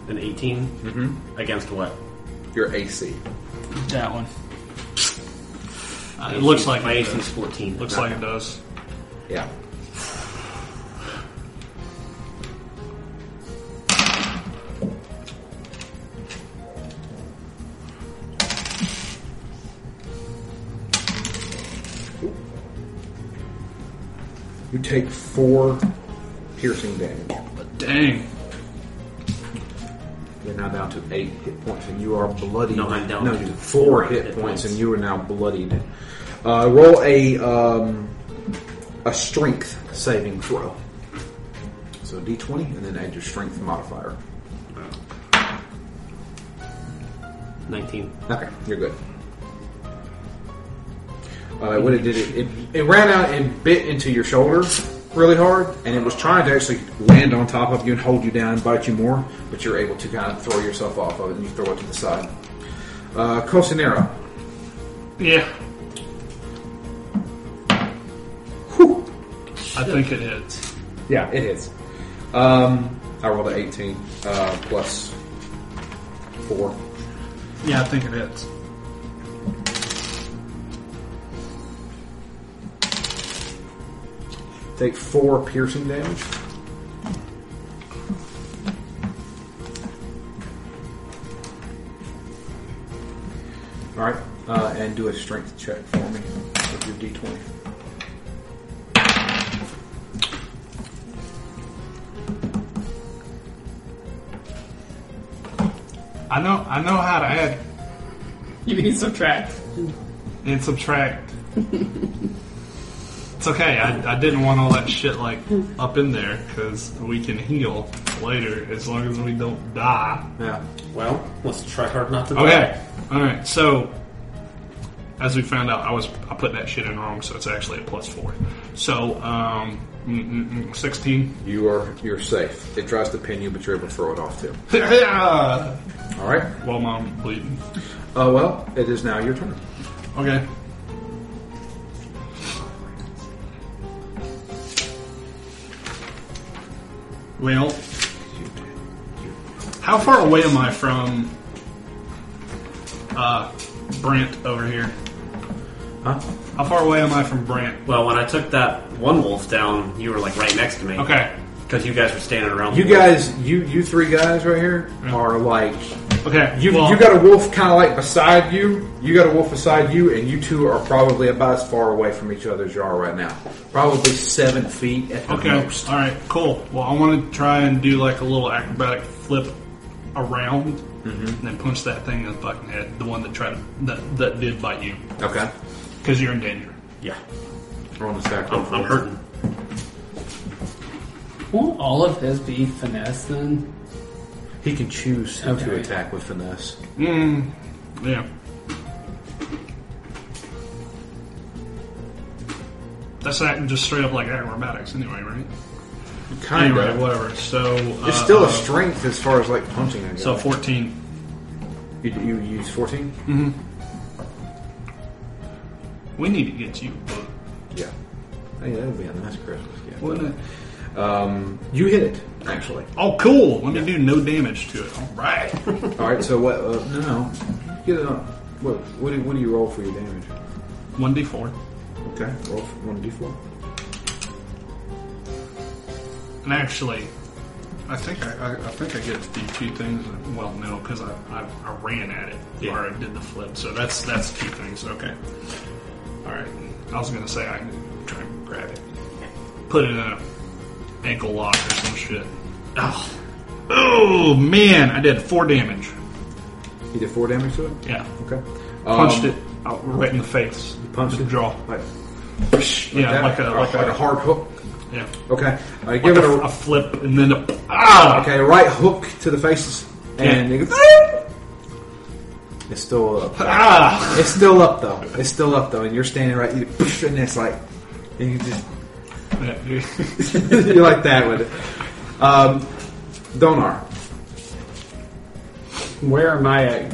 S5: An 18 mm-hmm. against what?
S1: Your AC.
S3: That one.
S2: it looks like
S5: my
S2: it
S5: AC
S2: does.
S5: is 14.
S2: Looks like it does.
S1: Yeah. take four piercing damage.
S2: Dang.
S1: You're now down to eight hit points, and you are bloodied.
S4: No, I'm down
S1: no,
S4: to
S1: you-
S4: four
S1: four hit,
S4: hit
S1: points,
S4: points.
S1: and you are now bloodied. Uh, roll a um, a strength saving throw. So d20, and then add your strength modifier.
S4: 19.
S1: Okay, you're good. Uh, what it did, it, it, it ran out and bit into your shoulder really hard, and it was trying to actually land on top of you and hold you down and bite you more, but you're able to kind of throw yourself off of it and you throw it to the side. Uh, Cosinera.
S2: Yeah.
S1: Whew.
S2: I think it hits.
S1: Yeah, it is. Um, I rolled an 18 uh, plus 4.
S2: Yeah, I think it hits.
S1: Take 4 piercing damage. Alright, uh, and do a strength check for me with your d20.
S2: I know. I know how to add
S3: You can subtract.
S2: and subtract. it's okay. I, I didn't want all that shit like up in there because we can heal later as long as we don't die.
S1: Yeah.
S4: Well, let's try hard not to die.
S2: Okay. All right. So, as we found out, I was I put that shit in wrong, so it's actually a plus four. So, um, mm, mm, mm, sixteen.
S1: You are you're safe. It tries to pin you, but you're able to throw it off too.
S2: Yeah.
S1: Alright.
S2: Well, mom bleeding.
S1: Uh, well, it is now your turn.
S2: Okay. Well, how far away am I from uh, Brant over here?
S1: Huh?
S2: How far away am I from Brant?
S4: Well, when I took that one wolf down, you were like right next to me.
S2: Okay.
S4: Because you guys were standing around.
S1: You
S4: the wolf.
S1: guys, you you three guys right here are like
S2: Okay.
S1: you
S2: well,
S1: you got a wolf kind of like beside you. You got a wolf beside you, and you two are probably about as far away from each other as you are right now. Probably seven feet at the
S2: Okay.
S1: most.
S2: All right. Cool. Well, I want to try and do like a little acrobatic flip around,
S1: Mm-hmm.
S2: and then punch that thing in the fucking head. The one that tried that that did bite you,
S1: Okay,
S2: because you're in danger.
S4: Yeah.
S1: we're on the stack.
S4: I'm, I'm hurting.
S3: Won't all of his be finesse then?
S1: He can choose to
S3: Okay.
S1: attack with finesse.
S2: Mm, yeah. That's not just straight up like acrobatics, anyway, right?
S1: Kind
S2: anyway,
S1: of.
S2: whatever. So uh,
S1: It's still
S2: uh,
S1: a strength as far as like punching. I guess.
S2: so fourteen.
S1: you, you use fourteen.
S2: We need to get you, a book,
S1: Yeah. Hey, that would be a nice Christmas gift.
S2: wouldn't it?
S1: Um, you hit it actually.
S2: Oh, cool. Let me do no damage to it. All right.
S1: All right. So what? Uh, no, no. Get it up. What? What do, what do you roll for your damage?
S2: One d four.
S1: Okay. Roll one d four.
S2: And actually, I think I, I, I think I get the two things. Well, no, because I, I, I ran at it
S4: Yeah.
S2: or I did the flip. So that's that's two things. Okay. All right. I was gonna say I can try and grab it, put it in a ankle lock or some shit. Oh, oh man! I did four damage.
S1: You did four damage to it.
S2: Yeah,
S1: Okay.
S2: punched
S1: Um,
S2: it out right in the face.
S1: Punched
S2: the
S1: it.
S2: jaw.
S1: Like,
S2: yeah,
S1: that?
S2: like a
S1: Or
S2: like, a,
S1: hard hook.
S2: yeah,
S1: Okay. I
S2: like
S1: give it
S2: a,
S1: a,
S2: a flip and then a ah.
S1: okay right hook to the faces, and
S2: Yeah.
S1: it goes, "Ah!" it's still up.
S2: Ah!
S1: It's still up though. It's still up though, and you're standing right. You and it's like, and you just you like that with it. Um, Donar.
S3: Where am I at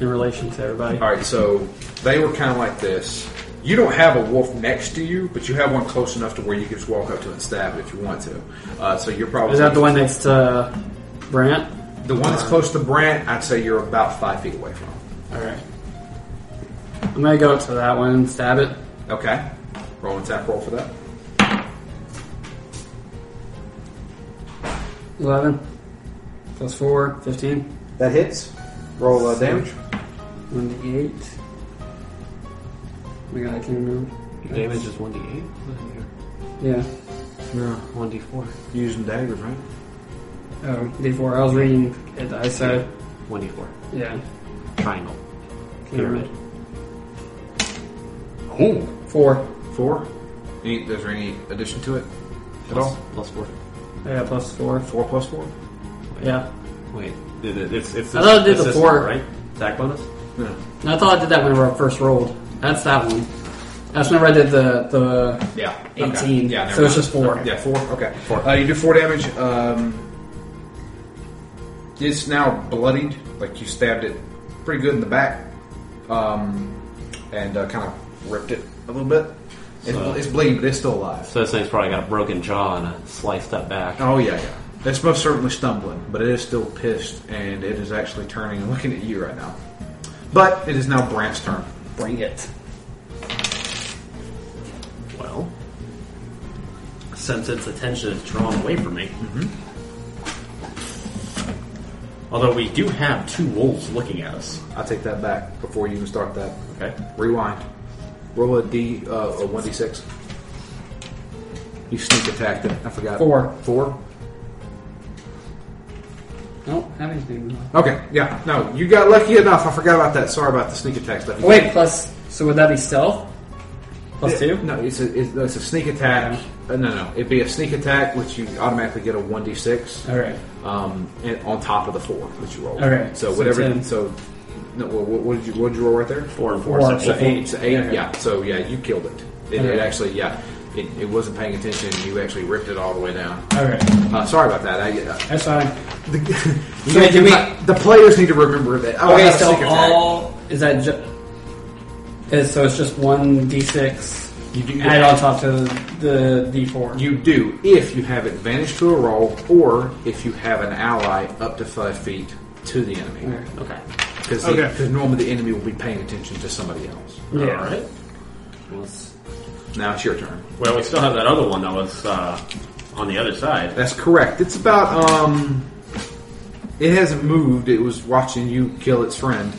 S3: in relation to everybody?
S1: All right, so they were kind of like this. You don't have a wolf next to you, but you have one close enough to where you can just walk up to it and stab it if you want to. Uh, so you're probably
S3: Is that the one next to uh, Brant?
S1: The one that's close to Brant, I'd say you're about five feet away from. him.
S3: Alright. I'm gonna go up to that one and stab it.
S1: Okay, roll an attack roll for that.
S3: 11. Plus 4, 15.
S1: That hits. Roll uh, damage.
S3: 1d8. Oh my god, I can't remember.
S5: Damage is 1d8?
S3: Yeah.
S1: No,
S5: One d four.
S1: using daggers, right?
S3: Oh, D4. I was reading at the ISO.
S5: One d four.
S3: Yeah.
S5: Triangle.
S3: Pyramid.
S5: Pyramid.
S2: Oh,
S3: Four.
S1: Four. Any, is there any addition to it at all?
S5: Plus four.
S3: Yeah, plus four.
S1: Four plus four.
S3: Yeah.
S5: Wait. It- it- It's, it's
S3: I thought I did
S5: it's
S3: the
S5: this
S3: four.
S5: one, right? Attack bonus.
S1: No.
S3: And I thought I did that whenever I first rolled. That's that one. That's whenever I did the the
S1: Yeah. okay.
S3: 18.
S1: Yeah. never
S3: so
S1: mind.
S3: it's just four.
S1: Yeah, four. Okay,
S5: Four.
S1: Uh, you do four damage. Um, it's now bloodied, like you stabbed it pretty good in the back, um, and uh, kind of ripped it a little bit. It,
S5: So-
S1: it's bleeding, but it's still alive.
S5: So this thing's probably got a broken jaw and a sliced up back.
S1: Oh yeah, yeah. It's most certainly stumbling, but it is still pissed, and it is actually turning and looking at you right now. But it is now Brant's turn.
S3: Bring it.
S4: Well, since its attention is drawn away from me.
S1: Mm-hmm.
S4: Although we do have two wolves looking at us.
S1: I take that back before you even start that.
S4: Okay.
S1: Rewind. Roll a d uh, a one d six. You sneak attacked it. I forgot.
S3: Four.
S1: Four.
S3: I don't have anything.
S1: Okay. Yeah. No, you got lucky enough. I forgot about that. Sorry about the sneak attack stuff.
S3: Oh, wait, plus. So would that be stealth? Plus two?
S1: No, it's a it's, no, it's a sneak attack. Uh, no, no, it'd be a sneak attack, which you automatically get a one d six.
S3: Alright.
S1: Um, and on top of the four that you rolled.
S3: Okay,
S1: So
S3: so
S1: whatever.
S3: ten.
S1: So, no. What, what did you what did you roll right there?
S4: Four and four.
S3: Four.
S4: so
S1: So
S4: eight.
S1: eight. So eight.
S3: Yeah.
S1: Yeah. So yeah, you killed it. It, it
S3: Okay.
S1: actually yeah. It, it wasn't paying attention. You actually ripped it all the way down.
S3: Alright.
S1: Uh, sorry about that. I, uh,
S3: That's fine.
S1: the,
S3: So wait, did we-
S1: the players need to remember that. Oh,
S3: Okay,
S1: that's a
S3: so
S1: sneak attack.
S3: all. Is that just. Is, so it's just one d6
S1: You do-
S3: add on top to the d4.
S1: You do if you have advantage to a roll, or if you have an ally up to five feet to the enemy,
S3: Alright.
S4: Okay.
S1: because
S2: Okay.
S1: normally the enemy will be paying attention to somebody else.
S3: Yeah.
S4: All right. Well, it's-
S1: Now it's your turn.
S4: well, we still have that other one that was uh, on the other side.
S1: That's correct. It's about um, it hasn't moved. It was watching you kill its friend.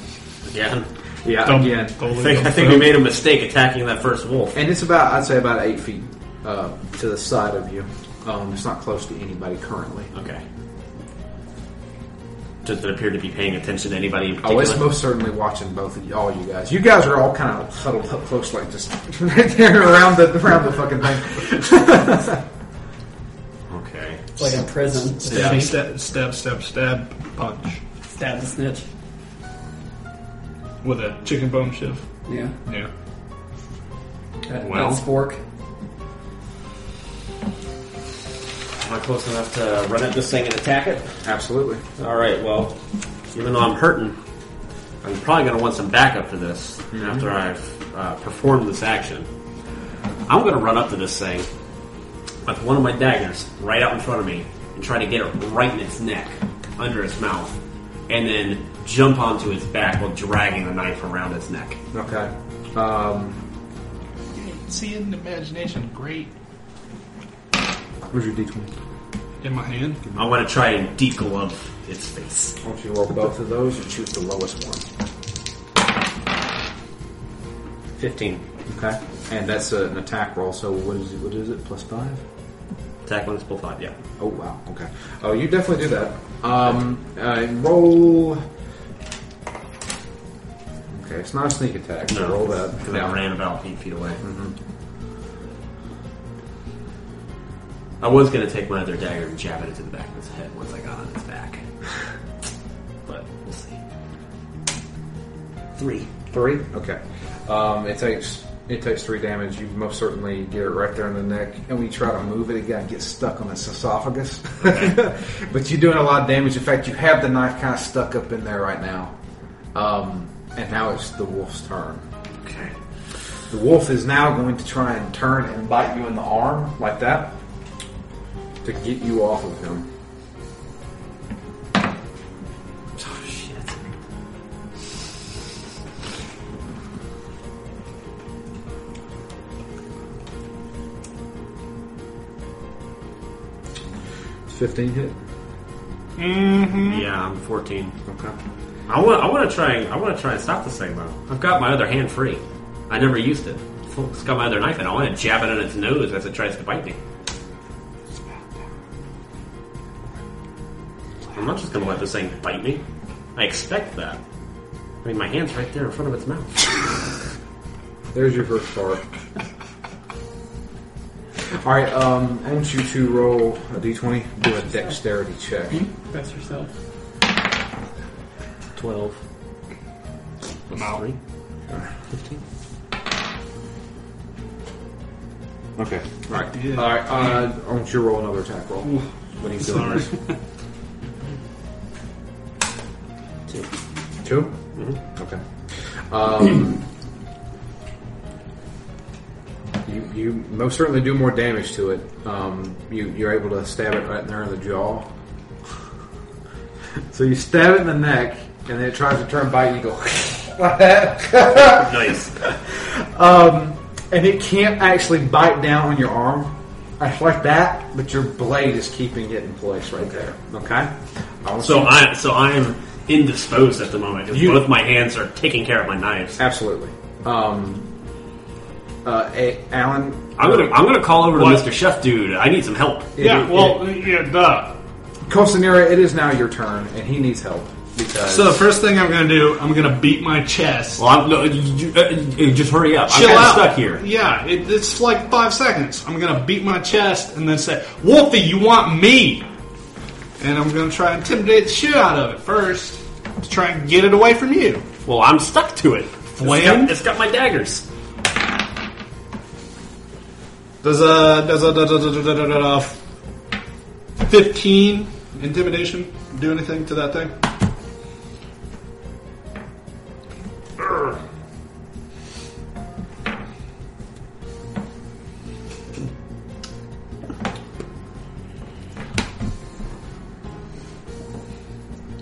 S4: Again.
S1: Yeah,
S2: dumb,
S1: again,
S4: I
S2: totally
S4: think,
S2: dumb.
S4: I think we made a mistake attacking that first wolf.
S1: and it's about I'd say about eight feet uh, to the side of you. Um, it's not close to anybody currently.
S4: Okay. Does it appear to be paying attention to anybody in
S1: Oh,
S4: particular?
S1: it's most certainly watching both of y- all you guys. You guys are all kind of huddled up close, like just right there around the around the fucking thing.
S4: okay.
S3: It's like a prison. Just
S2: Stab,
S3: a big
S2: stab, stab, stab, stab, punch
S3: stab the snitch.
S2: with a chicken bone shift.
S3: Yeah.
S2: Yeah.
S3: That,
S4: Well.
S3: That's fork.
S4: Am I close enough to run at this thing and attack it?
S1: Absolutely.
S4: All right. Well, even though I'm hurting, I'm probably going to want some backup for this after I've uh, performed this action. I'm going to run up to this thing with one of my daggers right out in front of me and try to get it right in its neck, under its mouth, and then jump onto its back while dragging the knife around its neck.
S1: Okay. Um,
S2: See it in imagination, great.
S1: Where's your D twenty?
S2: In my hand.
S4: I want to try and deglove its face.
S1: Once you roll both of those, you choose the lowest one.
S4: Fifteen.
S1: Okay. And that's uh, an attack roll. So what is it? What is it? Plus five.
S4: Attack bonus plus five. Yeah.
S1: Oh wow. Okay. Oh, you definitely do that. Um, uh, roll. Okay, it's not a sneak attack. So roll that. Mm-hmm.
S4: Because
S1: Yeah.
S4: I ran about eight feet away. I was going to take my other dagger and jab it into the back of its head once I got on its back. but we'll see. Three.
S1: Three. Okay. Um, it takes it takes three damage. You most certainly get it right there in the neck, and when you try to move it, it got gets stuck on its esophagus. but you're doing a lot of damage. In fact, you have the knife kind of stuck up in there right now. Um, and now it's the wolf's turn.
S4: Okay.
S1: The wolf is now going to try and turn and bite you in the arm like that to get you off of him.
S4: Oh, shit.
S1: Fifteen hit.
S4: Yeah, I'm 14.
S1: Okay.
S4: I want. I want to try. and- I want to try and stop this thing though. I've got my other hand free. I never used it. pull, scum out their knife and I want to jab it in its nose as it tries to bite me. I'm not just going to let this thing bite me. I expect that. I mean, my hand's right there in front of its mouth.
S1: There's your first part. All right, um, I want you to roll a d20. Do a dexterity check.
S3: Press yourself.
S4: Twelve.
S2: I'm out.
S5: Okay.
S1: All right,
S2: Yeah.
S1: all right. Uh, I want you to roll another attack roll. What are you doing?
S2: Sorry.
S4: Two.
S1: 2 Okay. Um, you, you most certainly do more damage to it. Um, you, you're able to stab it right in there in the jaw. so you stab it in the neck, and then it tries to turn bite, and you go like that.
S4: Nice.
S1: Um, and it can't actually bite down on your arm. It's like that, but your blade is keeping it in place right there. Okay? I want
S4: So
S1: you-
S4: I so I'm indisposed at the moment because
S1: You-
S4: both my hands are taking care of my knives.
S1: Absolutely. Um, uh, a- Alan.
S4: I'm gonna I'm gonna call over to
S2: What?
S4: Mr. Chef Dude. I need some help.
S2: yeah, well, yeah, duh.
S1: Costanera, it is now your turn, and he needs help because
S2: So the first thing I'm gonna do, I'm gonna beat my chest.
S4: Well, I'm, no, you, uh, you- just hurry up.
S2: Chill
S4: I'm kinda
S2: out.
S4: stuck here.
S2: Yeah, it, it's like five seconds. I'm gonna beat my chest and then say, "Wolfie, you want me?" And I'm gonna try and intimidate the shit out of it first to try and get it away from you.
S4: Well, I'm stuck to it. It's got-
S2: Flame?
S4: it's got my daggers.
S2: Does a does a does a, does a, does a, does a fifteen intimidation do anything to that thing? Urgh.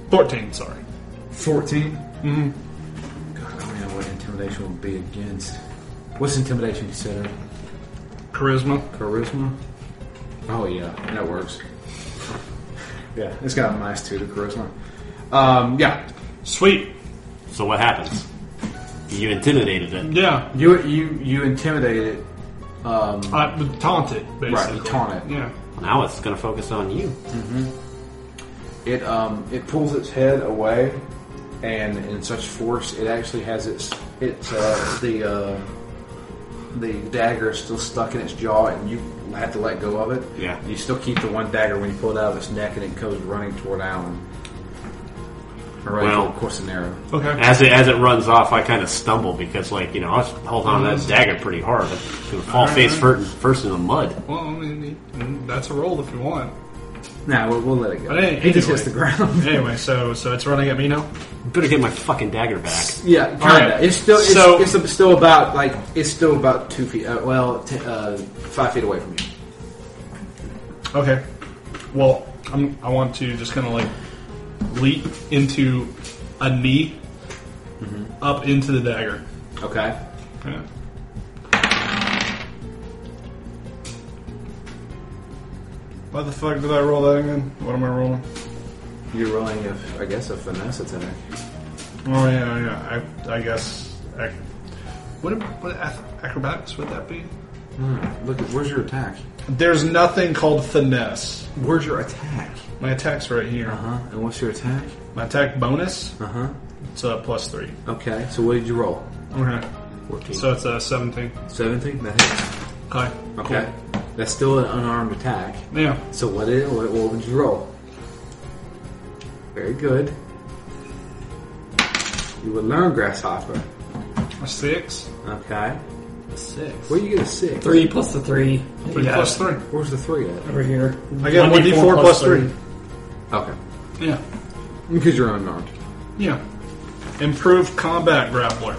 S2: Fourteen, sorry.
S1: fourteen. Mm-hmm. God, I don't know what intimidation would be against. What's intimidation considered?
S2: Charisma.
S1: Charisma. Oh yeah, that works. yeah, it's got a minus two to charisma. Um, yeah,
S2: Sweet.
S5: So what happens? You intimidated it.
S2: Yeah.
S1: you you you intimidated it. Um,
S2: I Mm-hmm. taunted, basically.
S1: taunt it.
S2: Yeah.
S5: Now it's going to focus on you.
S1: It um it pulls its head away, and in such force, it actually has its its uh, the uh, the dagger is still stuck in its jaw, and you have to let go of it.
S5: Yeah.
S1: you still keep the one dagger when you pull it out of its neck, and it goes running toward Alan. All right,
S5: Well-
S1: of course, an arrow.
S2: Okay.
S5: As it as it runs off, I kind of stumble because, like, you know, I was holding on to that dagger pretty hard. I'm gonna fall face fir- first in the mud.
S2: Well, I mean, mm, that's a roll if you want.
S1: Nah, we'll, we'll let it go.
S2: But any-
S1: he just hits the
S2: anyway.
S1: ground.
S2: Anyway, so so it's running at me now.
S5: Better get my fucking dagger back.
S1: yeah, kinda.
S2: Alright,
S1: It's still it's,
S2: so-
S1: it's still about like it's still about two feet. Uh, well, t- uh, five feet away from you.
S2: Okay. Well, I'm, I want to just kind of like leap into a knee up into the dagger.
S1: Okay.
S2: Mm-hmm. Yeah. Why the fuck did I roll that again? What am I rolling?
S1: You're rolling, a, I guess, a finesse attack.
S2: Oh yeah, yeah. I, I guess. Ac- what, ab- what ac- acrobatics would that be?
S1: Look, where's your attack?
S2: There's nothing called finesse.
S1: Where's your attack?
S2: My attack's right here.
S1: Uh huh. And what's your attack?
S2: My attack bonus.
S1: Uh huh.
S2: It's a plus three.
S1: Okay. So what did you roll?
S2: Okay.
S1: 14.
S2: So it's a seventeen.
S1: 17? That hits.
S2: Okay.
S1: Okay. That's still an unarmed attack.
S2: Cool. Yeah.
S1: So what did what, what would you roll? Very good. You would learn grasshopper.
S2: A six.
S1: Okay.
S2: Six.
S1: Where you get a six?
S3: Three plus the three.
S2: Three
S3: Yeah.
S2: plus three.
S1: Where's the three at?
S3: Over here.
S2: I get one d four plus three.
S1: Okay.
S2: Yeah.
S1: Because you're unarmed.
S2: Yeah. Improved combat grappler.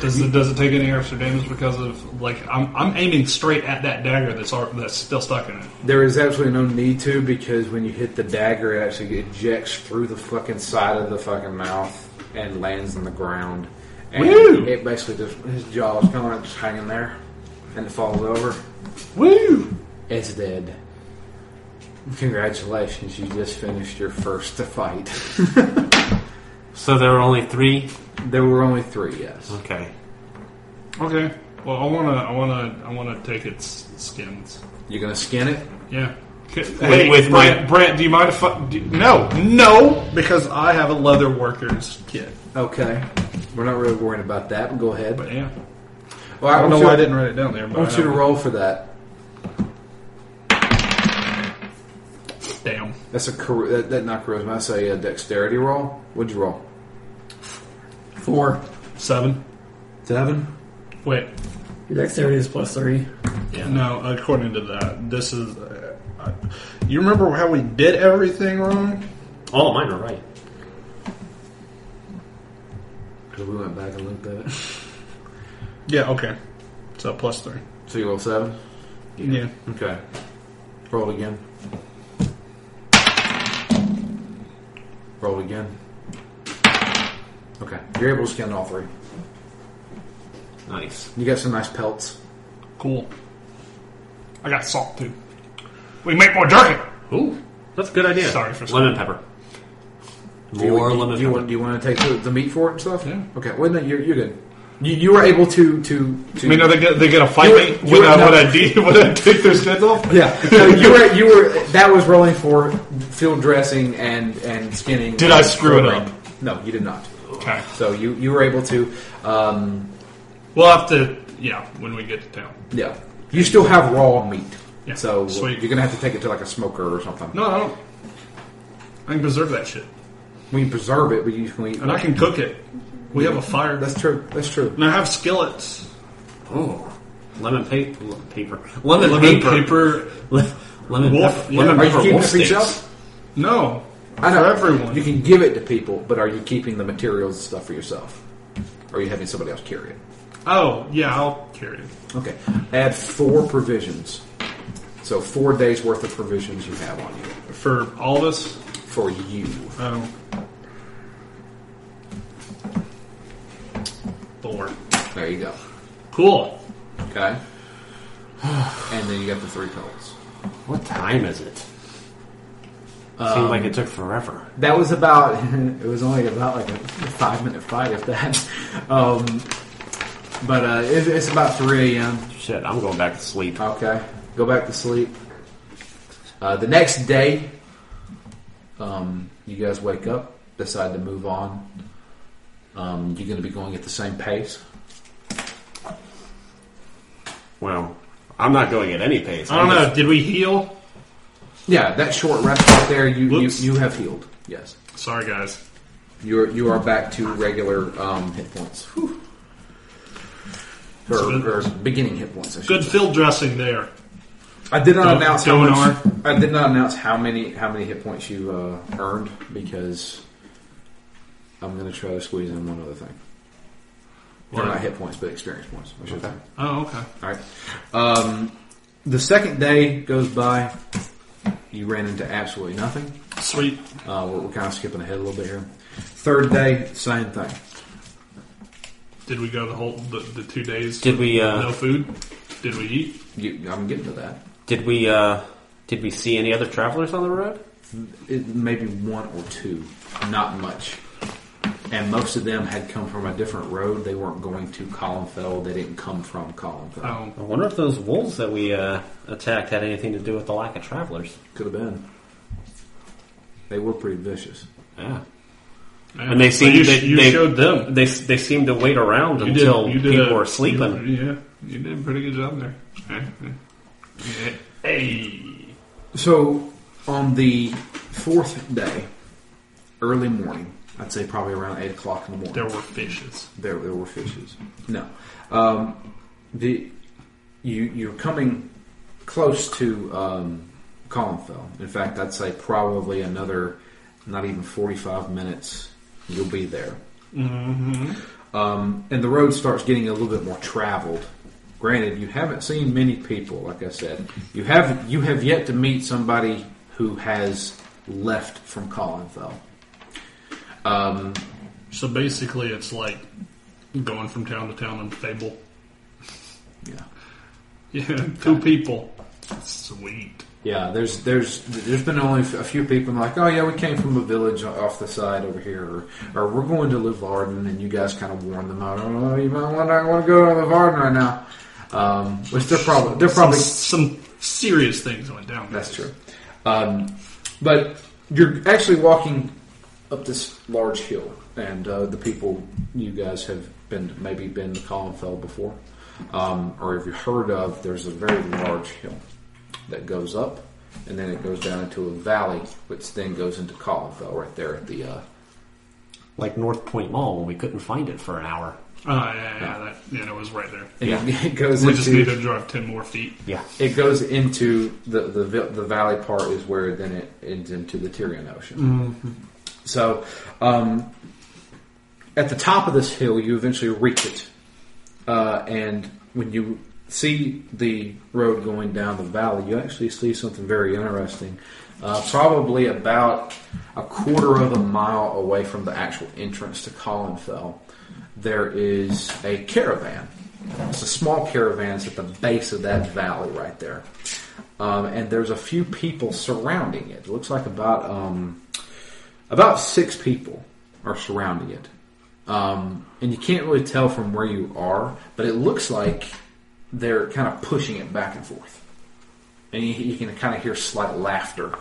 S2: Does it, does it take any extra damage because of like I'm, I'm aiming straight at that dagger that's ar- that's still stuck in it?
S1: There is absolutely no need to because when you hit the dagger, it actually ejects through the fucking side of the fucking mouth and lands on the ground. And
S2: Woo!
S1: it basically just his jaw is kind of like just hanging there, and it falls over.
S2: Woo!
S1: It's dead. Congratulations, you just finished your first fight.
S5: So there were only three.
S1: There were only three, yes.
S5: Okay.
S2: Okay. Well, I wanna, I wanna, I wanna take its skins.
S1: You're gonna skin it?
S2: Yeah. Okay, Hey,
S5: with my-
S2: Brent, Brent, do you mind if I, do, no, no, because I have a leather worker's kit.
S1: Okay. We're not really worrying about that, but go ahead.
S2: But yeah,
S1: Well,
S2: I don't
S1: want
S2: know
S1: you-
S2: why I didn't write it down there.
S1: I
S2: But
S1: want you to roll for that.
S2: Damn.
S1: That's a chari- that, that not charisma. I say a uh, dexterity roll. What'd you roll?
S3: Four.
S2: Seven.
S1: Seven.
S2: Wait.
S3: Your dexterity is plus three.
S2: No, according to that, this is. Uh, I, you remember how we did everything wrong?
S4: All
S5: Oh,
S4: of mine are right.
S1: Because we went back and looked at it.
S2: Yeah. Okay. So plus three.
S1: So you roll seven.
S2: Yeah.
S1: Okay. Roll again. Roll again. Okay. You're able to skin all three.
S5: Nice.
S1: You got some nice pelts.
S2: Cool. I got salt too. We make more jerky.
S5: Ooh, that's a good idea.
S2: Sorry for-
S5: lemon pepper.
S1: Do you,
S5: More
S1: do,
S5: lemon
S1: you
S5: pepper.
S1: want, do you want to take the, the meat for it and stuff?
S2: Yeah.
S1: Okay. Well, no, you're, you're good. You, you were able to to. to
S2: I mean, are they gonna, they gonna fight
S1: You-
S2: me
S1: you
S2: when
S1: are
S2: I,
S1: not-
S2: when, I de- when I take their skins off?
S1: yeah. So you were you were that was rolling for field dressing and and skinning.
S2: Did I screw it up?
S1: No, you did not.
S2: Okay.
S1: So you you were able to. Um,
S2: We'll have to, yeah, when we get to town.
S1: Yeah. You still have raw meat.
S2: Yeah.
S1: So
S2: Sweet.
S1: you're gonna have to take it to like a smoker or something.
S2: No, I don't. I can preserve that shit.
S1: We can preserve it, but you can eat.
S2: And I can cook it. We have a fire.
S1: That's true. That's true.
S2: and I have skillets.
S5: Oh, lemon pa- le- paper. Lemon,
S2: Lemon
S5: paper.
S2: paper.
S5: Le- lemon
S2: Wolf-
S5: pepper.
S2: yeah.
S5: Lemon
S1: Are you
S5: pepper.
S1: keeping
S5: wolf
S1: it for
S5: sticks.
S1: yourself?
S2: No.
S1: I know.
S2: For everyone.
S1: You can give it to people, but are you keeping the materials and stuff for yourself? Or are you having somebody else carry it?
S2: oh, yeah, I'll carry it.
S1: Okay. Add four provisions. So four days worth of provisions you have on you
S2: For all this?
S1: for you.
S2: Oh. Four.
S1: There you go.
S2: Cool.
S1: Okay. And then you got the three pellets.
S5: What time is it? Um, Seemed like it took forever.
S1: That was about. It was only about like a five minute fight, if that. Um, but uh, it, it's about three a.m.
S5: Shit, I'm going back to sleep.
S1: Okay, go back to sleep. Uh, the next day, um, you guys wake up, decide to move on. Um, you're going to be going at the same pace.
S5: Well, I'm not going at any pace.
S2: I don't
S5: I'm
S2: know. Did we heal?
S1: Yeah, that short rest right there. You you,
S2: Whoops.
S1: you have healed. Yes,
S2: Sorry, guys.
S1: you are you are back to regular um, hit points. Whew. Or, or beginning hit points. I should
S2: Good
S1: say.
S2: field dressing there.
S1: I did not
S2: Don't-
S1: announce how
S2: don't
S1: much, I did not announce how many how many hit points you uh, earned because I'm going to try to squeeze in one other thing. Or
S2: What?
S1: not hit points, but experience points. I should say.
S2: Oh, okay.
S1: All right. Um, the second day goes by. You ran into absolutely nothing.
S2: Sweet.
S1: Uh, we're, we're kind of skipping ahead a little bit here. Third day, same thing.
S2: Did we go the whole the, the two days?
S5: Did we? Uh,
S2: no food? Did we eat?
S1: You, I'm getting to that.
S5: Did we? Uh, did we see any other travelers on the road?
S1: it, maybe one or two, not much. And most of them had come from a different road. They weren't going to Collinfell. They didn't come from Collinfell.
S2: Oh,
S5: I wonder if those wolves that we uh, attacked had anything to do with the lack of travelers.
S1: Could have been. They were pretty vicious.
S5: Yeah,
S2: man.
S5: and they
S2: So
S5: seemed
S2: you,
S5: they,
S2: you
S5: they-
S2: showed them.
S5: They they seemed to wait around
S2: You did-
S5: until
S2: you did
S5: people
S2: a-
S5: were sleeping.
S2: you- yeah, you did a pretty good job there. Okay. Yeah. Hey,
S1: So on the fourth day, early morning, I'd say probably around eight o'clock in the morning.
S2: there were fishes.
S1: there there were fishes. No, um, the you you're coming close to um, Collinfell. In fact, I'd say probably another not even 45 minutes you'll be there. Mm-hmm. Um, and the road starts getting a little bit more traveled. Granted, you haven't seen many people. Like I said, you have you have yet to meet somebody who has left from Collinfell.
S2: So basically, it's like going from town to town in Fable.
S1: Yeah.
S2: Yeah, two people. Sweet.
S1: Yeah, there's there's there's been only a few people like, oh yeah, we came from a village off the side over here, or, or we're going to Livarden, and you guys kind of warned them out. Oh, you might want to want to go to Livarden right now, um, which they're probably they're probably
S2: some, some serious things went down.
S1: that's true. Um, but you're actually walking up this large hill, and uh, the people you guys have been maybe been to Collinfell before, um, or if you heard of, there's a very large hill that goes up, and then it goes down into a valley, which then goes into Collinfell right there at the. Uh,
S5: Like North Point Mall when we couldn't find it for an hour.
S2: Oh yeah, yeah, yeah, that yeah, that was right there.
S5: Yeah.
S1: it goes
S2: We
S1: into,
S2: just need to drive ten more feet.
S5: Yeah.
S1: It goes into the the vi- the valley part is where then it ends into the Tyrian Ocean. So, um, at the top of this hill, you eventually reach it, uh, and when you see the road going down the valley, you actually see something very interesting. Uh, probably about a quarter of a mile away from the actual entrance to Collinfell, there is a caravan. It's a small caravan it's at the base of that valley right there. Um, and there's a few people surrounding it. It looks like about um, about six people are surrounding it. Um, and you can't really tell from where you are, but it looks like they're kind of pushing it back and forth. And you, you can kind of hear slight laughter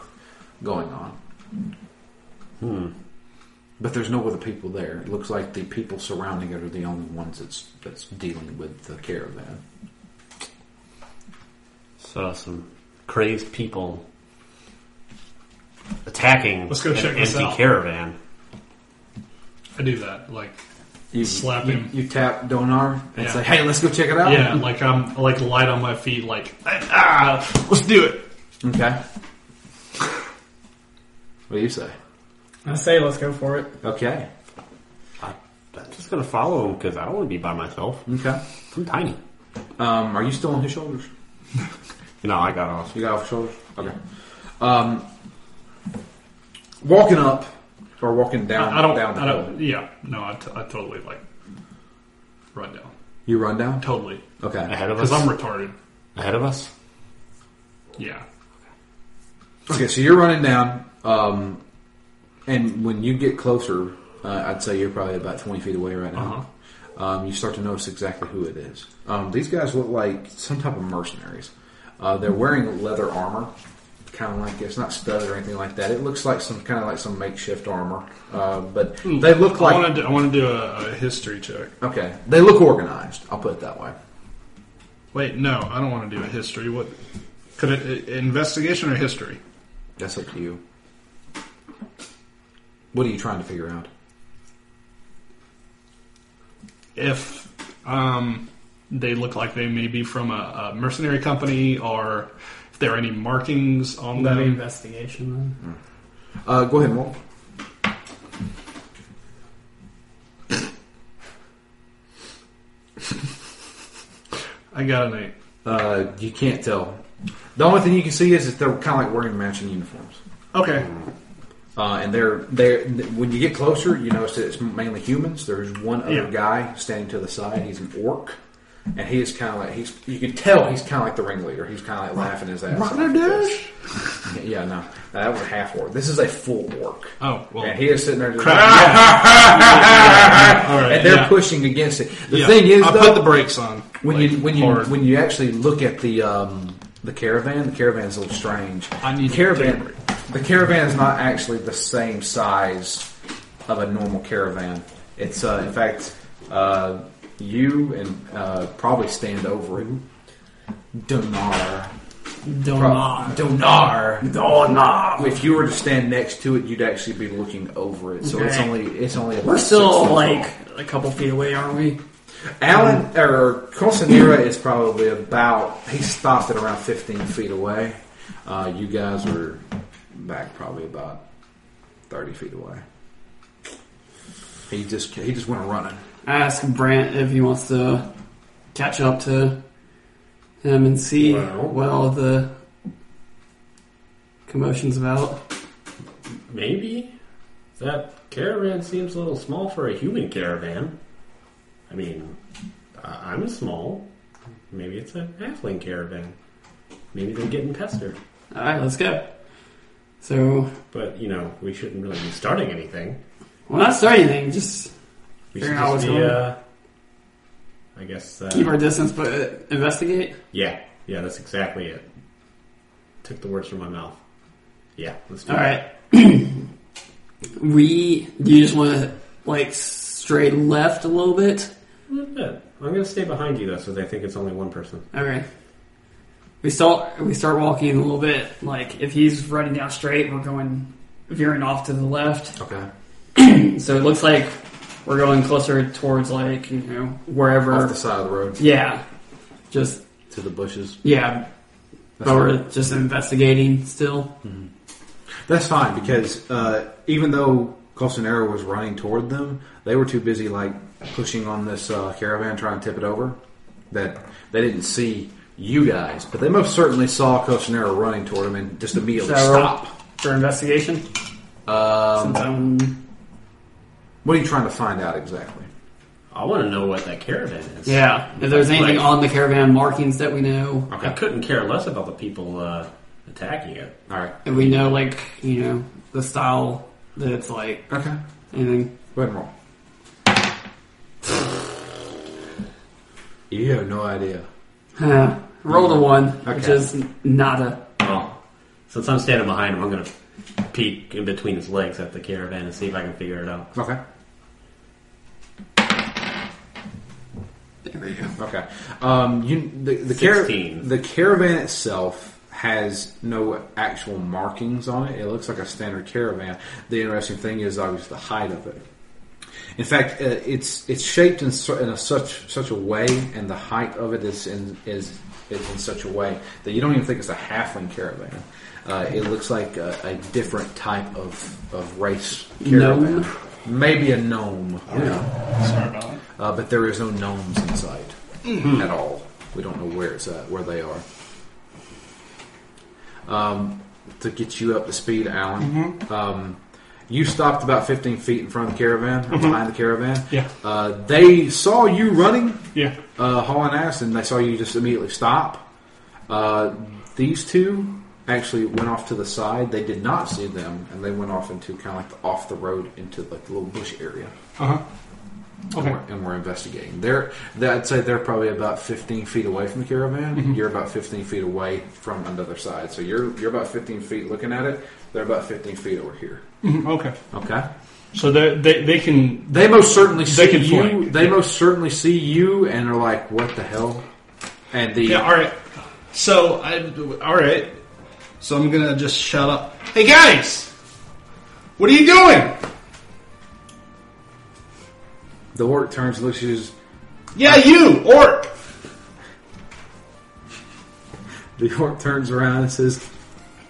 S1: going on. But there's no other people there. It looks like the people surrounding it are the only ones that's that's dealing with the caravan.
S5: So some crazed people attacking
S2: Let's go
S5: an
S2: check
S5: empty
S2: this out.
S5: caravan.
S2: I do that like
S1: You
S2: Slap
S1: you-
S2: him.
S1: You, tap Donar and
S2: Yeah.
S1: say, "Hey, let's go check it out."
S2: yeah, like I'm like light on my feet. Like ah, let's do it.
S1: Okay. What do you say?
S7: I say let's go for it.
S1: Okay.
S5: I, I'm just gonna follow him because I don't want to be by myself.
S1: Okay.
S5: I'm tiny.
S1: Um, are you still on his shoulders?
S5: No, I got off.
S1: You got off his shoulders. Okay. Um, walking up or walking down.
S2: I, I don't.
S1: Down the
S2: I don't.
S1: hill.
S2: Yeah, no, I, t- I totally like run down.
S1: You run down.
S2: Totally,
S1: Okay.
S5: Ahead of us.
S2: because I'm retarded.
S5: Ahead of us.
S2: Yeah,
S1: Okay. So you're running down. Um, and when you get closer, uh, I'd say you're probably about 20 feet away right now. Um, you start to notice exactly who it is. Um, these guys look like some type of mercenaries. Uh, they're wearing leather armor, kind of like it's not studded or anything like that. It looks like some kind of like some makeshift armor, uh, but they look
S2: I
S1: like
S2: want to. I want to do a, a history check.
S1: okay. They look organized. I'll put it that way.
S2: Wait, no, I don't want to do a history. What could it i- investigation or history?
S1: That's up to you. What are you trying to figure out?
S2: If um, they look like they may be from a, a mercenary company, or if there are any markings on
S7: That'd be
S2: them.
S7: investigation.
S1: Uh, go ahead, and roll.
S2: I got an eight.
S1: Uh, you can't tell. The only thing you can see is that they're kind of like wearing matching uniforms.
S2: Okay,
S1: Uh, and they're they when you get closer, you notice that it's mainly humans. There's one other
S2: Yeah.
S1: guy standing to the side. He's an orc, and he is kind of like he's. You can tell he's kind of like the ringleader. He's kind of like laughing his ass. off at this. Yeah, no, that was a half orc. This is a full orc.
S2: Oh, well.
S1: and he is sitting there. Just
S2: Crap.
S1: like,
S2: all right.
S1: and they're
S2: yeah.
S1: pushing against it. The
S2: Yeah.
S1: thing is,
S2: I
S1: though,
S2: put the brakes on
S1: when
S2: like,
S1: you when you
S2: hard.
S1: when you actually look at the um, the caravan, the caravan's a little strange.
S2: I need
S1: the
S2: to
S1: caravan.
S2: take a
S1: The caravan is not actually the same size of a normal caravan. It's uh, in fact uh, you and uh, probably stand over it. Donar. Donar. Donar. Donar. If you were to stand next to it, you'd actually be looking over it. So it's
S7: Okay.
S1: only it's only about
S3: We're
S1: six
S3: still
S1: feet
S3: like
S1: tall.
S3: a couple feet away, aren't we?
S1: Alan or Colsonera is probably about he stopped at around 15 feet away. Uh, you guys are back probably about 30 feet away. He just he just went running.
S3: I ask Brant if he wants to catch up to him and see
S5: Well.
S3: what all the commotion's about.
S4: Maybe that caravan seems a little small for a human caravan. I mean, I- I'm small. Maybe it's a halfling caravan. Maybe they're getting pestered.
S3: All right, let's go. So,
S4: But you know, we shouldn't really be starting anything.
S3: well, not starting anything. Just
S4: We
S3: Figuring
S4: should
S3: out
S4: just
S3: what's
S4: be,
S3: going on.
S4: uh, I guess. Uh,
S3: keep our distance, but investigate.
S4: yeah, yeah, that's exactly it. Took the words from my mouth. Yeah, let's do
S3: All
S4: it.
S3: right. we. Do you just want to like stray left a little bit?
S4: A little bit. I'm gonna stay behind you though, so they think it's only one person.
S3: Okay. We start. We start walking a little bit.
S7: Like if he's running down straight, we're going veering off to the left.
S1: Okay.
S7: So it looks like we're going closer towards like you know wherever.
S1: Off the side of the road
S7: yeah, just
S1: to the bushes.
S7: yeah.
S1: That's Hmm.
S3: but
S1: fine.
S3: we're just investigating still.
S1: That's fine because uh, even though Colsonero was running toward them, they were too busy like pushing on this uh, caravan trying to tip it over that they didn't see you guys. But they most certainly saw Colsonero running toward them and just immediately
S7: So-
S1: stop.
S7: For investigation,
S1: Um,
S7: um,
S1: what are you trying to find out exactly?
S4: I want to know what that caravan is.
S3: Yeah. If there's anything
S4: Right.
S3: on the caravan markings that we know,
S1: Uh-huh.
S4: I couldn't care less about the people uh, attacking it.
S1: All right.
S3: and we know like you know the style that it's like
S1: Okay.
S3: anything.
S1: Go ahead and roll. You have no idea.
S3: Huh. Uh, Roll the one, which
S1: Okay.
S3: is nada.
S4: Well, since I'm standing behind him, I'm gonna peek in between his legs at the caravan and see if I can figure it out.
S1: Okay.
S3: There we go.
S1: Okay. Um, you the the, car-
S4: 16.
S1: the caravan itself has no actual markings on it. It looks like a standard caravan. The interesting thing is obviously the height of it. In fact, uh, it's it's shaped in, su- in a such such a way, and the height of it is in is is in such a way that you don't even think it's a halfling caravan. Uh, it looks like a, a different type of, of race caravan,
S3: Gnome?
S1: maybe a gnome. Yeah.
S2: Sorry about it.
S1: Uh, but there is no gnomes in sight at all. We don't know where it's at, where they are. Um, to get you up to speed, Alan, um, you stopped about 15 feet in front of the caravan, or behind the caravan.
S2: Yeah.
S1: Uh, they saw you running,
S2: Yeah.
S1: uh, hauling ass, and they saw you just immediately stop. Uh, these two actually went off to the side. They did not see them, and they went off into kind of like the, off the road into like the little bush area
S2: Uh huh.
S1: and,
S2: Okay.
S1: we're, and we're investigating. They're, they- I'd say they're probably about 15 feet away from the caravan.
S2: Mm-hmm.
S1: You're about 15 feet away from another side. So you're you're about 15 feet looking at it. They're about 15 feet over here.
S2: Mhm, Okay.
S1: Okay.
S2: So they they they can.
S1: They most certainly see
S2: can
S1: you.
S2: flank.
S1: They most certainly see you and are like, "What the hell?" And the
S2: Yeah. All right. So I. All right. So I'm gonna just shut up. Hey guys, what are you doing?
S1: the orc turns and looks at you. as-
S2: Yeah, you orc.
S1: The orc turns around and says,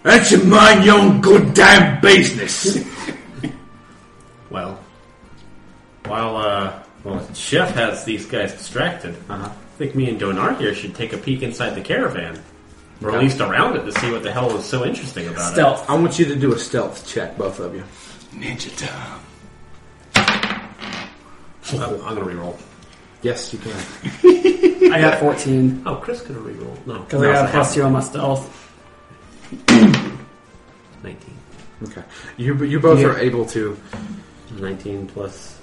S1: "That you mind your own good damn business."
S4: Well, while uh, well, Chef has these guys distracted,
S1: Uh-huh.
S4: I think me and Donar here should take a peek inside the caravan, or at
S1: Okay.
S4: least around it, to see what the hell was so interesting about it.
S7: stealth.
S1: I want you to do a stealth check, both of you.
S2: Ninja time.
S4: I'm,
S1: Oh,
S4: I'm gonna reroll.
S1: Yes, you can.
S3: I got 14
S4: Oh, Chris could have rerolled. No,
S3: because I got a plus two on my stealth.
S4: nineteen.
S1: Okay. You you both
S3: Yeah.
S1: are able to.
S4: 19 plus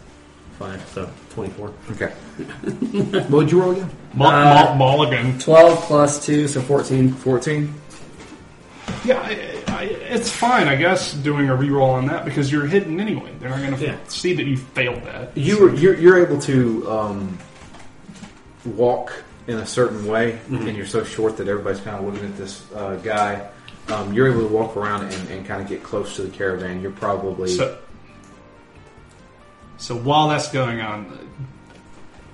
S4: 5, so 24.
S1: Okay. what would you roll again?
S2: Mul-
S3: Uh,
S2: mul- mulligan.
S3: 12 plus two, so 14.
S1: 14?
S2: Yeah, I, I, it's fine, I guess, doing a reroll on that because you're hidden anyway. They're not going to
S4: Yeah.
S2: see that you failed that.
S1: You were, you're, you're able to um, walk in a certain way,
S2: Mm-hmm.
S1: and you're so short that everybody's kind of looking at this uh, guy. Um, you're able to walk around and, and kind of get close to the caravan. You're probably.
S2: So, so while that's going on,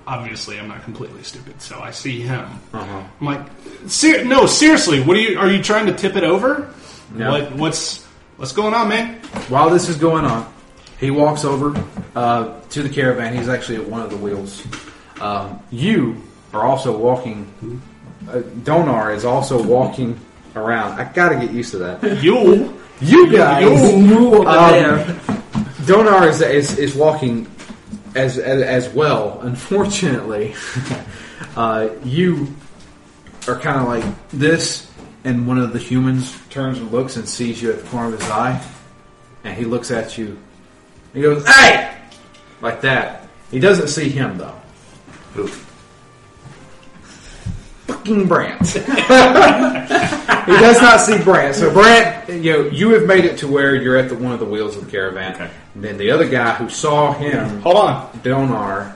S2: obviously I'm not completely stupid. So I see him.
S1: Uh-huh.
S2: I'm like, Ser- no, seriously, what are you? Are you trying to tip it over?
S1: No.
S2: What, what's what's going on, man?
S1: While this is going on, he walks over uh, to the caravan. He's actually at one of the wheels. Um, you are also walking. Uh, Donar is also walking around. I gotta get used to that.
S2: You?
S1: You guys,
S3: you over
S1: um,
S3: there.
S1: Donar is, is is walking as as, as well. Unfortunately, uh, you are kind of like this, and one of the humans turns and looks and sees you at the corner of his eye, and he looks at you. He goes, "Hey!" like that. He doesn't see him though. Who? Fucking Brant. he does not see Brant. So Brant, you know, you have made it to where you're at the one of the wheels of the caravan.
S5: Okay.
S1: And then the other guy who saw him,
S2: Hold on.
S1: Donar,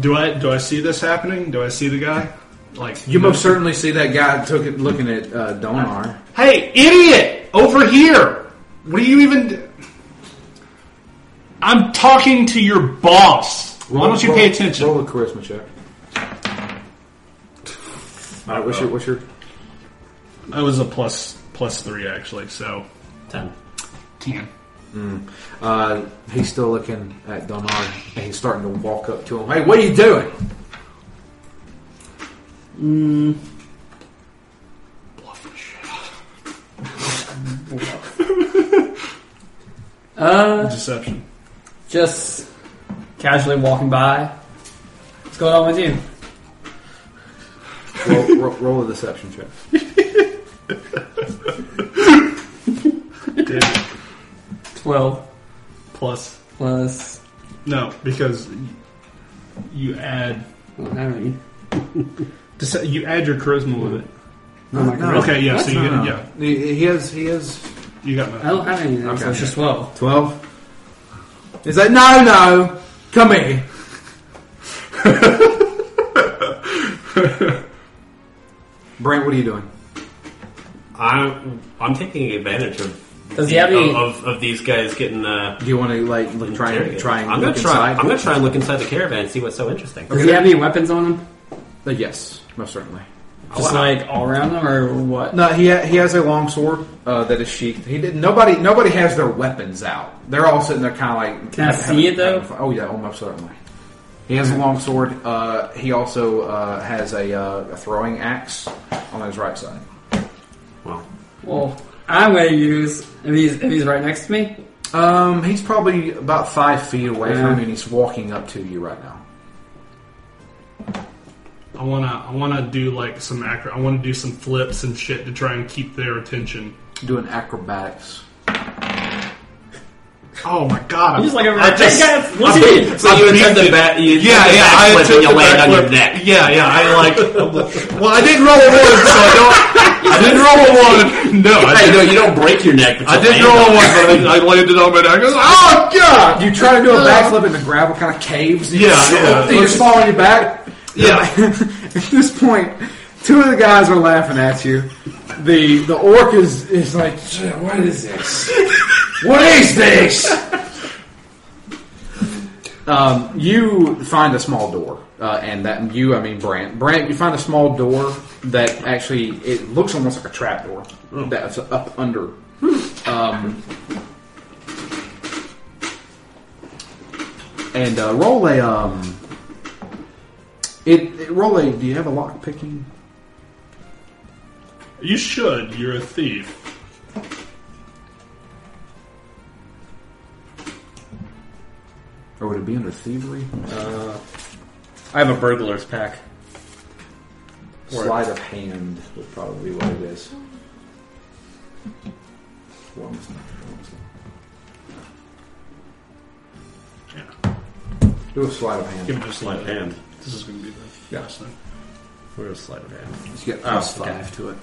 S2: Do I do I see this happening? Do I see the guy? Like
S1: you most certainly see that guy took it looking at uh, Donar.
S2: Hey, idiot! Over here! What are you even? d- I'm talking to your boss. Why don't you
S1: Roll-
S2: pay attention?
S1: Roll a charisma check. All right, what's your what's your
S2: I was a plus plus three actually, so
S4: Ten.
S2: ten.
S1: Uh, he's still looking at Donar, and he's starting to walk up to him. Hey, what are you doing?
S3: Uh,
S2: Deception.
S3: just casually walking by. What's going on with you?
S1: Roll, roll, roll a deception check.
S2: Dude,
S3: Twelve
S2: plus
S3: plus.
S2: no, because you add
S3: oh, I don't have any.
S2: dece- you add your charisma with it.
S3: Oh my God.
S2: Okay, yeah. So you
S1: No,
S2: get,
S1: no.
S2: yeah,
S1: He, he has he has
S2: you got my.
S3: I don't have anything.
S1: Okay.
S3: So it's just twelve.
S1: twelve. He's like, no, no, come here. Brent, what are you doing?
S4: I'm I'm taking advantage of
S3: Does
S4: the-
S3: he have any-
S4: of, of, of these guys getting uh,
S1: Do you want to like look, try and
S4: interrogated.
S1: try and
S4: I'm
S1: look
S4: gonna try.
S1: inside?
S4: I'm gonna try and look inside the caravan and see what's so interesting.
S3: Does he have any weapons on him?
S1: Uh, yes, most certainly.
S3: Just like all around them, or what?
S1: No, he ha- he has a long sword uh, that is sheathed. He did nobody nobody has their weapons out. They're all sitting there, kind of like.
S3: Can I
S1: having-
S3: see it, though?
S1: having- Oh yeah, almost certainly. He has a long sword. Uh, he also uh, has a, uh, a throwing axe on his right side.
S5: Well,
S3: Well, I'm gonna use if he's if he's right next to me.
S1: Um, he's probably about five feet away
S3: Yeah.
S1: from you, and he's walking up to you right now.
S2: I wanna I wanna do like some acro- I wanna do some flips and shit to try and keep their attention.
S1: Doing acrobatics.
S2: Oh my god!
S3: He's
S2: I'm-
S3: like a
S2: I just-
S3: what's
S2: I-
S3: he doing?
S4: So you attempt the bat. You
S2: Yeah,
S4: attempt the
S2: yeah,
S4: backflip
S2: I
S4: and
S2: took
S4: you
S2: the
S4: land on
S2: backflip.
S4: your neck.
S2: Yeah, yeah, I like. well, I didn't roll a one, so I don't. I didn't roll a one. No, I
S4: Hey,
S2: didn't.
S4: no, you don't break your neck. But you
S2: I didn't
S4: land
S2: roll
S4: on
S2: a
S4: it.
S2: one, but I, I landed on my neck. I was, oh god!
S1: You try to do a backflip in the gravel, kind of caves. and
S2: Yeah,
S1: you
S2: yeah.
S1: You just fall on your back.
S2: Yeah.
S1: at this point, two of the guys are laughing at you. The the orc is, is like, "Gee, what is this? What is this? Um, you find a small door, uh, and that you, I mean Brant. Brant, you find a small door that actually it looks almost like a trap door
S2: Oh.
S1: that's up under. Um, and uh, roll a um, it, it roll a. Do you have a lock picking?
S2: You should. You're a thief.
S1: Or would it be under thievery?
S4: I have a burglar's pack.
S1: Sleight of hand would probably be what it is. What was that? What was that? Do a sleight of
S2: Give
S1: hand.
S2: me just
S4: Sleight
S2: like
S4: of hand.
S2: this is gonna be the
S1: Yeah.
S2: last thing.
S4: Where's sleight of hand?
S1: Just get plus
S4: okay.
S1: five to it.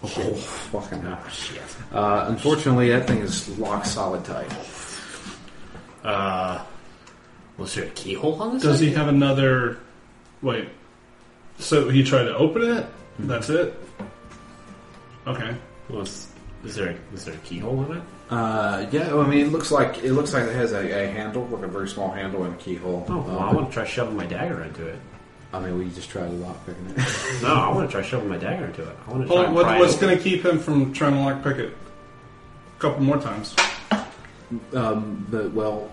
S1: Oh, fucking hell.
S4: Shit.
S1: Uh, unfortunately, that thing is locked solid tight.
S4: Uh, was there a keyhole on this?
S2: Does
S4: thing?
S2: he have another? Wait. So he tried to open it. That's it. Okay.
S4: Was is there a, is there a keyhole on it?
S1: Uh, yeah, well, I mean, it looks like it looks like it has a, a handle, like a very small handle and a keyhole.
S4: Oh, well, I
S1: Um,
S4: want to try shoving my dagger into it.
S1: I mean, we just tried lockpicking it.
S4: No, I want to try shoving my dagger into it. I want to try.
S2: Hold on,
S4: and
S2: what,
S4: pry
S2: what's
S4: it
S2: going to keep him from trying to lockpick it a couple more times?
S1: um, but well,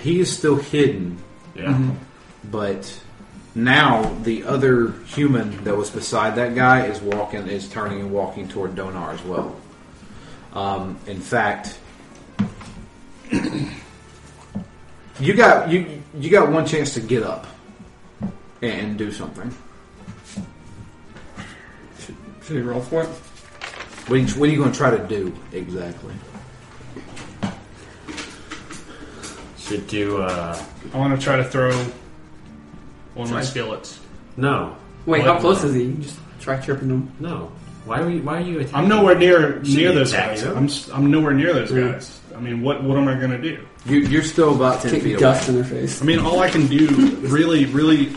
S1: he is still hidden,
S4: Yeah.
S1: but now the other human that was beside that guy is walking, is turning and walking toward Donar as well. Um, in fact, you got you you got one chance to get up and do something.
S3: Should we roll for it?
S1: What are you, what are you going to try to do exactly?
S5: Should do, uh,
S2: I want to try to throw one of my skillets.
S5: no.
S3: Wait,
S2: What?
S3: how close is he? Just try tripping him.
S5: No. Why are you, why are you attacking?
S2: I'm nowhere near
S5: Should
S2: near
S5: you
S2: those
S5: attack
S2: guys.
S5: him?
S2: I'm s- I'm nowhere near those guys. I mean, what what am I gonna do?
S1: You, you're still about ten feet
S3: Kick
S1: away.
S3: dust in their face,
S2: I mean, all I can do really, really.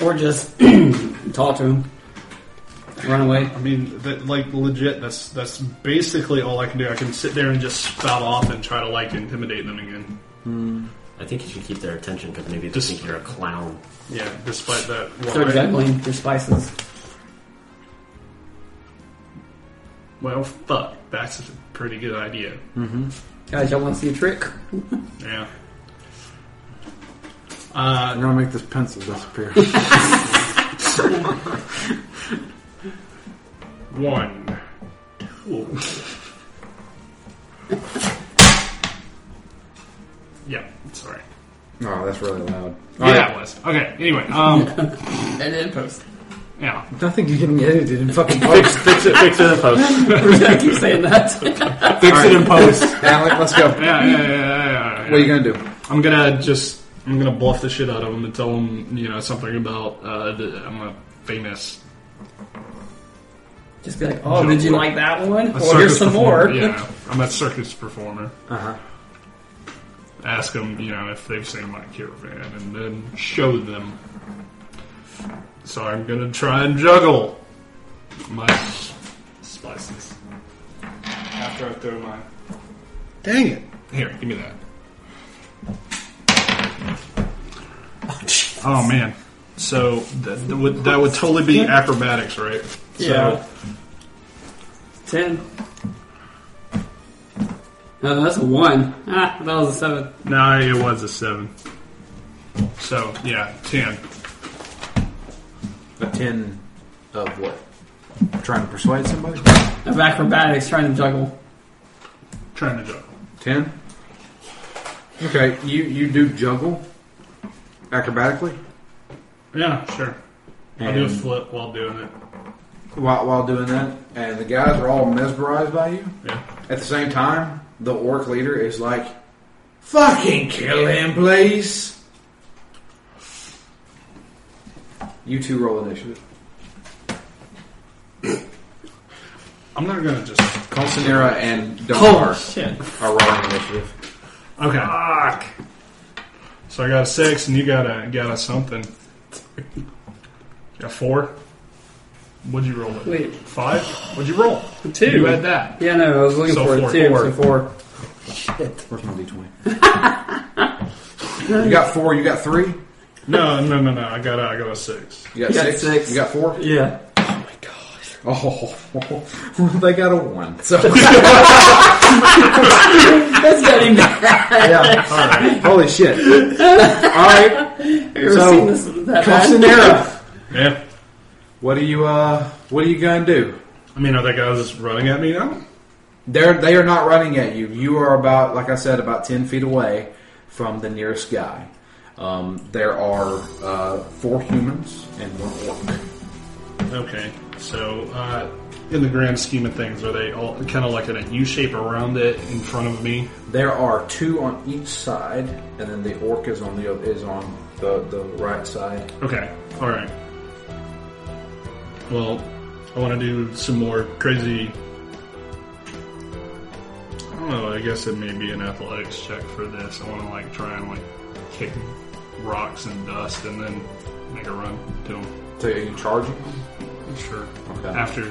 S3: or just talk to him, run away.
S2: I mean, that, like legit. That's that's basically all I can do. I can sit there and just spout off and try to like intimidate them again.
S5: I think you should keep their attention because maybe they
S2: Just-
S5: think you're a clown.
S2: Yeah, despite that. Well,
S3: Start
S2: I-
S3: juggling your spices.
S2: well, fuck. That's a pretty good idea.
S3: Guys, y'all want to see a trick?
S2: Yeah. Uh,
S1: I'm going to make this pencil disappear.
S2: One. Two. yeah, sorry.
S1: oh, that's really loud.
S2: yeah, it was. Okay, anyway, um,
S3: And then post.
S2: yeah.
S1: Nothing is getting edited in fucking
S5: fix, fix it, fix it in post.
S3: I keep saying that.
S5: fix it in post.
S1: Alec, let's go.
S2: Yeah, yeah, yeah, yeah, yeah, yeah.
S1: What are you going to do?
S2: I'm gonna just, I'm gonna bluff the shit out of him and tell him, you know, something about, uh, that I'm a famous.
S3: Just be like, oh, did you like that one?
S2: a
S3: Well,
S2: circus
S3: here's some
S2: performer.
S3: more.
S2: Yeah, I'm a circus performer.
S1: Uh-huh.
S2: Ask them, you know, if they've seen my caravan and then show them. So I'm gonna try and juggle my s- spices. After I throw mine. Dang it! Here, give me that. Oh man. So that, that would that would totally be acrobatics, right?
S3: Yeah. Ten. No, that's a one. Ah, that was a seven.
S2: So, no, it was a seven. So yeah, ten.
S1: A ten of what? Trying to persuade somebody?
S3: Of acrobatics, trying to juggle.
S2: Trying to juggle.
S1: Ten. Okay, you you do juggle acrobatically
S2: Yeah, sure. I'll do a flip while doing it.
S1: while while doing that, and the guys are all mesmerized by you.
S2: Yeah.
S1: At the same time, the orc leader is like, "Fucking kill him, please." You two roll initiative.
S2: I'm not gonna just.
S1: Constanera and Dunkar
S3: shit.
S1: are rolling initiative.
S2: Okay. So I got a six, and you got a got a something. Got four. What'd you roll with?
S3: Wait.
S2: Five. What'd you roll?
S3: Two.
S2: You had that.
S3: Hmm. Yeah, no, I was looking
S2: So
S3: for
S2: four.
S3: it too.
S2: Four.
S3: So four.
S1: Where's my d20? you got four. You got three.
S2: No, no, no, no. I got a, I got a six.
S1: You got,
S3: You got
S1: six.
S3: six.
S1: You got four.
S3: Yeah.
S1: Oh, well, they got a one. So
S3: That's getting bad.
S1: yeah, all right. Holy shit! All right,
S3: Ever
S1: So,
S3: seen this that bad?
S1: Castanera,
S2: Yeah.
S1: what are you? Uh, what are you gonna do?
S2: I mean, are that guys running at me now?
S1: They're they are not running at you. You are about, like I said, about ten feet away from the nearest guy. Um, there are uh, four humans and one orc.
S2: Okay. So, uh, in the grand scheme of things, are they all kind of like in a U shape around it in front of me?
S1: There are two on each side, and then the orc is on the is on the, the right side.
S2: Okay, alright. Well, I want to do some more crazy. I don't know, I guess it may be an athletics check for this. I want to, like, try and, like, kick rocks and dust and then make a run to them.
S1: So are you charging?
S2: Sure.
S1: Okay.
S2: After.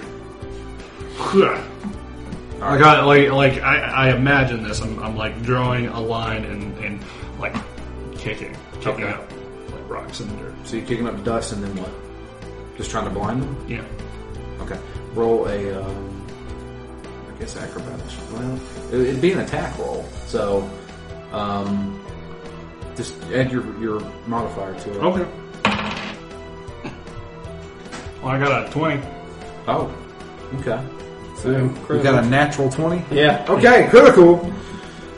S2: I got like like I, I imagine this. I'm, I'm like drawing a line and, and like kicking, kicking
S1: Okay.
S2: up like rocks in the dirt.
S1: So you're kicking up dust, and then what? Just trying to blind them.
S2: Yeah.
S1: Okay. Roll a, um, I guess acrobatics. Well, it- it'd be an attack roll. So, um, just add your your modifier to it.
S2: Okay. Well, I got a 20.
S1: Oh. Okay.
S3: So, Oh,
S1: You got a natural twenty.
S3: yeah.
S1: Okay, critical.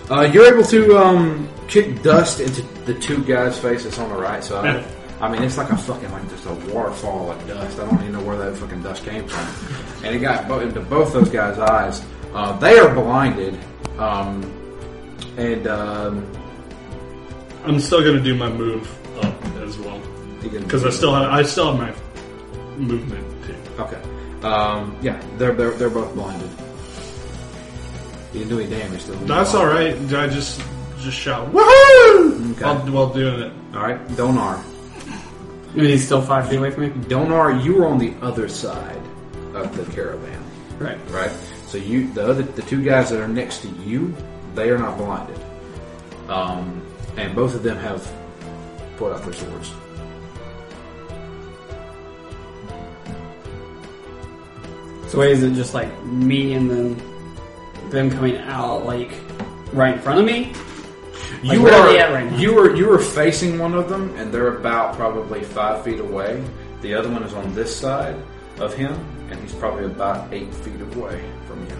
S1: Uh, you're able to um, kick dust into the two guys' faces on the right side.
S2: Yeah.
S1: I mean, it's like a fucking like just a waterfall of dust. I don't even know where that fucking dust came from. And it got bo- into both those guys' eyes. Uh, they are blinded, um, and um,
S2: I'm still gonna do my move up as well
S1: you can-
S2: because I still have I still have my movement too.
S1: Okay. Um, yeah, they're, they're they're both blinded. You didn't do any damage to them.
S2: That's all right. I just just shout woohoo
S1: Okay.
S2: while, while doing it.
S1: All right, Donar.
S3: And he's still five feet away from me.
S1: Donar, you were on the other side of the caravan,
S3: Right.
S1: right? So you the other the two guys that are next to you, they are not blinded, um, and both of them have pulled out their swords.
S3: So wait, is it just like me and then them coming out like right in front of me? Like,
S1: you
S3: where are
S1: are
S3: they at right now?
S1: you were you were facing one of them, and they're about probably five feet away. The other one is on this side of him, and he's probably about eight feet away from you.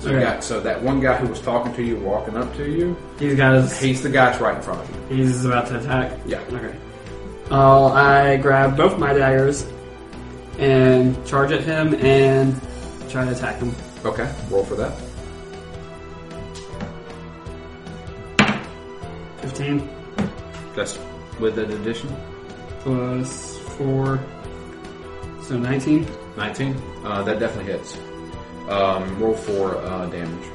S1: So you
S3: Okay.
S1: got, so that one guy who was talking to you, walking up to you,
S3: These guys,
S1: he's the guy that's right in front of you.
S3: he's about to attack.
S1: Yeah.
S3: Okay. Uh, I grab both my daggers and charge at him and try to attack him.
S1: Okay, roll for that.
S3: 15
S1: That's with that addition.
S3: plus 4, so 19.
S1: 19. Uh, that definitely hits. Um, roll for uh, damage.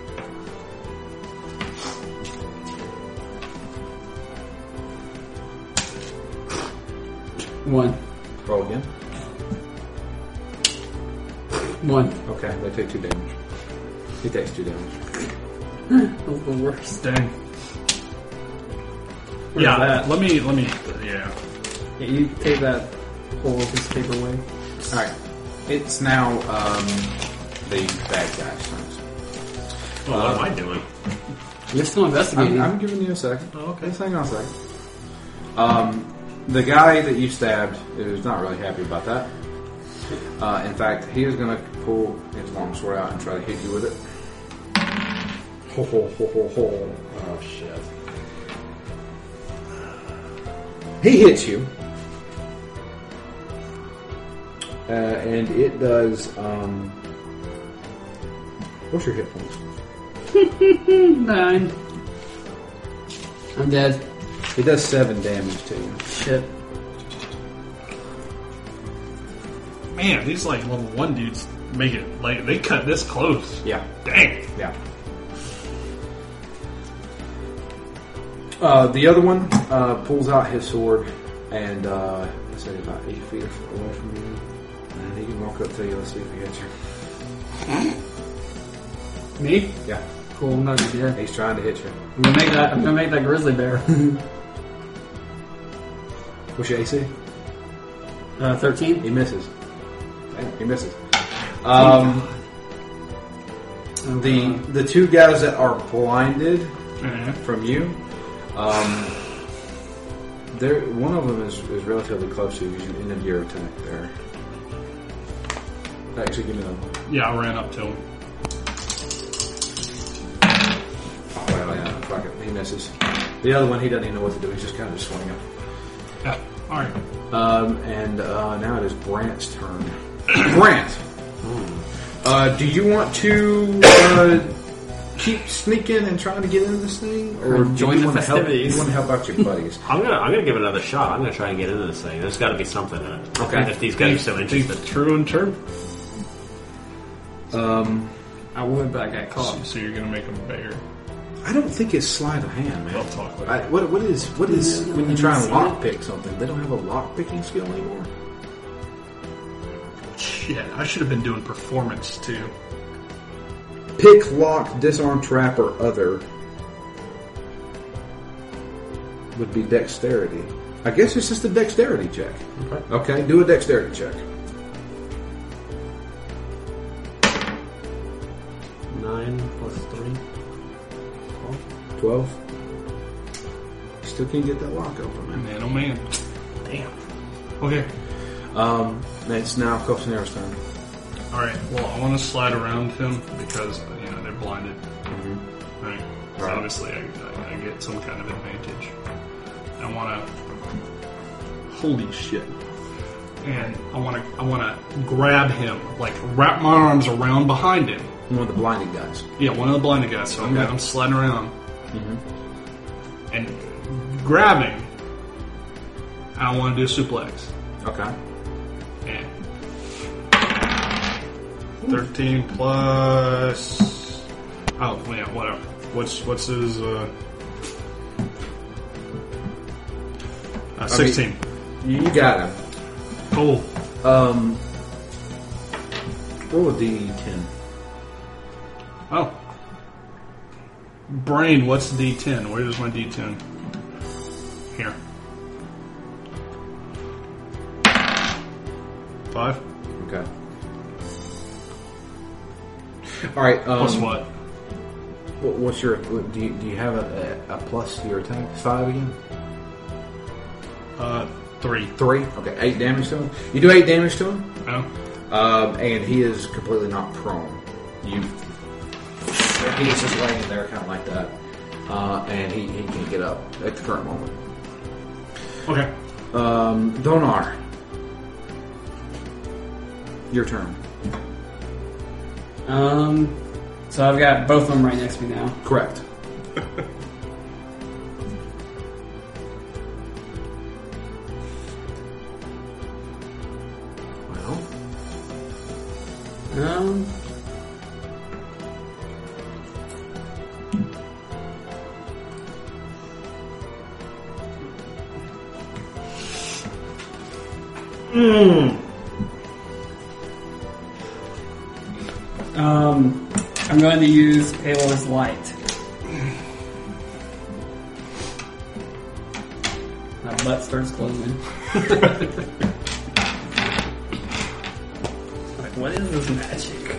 S3: One.
S1: Roll again.
S3: One.
S1: Okay, they take two damage. He takes two damage.
S3: That was the worst.
S2: Dang.
S3: Where's
S2: yeah,
S3: that?
S2: let me let me yeah.
S3: Yeah, you take that whole piece of paper away.
S1: All right, it's now um, the bad guys. turns.
S4: Well, what am I doing?
S3: You're still investigating.
S1: I'm, I'm giving you a second.
S2: Oh, okay.
S1: Just hang on a second. Um, the guy that you stabbed is not really happy about that. Uh, in fact, he is going to pull his long sword out and try to hit you with it. Ho ho ho ho ho!
S4: Oh shit!
S1: He hits you, uh, and it does. Um, what's your hit points?
S3: Nine. I'm dead.
S1: It does seven damage to you.
S3: Shit.
S2: Man, these like level one dudes make it like they cut this close.
S1: Yeah.
S2: Dang.
S1: Yeah. Uh, the other one uh, pulls out his sword and uh, let's say about eight feet away from you. And he can walk up to you. Let's see if he hits you.
S3: Me?
S1: Yeah,
S3: Cool, I'm not gonna be dead.
S1: he's trying to hit you.
S3: I'm gonna make that, I'm gonna make that grizzly bear.
S1: What's your AC?
S3: Uh, 13?
S1: He misses. Damn, he misses. Um, the the two guys that are blinded
S2: Yeah.
S1: from you, um, there one of them is, is relatively close to you. You ended your attack there. Actually, give me that one.
S2: Yeah, I ran up to him.
S1: Oh, well, yeah, fuck it. He misses. The other one, he doesn't even know what to do. He's just kind of just swinging.
S2: Yeah. All right.
S1: Um, and uh, now it is Brant's turn. Brant, uh, do you want to uh, keep sneaking and trying to get into this thing,
S3: Or
S1: do
S3: join
S1: you
S3: the
S1: wanna help-
S3: festivities?
S1: You want to help out your buddies?
S5: I'm gonna I'm gonna give it another shot. I'm gonna try and get into this thing. There's got to be something in it.
S1: Okay.
S5: If these guys are so interested.
S2: True and true.
S1: um,
S3: I would, but I got caught.
S2: So you're gonna make him bigger.
S1: I don't think it's sleight of hand, man.
S2: We'll talk later.
S1: I, what, what is what is
S3: Yeah,
S1: when you try and
S3: I haven't
S1: lockpick something? They don't have a lock picking skill anymore.
S2: Shit, I should have been doing performance too.
S1: Pick, lock, disarm, trap, or other would be dexterity. I guess it's just a dexterity check. Okay, do a dexterity check.
S5: Nine plus three.
S1: Twelve. Still can't get that lock open, man.
S2: Man, oh man. Damn. Okay.
S1: Um, it's now Costanero's turn.
S2: All right. Well, I want to slide around him because you know they're blinded. Mm-hmm. Right. So
S1: Right.
S2: obviously, I, I, I get some kind of advantage. I want to holy shit. And I want to, I want to grab him, like wrap my arms around behind him.
S1: One of the blinded guys.
S2: Yeah, one of the blinded guys. So I'm, I'm sliding around Mm-hmm. and grabbing. I want to do a suplex.
S1: Okay.
S2: And 13 plus. Oh, yeah, whatever. What's what's his? Uh, uh, Oh, 16.
S1: You, you got him.
S2: Cool.
S1: Um, roll a d10.
S2: Oh. Brain, what's D10? Where is my D10? Here. Five?
S1: Okay. All right. Um,
S2: Plus what?
S1: what- What's your? what- Do you, do you have a, a, a plus to your attack? Five again.
S2: Uh, three.
S1: Three. Okay. Eight damage to him. You do eight damage to him.
S2: No?
S1: Um, and he is completely not prone. You. He's just laying there, kind of like that, uh, and he, he can't get up at the current moment.
S2: Okay.
S1: Um, Donar, your turn.
S3: Um, so I've got both of them right next to me now.
S1: Correct. well,
S3: Um. Hmm. Um, I'm going to use Paylor's Light. My butt starts closing. Like, what is this magic?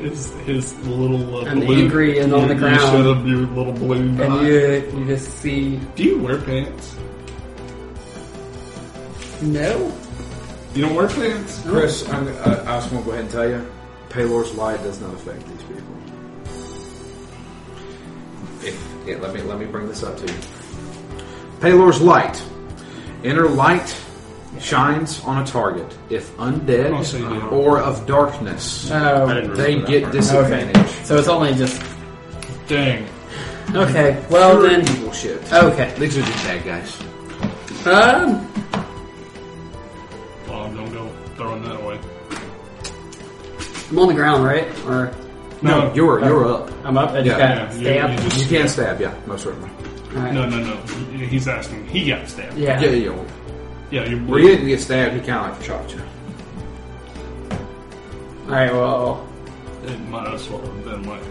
S2: His, his little uh,
S3: I'm
S2: balloon.
S3: angry and on
S2: You-
S3: the
S2: You should
S3: ground.
S2: have your little balloon.
S3: And
S2: behind.
S3: you, you just see
S2: Do you wear pants?
S3: no.
S2: You don't wear pants?
S1: Chris, I'm, uh, I, I just want to go ahead and tell you, Paylor's lie does not affect these people. If, yeah, let me let me bring this up to you. Paylor's light, inner light, shines on a target if
S2: Oh, so you
S1: undead
S2: do.
S1: or of darkness.
S3: Oh,
S4: I didn't remember
S1: They
S4: that
S1: get
S4: part.
S1: disadvantage.
S3: okay. So it's only just
S2: Dang.
S3: okay. Well
S1: Pure
S3: then,
S1: evil shit.
S3: okay.
S1: These are just bad guys.
S3: Um,
S2: Well, don't go throwing that away.
S3: I'm on the ground, right? Or
S1: No, you're
S3: Uh,
S1: you're up.
S3: I'm up. I just
S1: Yeah,
S3: got
S2: yeah, you-
S3: stabbed.
S2: you
S1: You
S2: just-
S1: can stab, yeah, most certainly.
S3: All right.
S2: no, no, no. He- He's asking. He got stabbed.
S3: Yeah.
S1: Yeah, yeah. Well,
S2: Yeah, you're
S1: he didn't get stabbed. He kind of like shot you.
S3: All right. Well,
S2: It might as well have been like.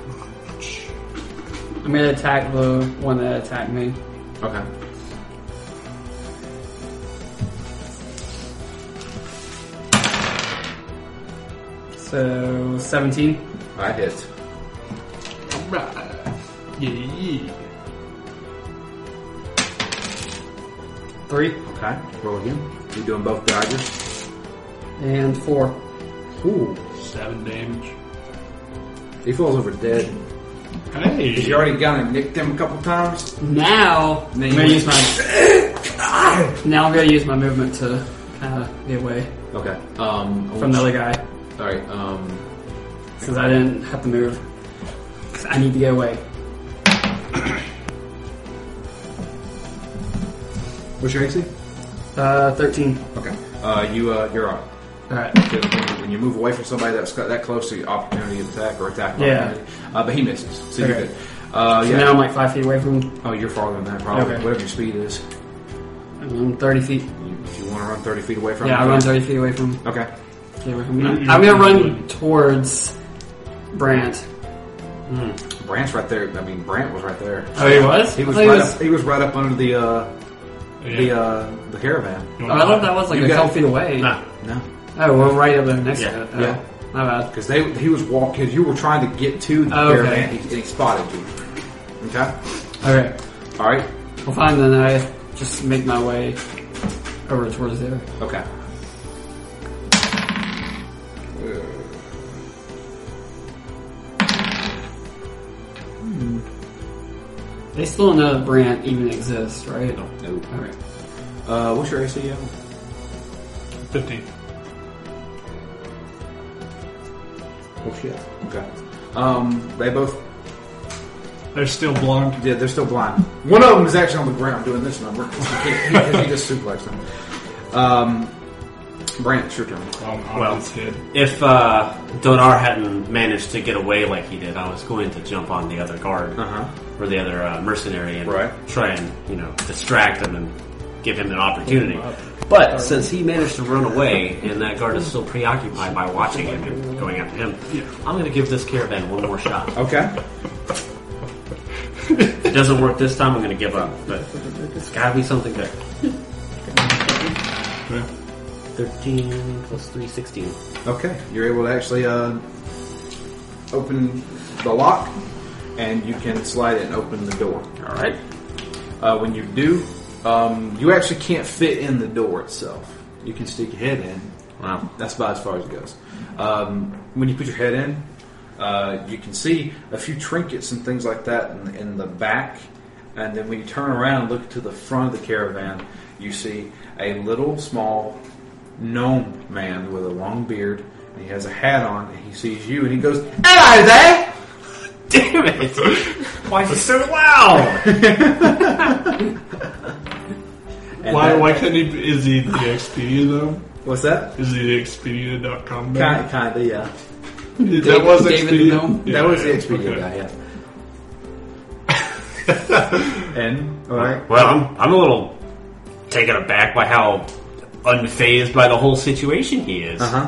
S3: I'm gonna attack the one that attacked me.
S1: Okay.
S3: So 17.
S1: I hit.
S2: Alright. Yeah, yeah.
S3: Three
S1: Okay, roll again. You doing both dodges?
S3: and four.
S1: Ooh.
S2: Seven damage.
S1: He falls over dead.
S2: Hey!
S1: You already got him nicked him a couple times.
S3: Now I'm
S1: Then
S3: gonna
S1: you-
S3: use my. now I'm gonna use my movement to kind of get away
S1: Okay. Um.
S3: from the other guy
S1: All right. Um.
S3: because I didn't have to move. 'Cause I need to get away.
S1: What's your AC?
S3: Uh, 13.
S1: Okay. Uh. You. Uh. You're up.
S3: All right.
S1: When you move away from somebody that's got that close to the opportunity of attack or attack.
S3: Yeah.
S1: opportunity. Uh, but he misses. So you're
S3: Okay.
S1: good. Uh.
S3: So
S1: Yeah.
S3: now I'm like five feet away from him.
S1: oh, you're farther than that probably.
S3: Okay.
S1: Whatever your speed is.
S3: I'm 30 feet.
S1: You, if you want to run 30 feet away from
S3: Yeah, I
S1: him.
S3: run 30 feet away from him.
S1: Okay.
S3: Get away from him. I'm gonna run towards Brant.
S1: Brant's right there. I mean, Brant was right there.
S3: Oh, he was?
S1: He was
S3: I thought
S1: right up. He was right up under the uh
S2: Yeah.
S1: the uh the caravan.
S2: You
S3: Oh,
S2: wanna
S3: I thought that was like
S1: You
S3: a
S1: got-
S3: couple feet away.
S4: Nah.
S1: No.
S3: Oh, we're right up there next
S4: Yeah.
S3: to it.
S1: Yeah.
S3: Oh, my bad.
S1: Because they he was walking. You were trying to get to the
S3: Oh, okay.
S1: caravan, he, and he spotted you. Okay.
S3: Okay.
S1: All right.
S3: Well, fine then. I just make my way over towards there.
S1: Okay.
S3: They still don't know that Brant even exists, right?
S1: No.
S3: Okay.
S1: Uh, what's your AC, Alan?
S3: uh,
S8: 15.
S1: Oh shit. Okay. Um, they both.
S8: They're still blonde.
S1: Yeah, they're still blind. One of them is actually on the ground doing this number because he, can't- 'cause he just suplexed them. Um, Brant, it's your turn.
S8: Oh,
S4: Well.
S8: well, kid.
S4: If uh, Donar hadn't managed to get away like he did, I was going to jump on the other guard
S1: Uh-huh.
S4: or the other uh, mercenary and
S1: Right.
S4: try and you know distract him and give him an opportunity. But since he managed to run away and that guard is still preoccupied by watching him and going after him, I'm going to give this caravan one more shot.
S1: Okay.
S4: If it doesn't work this time, I'm going to give up. But it's got to be something good. 13 plus 3, 16.
S1: Okay. You're able to actually uh, open the lock, and you can slide it and open the door.
S4: All right.
S1: Uh, when you do, um, you actually can't fit in the door itself. You can stick your head in,
S4: Wow.
S1: That's about as far as it goes. Um, when you put your head in, uh, you can see a few trinkets and things like that in, in the back. And then when you turn around and look to the front of the caravan, you see a little small gnome man with a long beard. And he has a hat on, and he sees you, and he goes, "Hello there!"
S4: Damn it! Why is it so loud?
S1: And
S8: Why,
S1: that-
S8: why couldn't he? be- Is he the Expedia though?
S1: What's that?
S8: Is he the Expedia.com guy?
S1: Kind, kind of, yeah.
S8: that was
S3: David
S8: Expedia.
S3: Gnome?
S8: Yeah,
S1: that was the
S8: yeah,
S1: Expedia
S8: okay.
S1: guy, yeah. and all right,
S4: Well, I'm, I'm a little taken aback by how unfazed by the whole situation he is.
S1: uh huh.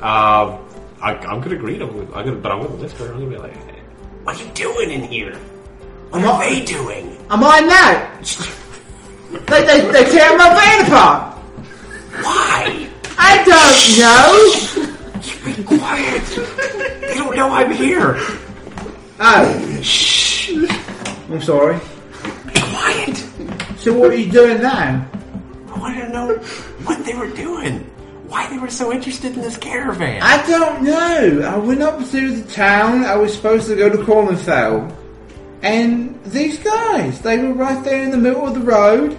S4: Uh, I, I'm gonna greet him, with, I'm gonna, but I'm gonna whisper. I'm gonna be like, "What are you doing in here? What are they doing?"
S1: I'm on now. They, they, they tear my van apart.
S4: Why?
S1: I don't know.
S4: Quiet! they don't know I'm here.
S1: Oh, I'm sorry.
S4: Quiet!
S1: So what are you doing now?
S4: I wanted to know what they were doing, why they were so interested in this caravan.
S1: I don't know. I went up to the town. I was supposed to go to Cornfell. And these guys, they were right there in the middle of the road.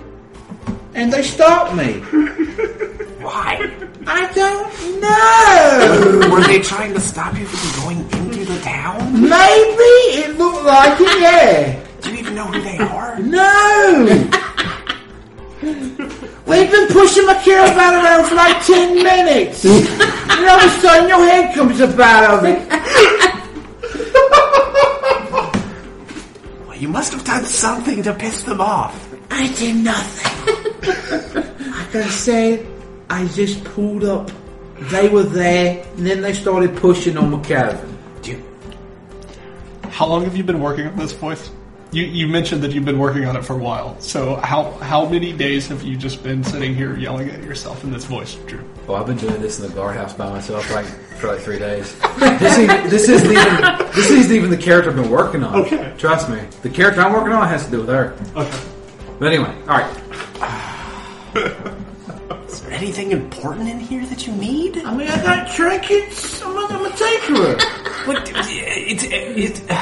S1: And they stopped me.
S4: Why?
S1: I don't know.
S4: were they trying to stop you from going into the town?
S1: Maybe it looked like it, yeah.
S4: Do you even know who they are?
S1: No! They've been pushing my caravan around for like 10 minutes! and all of a sudden your head comes up out of it!
S4: Well, you must have done something to piss them off.
S1: I did nothing! like I said, I just pulled up. They were there, and then they started pushing on my caravan.
S8: How long have you been working on this voice? You, you mentioned that you've been working on it for a while. So how how many days have you just been sitting here yelling at yourself in this voice, Drew?
S1: Well, Oh, I've been doing this in the guardhouse by myself like for like three days. this, is, this isn't even this isn't even the character I've been working on.
S8: Okay.
S1: Trust me, the character I'm working on has to do with her.
S8: Okay.
S1: But anyway, all right.
S4: Is there anything important in here that you need?
S1: I mean, I got trinkets. I'm a, I'm a tinkerer.
S4: What? It's it's.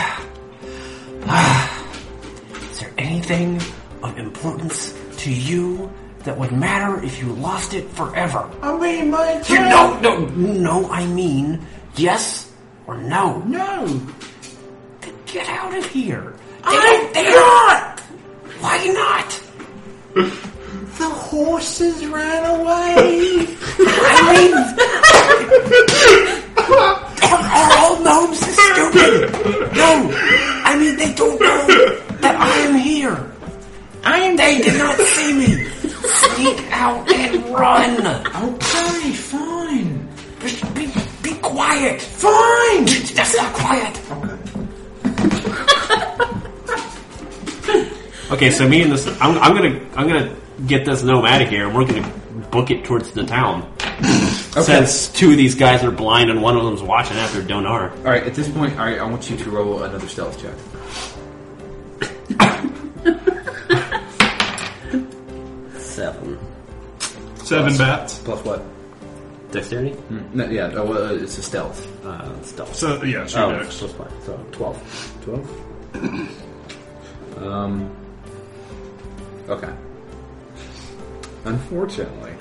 S4: is there anything of importance to you that would matter if you lost it forever?
S1: I mean, my
S4: You
S1: entire...
S4: no no no. I mean, yes or no.
S1: No.
S4: Then Get out of here. They don't, they not Why not?
S1: The horses ran away.
S4: I mean, are, are all gnomes this stupid? No, I mean they don't know that I am here. I am. They did not see me. Sneak out and run.
S1: okay, fine.
S4: Just be, be quiet. Fine. That's not quiet. Okay, so me and this, I'm, I'm gonna, I'm gonna get this gnome out of here, and we're gonna book it towards the town. Since two of these guys are blind and one of them's watching after Donar.
S1: All right. At this point, all right. I want you to roll another stealth check.
S2: Seven.
S8: Seven bats.
S1: Plus what?
S2: Dexterity?
S1: Mm, No, yeah. Oh, well, uh, it's a stealth.
S2: Uh, stealth.
S8: So yeah, she
S2: Oh,
S8: dex.
S2: plus five. So twelve. Twelve?
S1: Um. Okay. Unfortunately,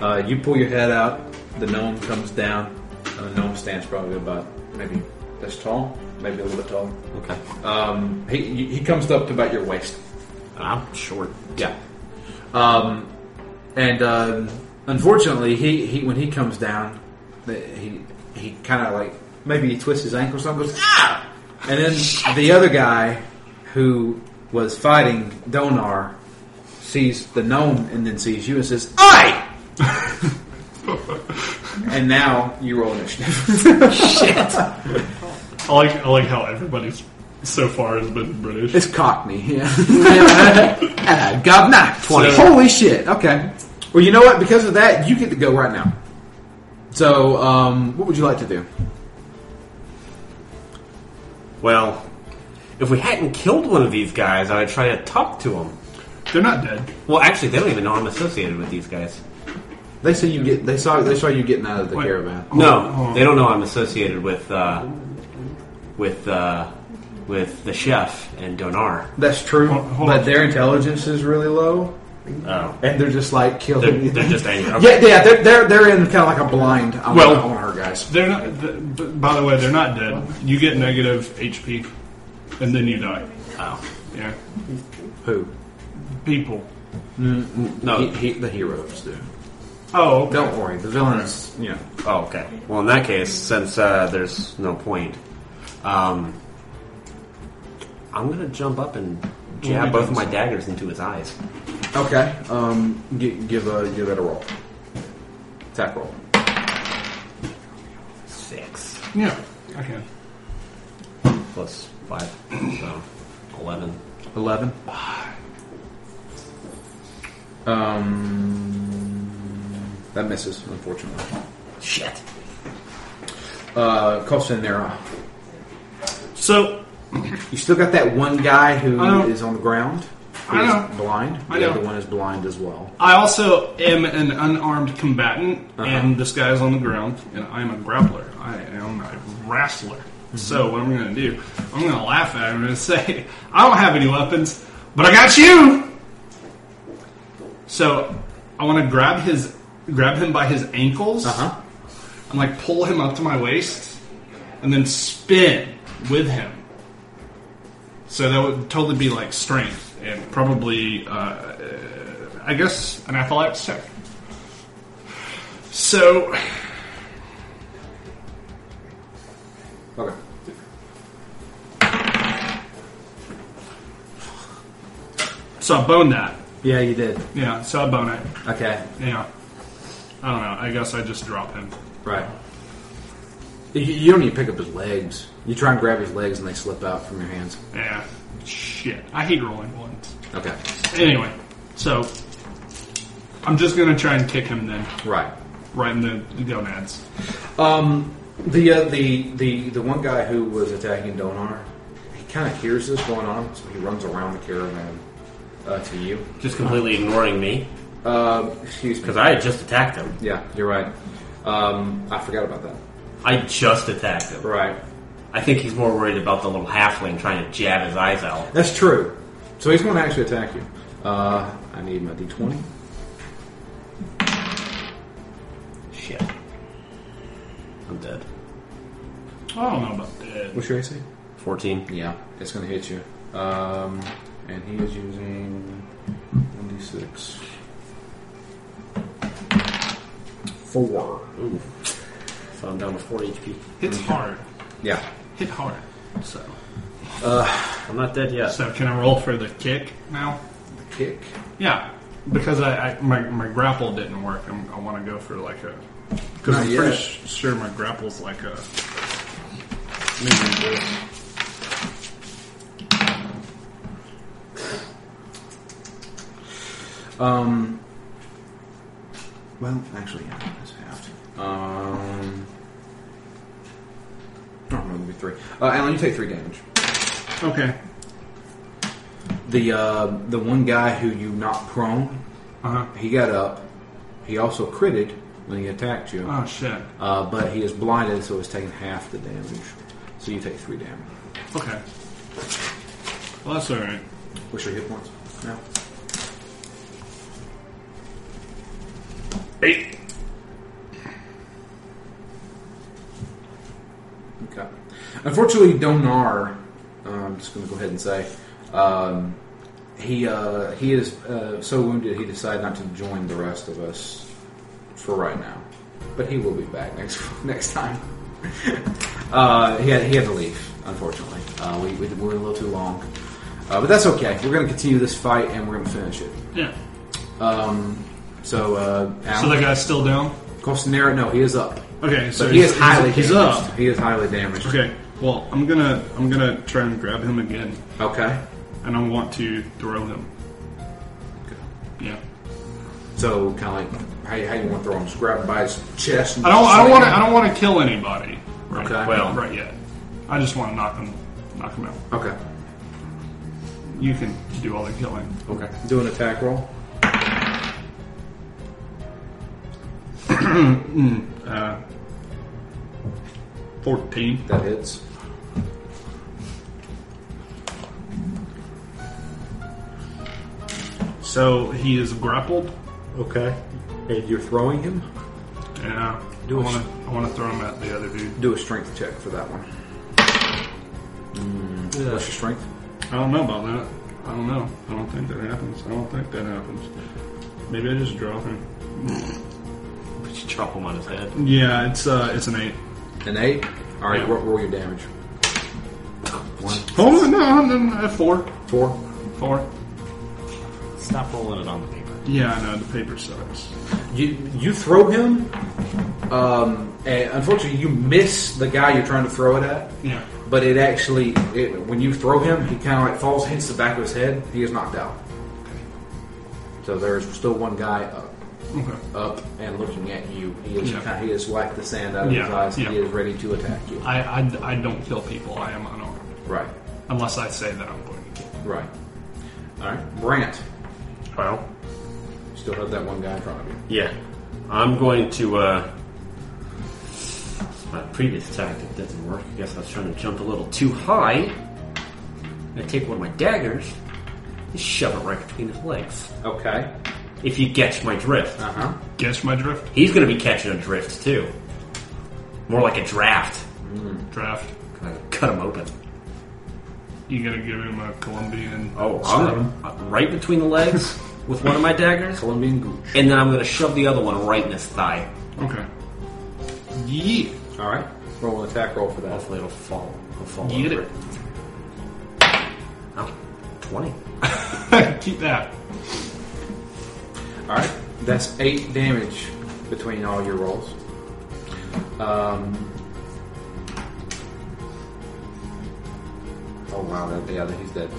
S1: uh, you pull your head out. The gnome comes down. Uh, the gnome stands probably about maybe this tall, maybe a little bit taller.
S4: Okay.
S1: Um, he he comes up to about your waist.
S4: I'm short.
S1: Yeah. Um, and um, unfortunately, he, he when he comes down, the- he he kind of like maybe he twists his ankle or something. Goes, ah! And then the other guy who was fighting Donar sees the gnome and then sees you and says, "I." and now you roll initiative.
S2: I like I like how everybody's so far has been British.
S1: It's Cockney. Yeah. Ah, Governor. Twenty.
S2: So-
S1: Holy shit. Okay. Well, you know what? Because of that, you get to go right now. So, um, what would you like to do?
S4: Well, if we hadn't killed one of these guys, I would try to talk to them.
S2: They're not dead.
S4: Well, actually, they don't even know I'm associated with these guys.
S1: They say you get. They saw. They saw you getting out of the
S2: Wait.
S1: caravan.
S4: No, they don't know I'm associated with uh, with uh, with the chef and Donar.
S1: That's true.
S2: Hold- hold
S1: but
S2: on.
S1: their intelligence is really low,
S4: Oh,
S1: and they're just like
S4: they're,
S1: killing. you.
S4: they're just angry. Okay.
S1: yeah, yeah. They're they're, they're in kind of like a blind. I'm
S2: Well-
S1: well, on her guys.
S2: They're not. Th- b- by the way, they're not dead. You get negative HP, and then you die.
S4: Oh.
S2: Yeah,
S1: Who?
S2: people.
S4: No.
S1: He, he, the heroes do.
S2: Oh, okay.
S1: Don't worry. The villains. You know.
S4: Oh, okay. Well, in that case, since uh, there's no point, um, I'm gonna jump up and jab both of my daggers into his eyes.
S1: Okay. Um. Gi- give a give it a roll. Attack roll.
S4: Six
S2: yeah, I can.
S4: plus five, so eleven.
S1: 11. Um, that misses, unfortunately.
S4: Shit.
S1: Uh, Costa Nera.
S2: So
S1: You still got that one guy who
S2: I know.
S1: is on the ground. who
S2: I
S1: is
S2: know.
S1: blind.
S2: I
S1: the
S2: know.
S1: other one is blind as well.
S2: I also am an unarmed combatant, and this guy's on the ground, and I'm a grappler. I am a wrestler. So what I'm going to do? I'm going to laugh at him and say, "I don't have any weapons, but I got you." So I want to grab his, grab him by his ankles,
S1: Uh-huh.
S2: and like pull him up to my waist, and then spin with him. So that would totally be like strength and probably uh, I guess an athletics check. So
S1: Okay.
S2: so I bone that.
S1: Yeah, you did.
S2: Yeah, so I bone it.
S1: Okay.
S2: Yeah. I don't know. I guess I just drop him.
S1: Right. You, you don't even pick up his legs. You try and grab his legs and they slip out from your hands.
S2: Yeah. Shit. I hate rolling ones.
S1: Okay.
S2: Anyway, so I'm just gonna try and kick him then,
S1: Right.
S2: right in the, the gonads.
S1: Um, the uh, the the the one guy who was attacking Donar, he kind of hears this going on, so he runs around the caravan uh, to you.
S4: Just completely ignoring me
S1: Um, excuse me.
S4: because I had just attacked him.
S1: Yeah, you're right. Um, I forgot about that.
S4: I just attacked him.
S1: Right.
S4: I think he's more worried about the little halfling trying to jab his eyes out.
S1: That's true. So he's going to actually attack you. Uh, I need my d20.
S4: Shit. I'm dead.
S2: I don't know about that.
S1: What's your AC?
S4: Fourteen.
S1: Yeah, it's going to hit you. Um, and he is using 1d6. Four.
S4: Ooh. So I'm down to four HP.
S2: Hits hard.
S1: Yeah.
S2: Hit hard. So
S4: I'm not dead yet.
S2: so can I roll for the kick now?
S1: Kick.
S2: Yeah, because I, I my, my grapple didn't work. I'm, I want to go for like a because
S1: Not
S2: I'm
S1: yet.
S2: pretty sh- sure my grapple's like a.
S1: Um. Well, actually, yeah, that's half. Um. Oh, no, it'll be three. Uh, Alan, you take three damage.
S2: Okay.
S1: The uh, the one guy who you knocked prone,
S2: Uh huh.
S1: he got up. He also critted when he attacked you,
S2: Oh shit.
S1: uh, but he is blinded, so he's taking half the damage. So you take three damage.
S2: Okay. Well, that's all right.
S1: What's your hit points now?
S2: Eight.
S1: Okay. Unfortunately, Donar, uh, I'm just going to go ahead and say, um, he uh, he is uh, so wounded he decided not to join the rest of us for right now, but he will be back next next time. uh, he had he had to leave, unfortunately. Uh, we, we were a little too long, uh, but that's okay. We're going to continue this fight and we're going to finish it.
S2: Yeah.
S1: Um, so uh,
S2: So that
S1: Alan,
S2: guy's still down.
S1: Costanera, no, he is up.
S2: Okay. So
S1: So he
S2: he's-
S1: is highly
S2: he's, he's
S1: damaged.
S2: up.
S1: He is highly damaged.
S2: Okay. Well, I'm gonna I'm gonna try and grab him again,
S1: Okay.
S2: and I want to throw him. Yeah.
S1: So kind of like how, you- how you want to throw him? Just grab him by his chest. And
S2: I don't I don't want to
S1: slam
S2: I
S1: him?
S2: don't want to kill anybody. Right.
S1: Okay.
S2: Well, right yet. I just want to knock him knock him out.
S1: Okay.
S2: You can do all the killing.
S1: Okay. Do an attack roll.
S2: Uh, Fourteen.
S1: That hits.
S2: So he is grappled.
S1: Okay. And you're throwing him.
S2: Yeah.
S1: Do
S2: I
S1: a-
S2: want to I want to throw him at the other dude.
S1: Do a strength check for that one. Mm, What's your strength?
S2: I don't know about that. I don't know. I don't think that happens. I don't think that happens. Maybe I just drop him.
S4: But you chop him on his head.
S2: Yeah, it's uh, it's an eight.
S1: An eight. All right.
S2: Yeah.
S1: What roll your damage? One,
S2: Oh no, no, no, no, four,
S1: four.
S2: four.
S4: Stop rolling it on the paper.
S2: Yeah, I know the paper sucks.
S1: You you throw him. Um, and unfortunately, you miss the guy you're trying to throw it at.
S2: Yeah.
S1: But it actually, it, when you throw him, he kind of like falls, hits the back of his head. He is knocked out. So there's still one guy up,
S2: Okay.
S1: up and looking at you. He is
S2: Yeah.
S1: kind he is wiped the sand out of his
S2: Yeah,
S1: eyes.
S2: yeah.
S1: He is ready to attack you.
S2: I, I I don't kill people. I am unarmed
S1: Right,
S2: unless I say that I'm going to kill.
S1: right. All right, Brant.
S4: Well,
S1: Still have that one guy in front of you.
S4: yeah. I'm going to. uh My previous tactic doesn't work. I guess I was trying to jump a little too high. I take one of my daggers and shove it right between his legs.
S1: Okay.
S4: If you catch my drift,
S1: Uh huh.
S2: Guess my drift.
S4: he's going to be catching a drift too. More like a draft.
S2: Draft.
S4: I cut him open.
S2: You gotta give him a Colombian.
S4: Oh,
S2: stab.
S4: I'm gonna- right between the legs with one of my daggers,
S1: Colombian gooch.
S4: and then I'm going to shove the other one right in his thigh.
S2: Okay. Yeah.
S1: All right. Roll an attack roll for that.
S4: Hopefully, it'll fall. It'll fall
S2: Get
S4: over.
S2: it.
S4: Oh, 20.
S2: Keep that.
S1: All right. That's eight damage between all your rolls. Um. Oh wow! That, yeah, he's dead.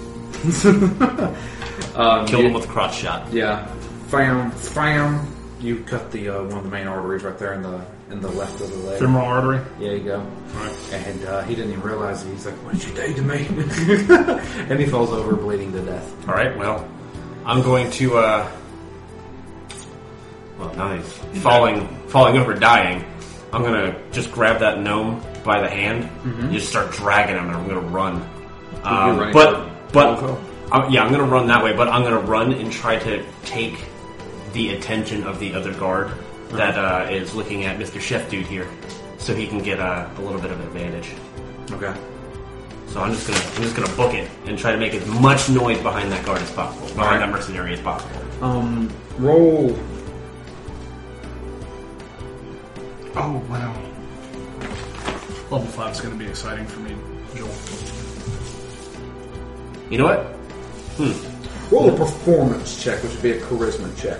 S1: um,
S4: Kill
S1: you-
S4: him with a cross shot.
S1: Yeah. Fam, fam. You cut the uh, one of the main arteries right there in the in the left of the leg.
S2: Femoral artery.
S1: Yeah, you go.
S2: Alright.
S1: And uh, he didn't even realize it. He's like, "What did you do to me?" and he falls over, bleeding to death.
S4: All right. Well, I'm going to. uh... Well, nice. Falling, falling over, dying. I'm gonna just grab that gnome by the hand. and just start dragging him, and I'm gonna run. Um,
S1: running
S4: but but
S1: Wilco?
S4: uh, yeah, I'm gonna run that way. But I'm gonna run and try to take the attention of the other guard that uh, is looking at Mr. Chef Dude here, so he can get uh, a little bit of advantage.
S1: Okay.
S4: So I'm just gonna I'm just gonna book it and try to make as much noise behind that guard as possible, behind that mercenary as possible.
S1: Um, roll.
S2: Oh wow. Level five is gonna be exciting for me, Joel.
S4: You know what?
S1: Roll a performance check, which would be a charisma check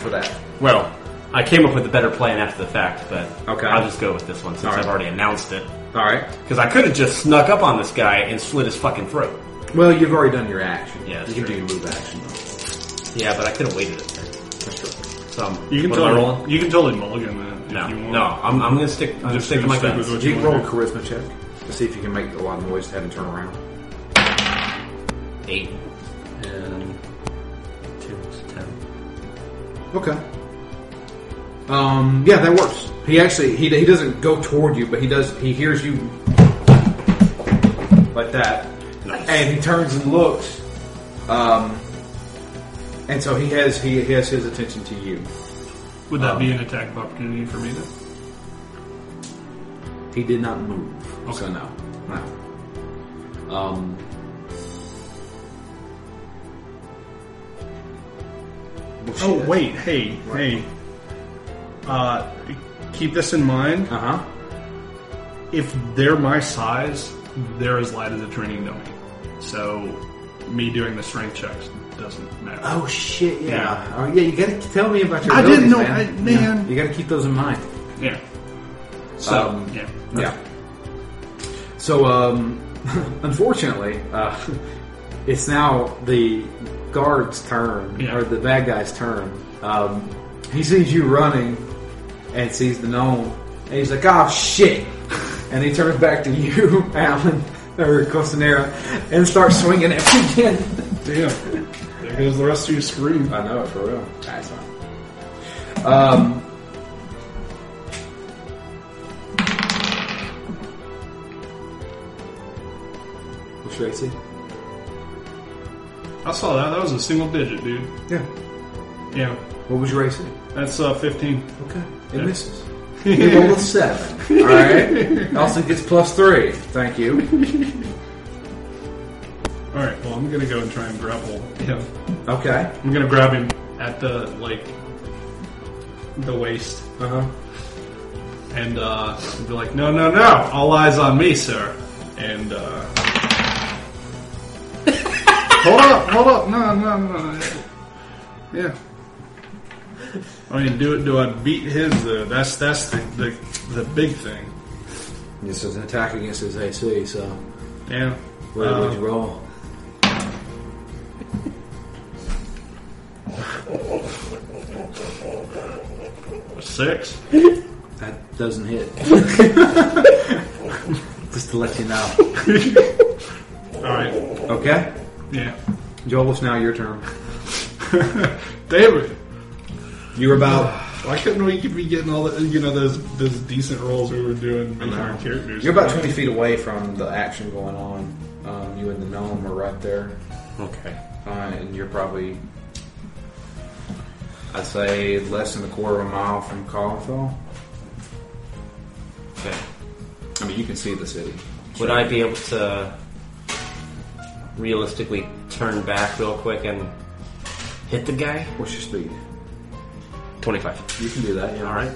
S1: for that.
S4: Well, I came up with a better plan after the fact, but
S1: Okay.
S4: I'll just go with this one since
S1: Alright.
S4: I've already announced it.
S1: All right.
S4: Because I could have just snuck up on this guy and slit his fucking throat.
S1: Well, you've already done your action.
S4: Yeah, that's
S1: you can
S4: true.
S1: do your move action. Though.
S4: Yeah, but I could have waited it.
S1: That's true.
S4: So I'm,
S2: You can
S4: what am I
S2: totally
S4: rolling?
S2: you can totally mulligan that if
S4: No,
S2: you want.
S4: no, I'm, I'm gonna stick. I'm just
S2: Just
S4: stick to my
S2: stick
S4: guns.
S2: with what
S1: You
S2: you
S1: can roll a
S2: want.
S1: charisma check to see if you can make a lot of noise to have him turn around.
S4: Eight and two, is ten.
S1: Okay. Um. Yeah, that works. He actually he he doesn't go toward you, but he does. He hears you like that, and he turns and looks. Um, and so he has he, he has his attention to you.
S2: Would that
S4: Um,
S2: be an attack of opportunity for me then?
S1: He did not move. So
S2: Okay.
S1: no, no. Um,
S2: Oh wait, hey, hey. Uh, keep this in mind.
S1: Uh huh.
S2: If they're my size, they're as light as a training dummy. So, me doing the strength checks doesn't matter.
S1: Oh shit! Yeah. Oh yeah. You gotta tell me about your.
S2: I
S1: abilities,
S2: didn't know-
S1: man.
S2: I- man.
S1: Yeah, You gotta keep those in mind.
S2: Yeah. So
S1: Um,
S2: yeah,
S1: Yeah. So, um, unfortunately, uh, it's now the guard's turn,
S2: Yeah.
S1: or the bad guy's turn. Um, he sees you running and sees the gnome, and he's like, oh shit! And he turns back to you, Alan, or Costanera, and starts swinging at you again.
S2: Damn. There goes the rest of your screen.
S1: I know it for real. That's fine. Um, what's your AC?
S2: I saw that. That was a single digit, dude.
S1: Yeah.
S2: Yeah.
S1: What was your AC?
S2: That's uh, 15.
S1: Okay. It misses. You rolled a seven. All right. Also gets plus three. Thank you.
S2: Alright, well, I'm gonna go and try and grapple him.
S1: Okay.
S2: I'm gonna grab him at the, like, the waist
S1: Uh huh.
S2: and uh, be like, no, no, no, all eyes on me, sir. And, uh. hold up, hold up, no, no, no. Yeah. I mean, do it. Do I beat his? Though that's that's the, the the big thing.
S1: This is an attack against his AC. So
S2: Yeah.
S1: what
S2: Uh,
S1: would you roll?
S2: Six.
S1: That doesn't hit. Just to let you know.
S2: All right.
S1: Okay.
S2: Yeah.
S1: Joel, it's now your turn.
S2: David,
S1: You're about
S2: why couldn't we be getting all the you know those those decent rolls we were doing making our characters?
S1: you're about twenty feet away from the action going on. Um, you and the gnome are right there,
S4: Okay.
S1: uh, and you're probably, I'd say, less than a quarter of a mile from Collinfell.
S4: Okay.
S1: I mean, you can see the city.
S4: Would I be able to realistically turn back real quick and hit the guy?
S1: What's your speed?
S4: 25.
S1: You can do that. Yeah.
S4: Alright.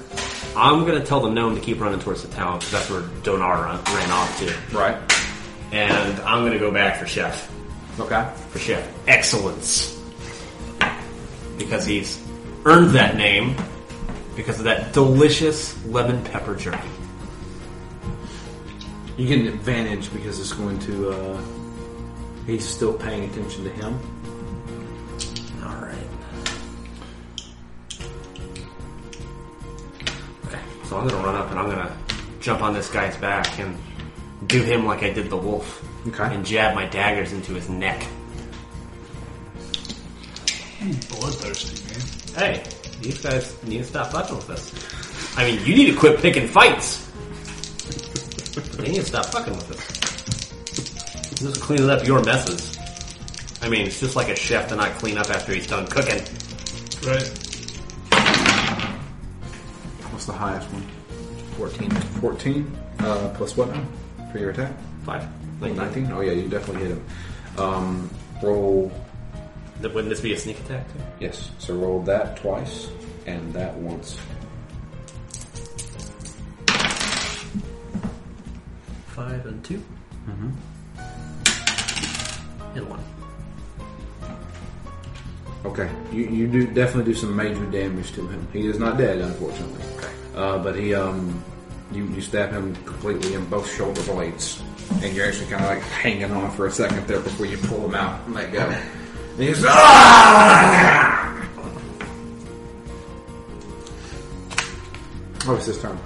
S4: I'm gonna tell the gnome to keep running towards the town because that's where Donar run, ran off to.
S1: Right.
S4: And I'm gonna go back for Chef.
S1: Okay.
S4: For Chef. Excellence. Because he's earned that name because of that delicious lemon pepper jerky.
S1: You get an advantage because it's going to. Uh, he's still paying attention to him.
S4: Alright. Okay, so I'm gonna run up and I'm gonna jump on this guy's back and do him like I did the wolf.
S1: Okay.
S4: And jab my daggers into his neck.
S2: bloodthirsty, man.
S4: Hey, these guys need to stop fucking with us. I mean, you need to quit picking fights. They need to stop fucking with us. Just cleaning up your messes. I mean, it's just like a chef to not clean up after he's done cooking.
S2: Right.
S1: What's the highest one? Fourteen. Fourteen. Uh, plus what now for your attack?
S4: Five.
S1: Like
S4: Like,
S1: 19? Oh, yeah, you definitely hit him. Um, roll.
S4: th- Wouldn't this be a sneak attack? Too?
S1: Yes, so roll that twice and that once.
S4: Five and 2 Mm-hmm. And one.
S1: Okay, you, you do definitely do some major damage to him. He is not dead, unfortunately. Uh, but he, um, you, you stab him completely in both shoulder blades. And you're actually kind of like hanging on for a second there before you pull him out and let go. And he's, ah! Oh, it's his turn.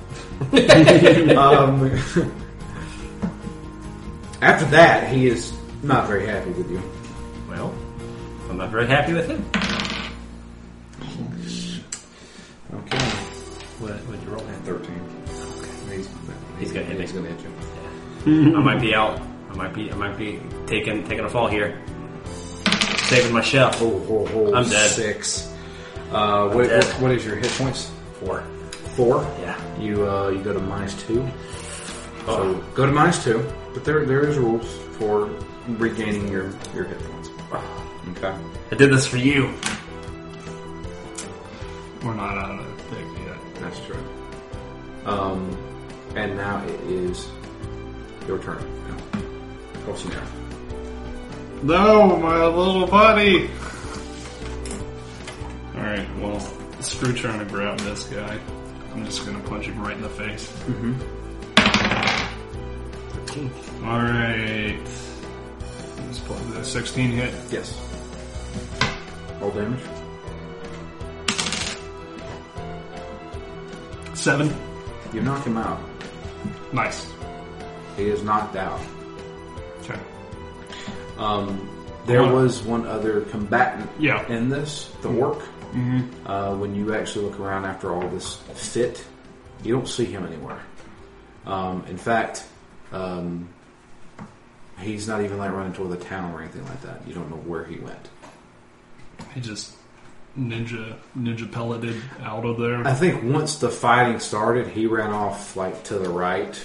S1: um, after that, he is not very happy with you.
S4: Well, I'm not very happy with it.
S1: Okay.
S4: What would you roll at?
S1: 13. He's,
S4: He's gonna hit me.
S1: He's gonna hit you.
S4: I might be out. I I might be I might be taking taking a fall here. Saving my shell.
S1: Ho, ho, ho,
S4: I'm dead.
S1: Six. Uh, what,
S4: dead.
S1: what- what is your hit points?
S4: Four.
S1: Four.
S4: Yeah.
S1: You uh, you go to minus two.
S4: Oh.
S1: So go to minus two. But there there is rules for regaining your your hit points. Okay.
S4: I did this for you.
S2: We're not out of the thick yet.
S1: That's true. Um, and now it is your turn. Now, Colsonero.
S2: No, my little buddy. All right. Well, screw trying to grab this guy. I'm just gonna punch him right in the face. Mm-hmm. All right. Let's play the 16 hit.
S1: Yes. All damage.
S2: Seven.
S1: You knock him out.
S2: Nice.
S1: He is knocked out.
S2: Okay.
S1: Um, there
S2: Huh.
S1: was one other combatant
S2: Yeah. Mm-hmm.
S1: in this, the orc. Uh, when you actually look around after all this fit, you don't see him anywhere. Um, in fact, um, he's not even like running toward the town or anything like that. You don't know where he went.
S2: He just ninja ninja pelleted out of there.
S1: I think once the fighting started, he ran off like to the right,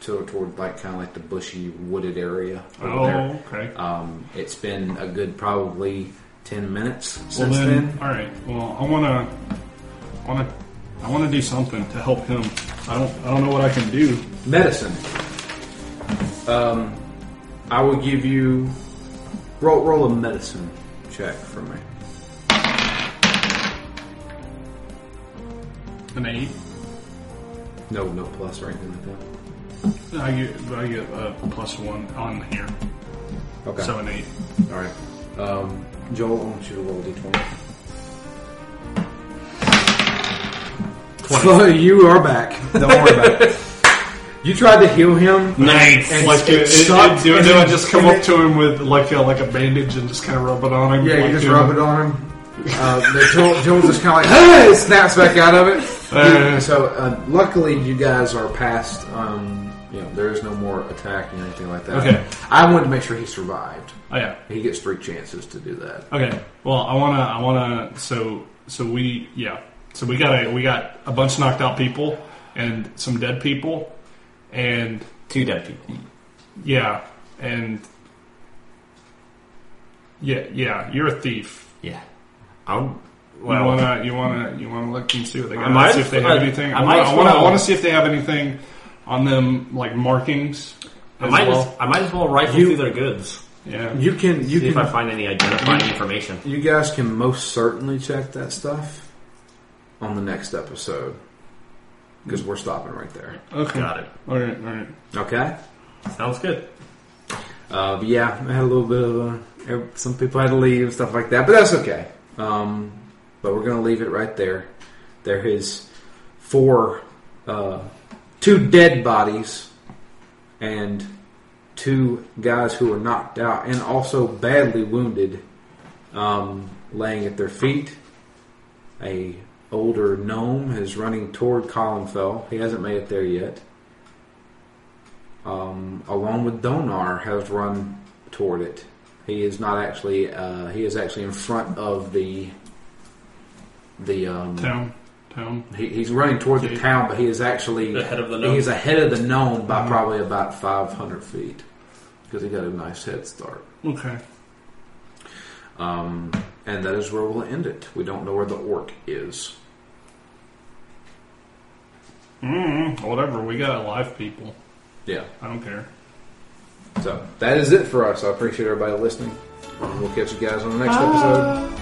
S1: to toward like kind of like the bushy wooded area. over
S2: Oh,
S1: there.
S2: okay.
S1: Um, it's been a good probably ten minutes
S2: Well
S1: since
S2: then,
S1: then.
S2: all right. Well, I wanna, wanna, I wanna do something to help him. I don't, I don't know what I can do.
S1: Medicine. Um, I will give you roll roll a medicine check for me.
S2: An eight.
S1: No, no plus or anything like that.
S2: I get, I get a plus one on here,
S1: Okay,
S2: so an eight.
S1: all right. Um, Joel, I want you to roll a d20. So you are back. Don't worry about it. You tried to heal him.
S4: Nice.
S1: And
S2: Like,
S1: it
S2: it, it,
S1: sucked,
S2: do,
S1: and
S2: do I
S1: then-
S2: just come
S1: and
S2: up to him with like a, like a bandage and just kind of rub it on him?
S1: Yeah,
S2: like,
S1: you just
S2: do-
S1: rub it on him. Uh, the Joel, Joel's just kind of like, "Hey!" snaps back out of it.
S2: Uh.
S1: so, uh, luckily, you guys are past. Um, you know, there is no more attacking or anything like that.
S2: Okay.
S1: I wanted to make sure he survived.
S2: Oh yeah.
S1: He gets three chances to do that.
S2: Okay. Well, I wanna, I wanna. So, so we, yeah. So we got a, we got a bunch of knocked out people and some dead people, and
S4: Two dead people.
S2: yeah, and yeah, yeah. You're a thief.
S4: Yeah. I'm
S2: you
S4: well
S2: wanna, you wanna, you wanna look and see what they got.
S4: I might-
S2: see if they have
S4: I-
S2: anything.
S4: I
S2: I, wanna,
S4: might
S2: I wanna, I
S4: well-
S2: wanna see if they have anything on them, like markings.
S4: I
S2: as
S4: might
S2: well.
S4: as, I might as well rifle
S1: You-
S4: through their goods.
S2: yeah.
S1: You can. You
S4: See if
S1: can.
S4: I find any identifying information.
S1: you guys can most certainly check that stuff on the next episode because we're stopping right there.
S2: okay.
S4: Got it.
S2: All right. All right.
S1: Okay.
S4: Sounds good.
S1: Uh, but yeah, I had a little bit of uh, some people had to leave and stuff like that, but that's okay. Um, but we're gonna leave it right there. There is four, uh, two dead bodies, and two guys who were knocked out and also badly wounded, um, laying at their feet. A older gnome is running toward Collinfell. He hasn't made it there yet um, along with Donar, has run toward it. He is not actually. Uh, he is actually in front of the the. Um,
S2: Town. Town.
S1: he, he's running toward the
S2: Okay.
S1: town, but he is actually
S4: The head of the Mm-hmm. gnome.
S1: He's ahead of the gnome by probably about five hundred feet because he got a nice head start.
S2: Okay.
S1: Um, and that is where we'll end it. We don't know where the orc is.
S2: Mm, whatever. We got alive people.
S1: Yeah.
S2: I don't care.
S1: So that is it for us. I appreciate everybody listening. We'll catch you guys on the next episode.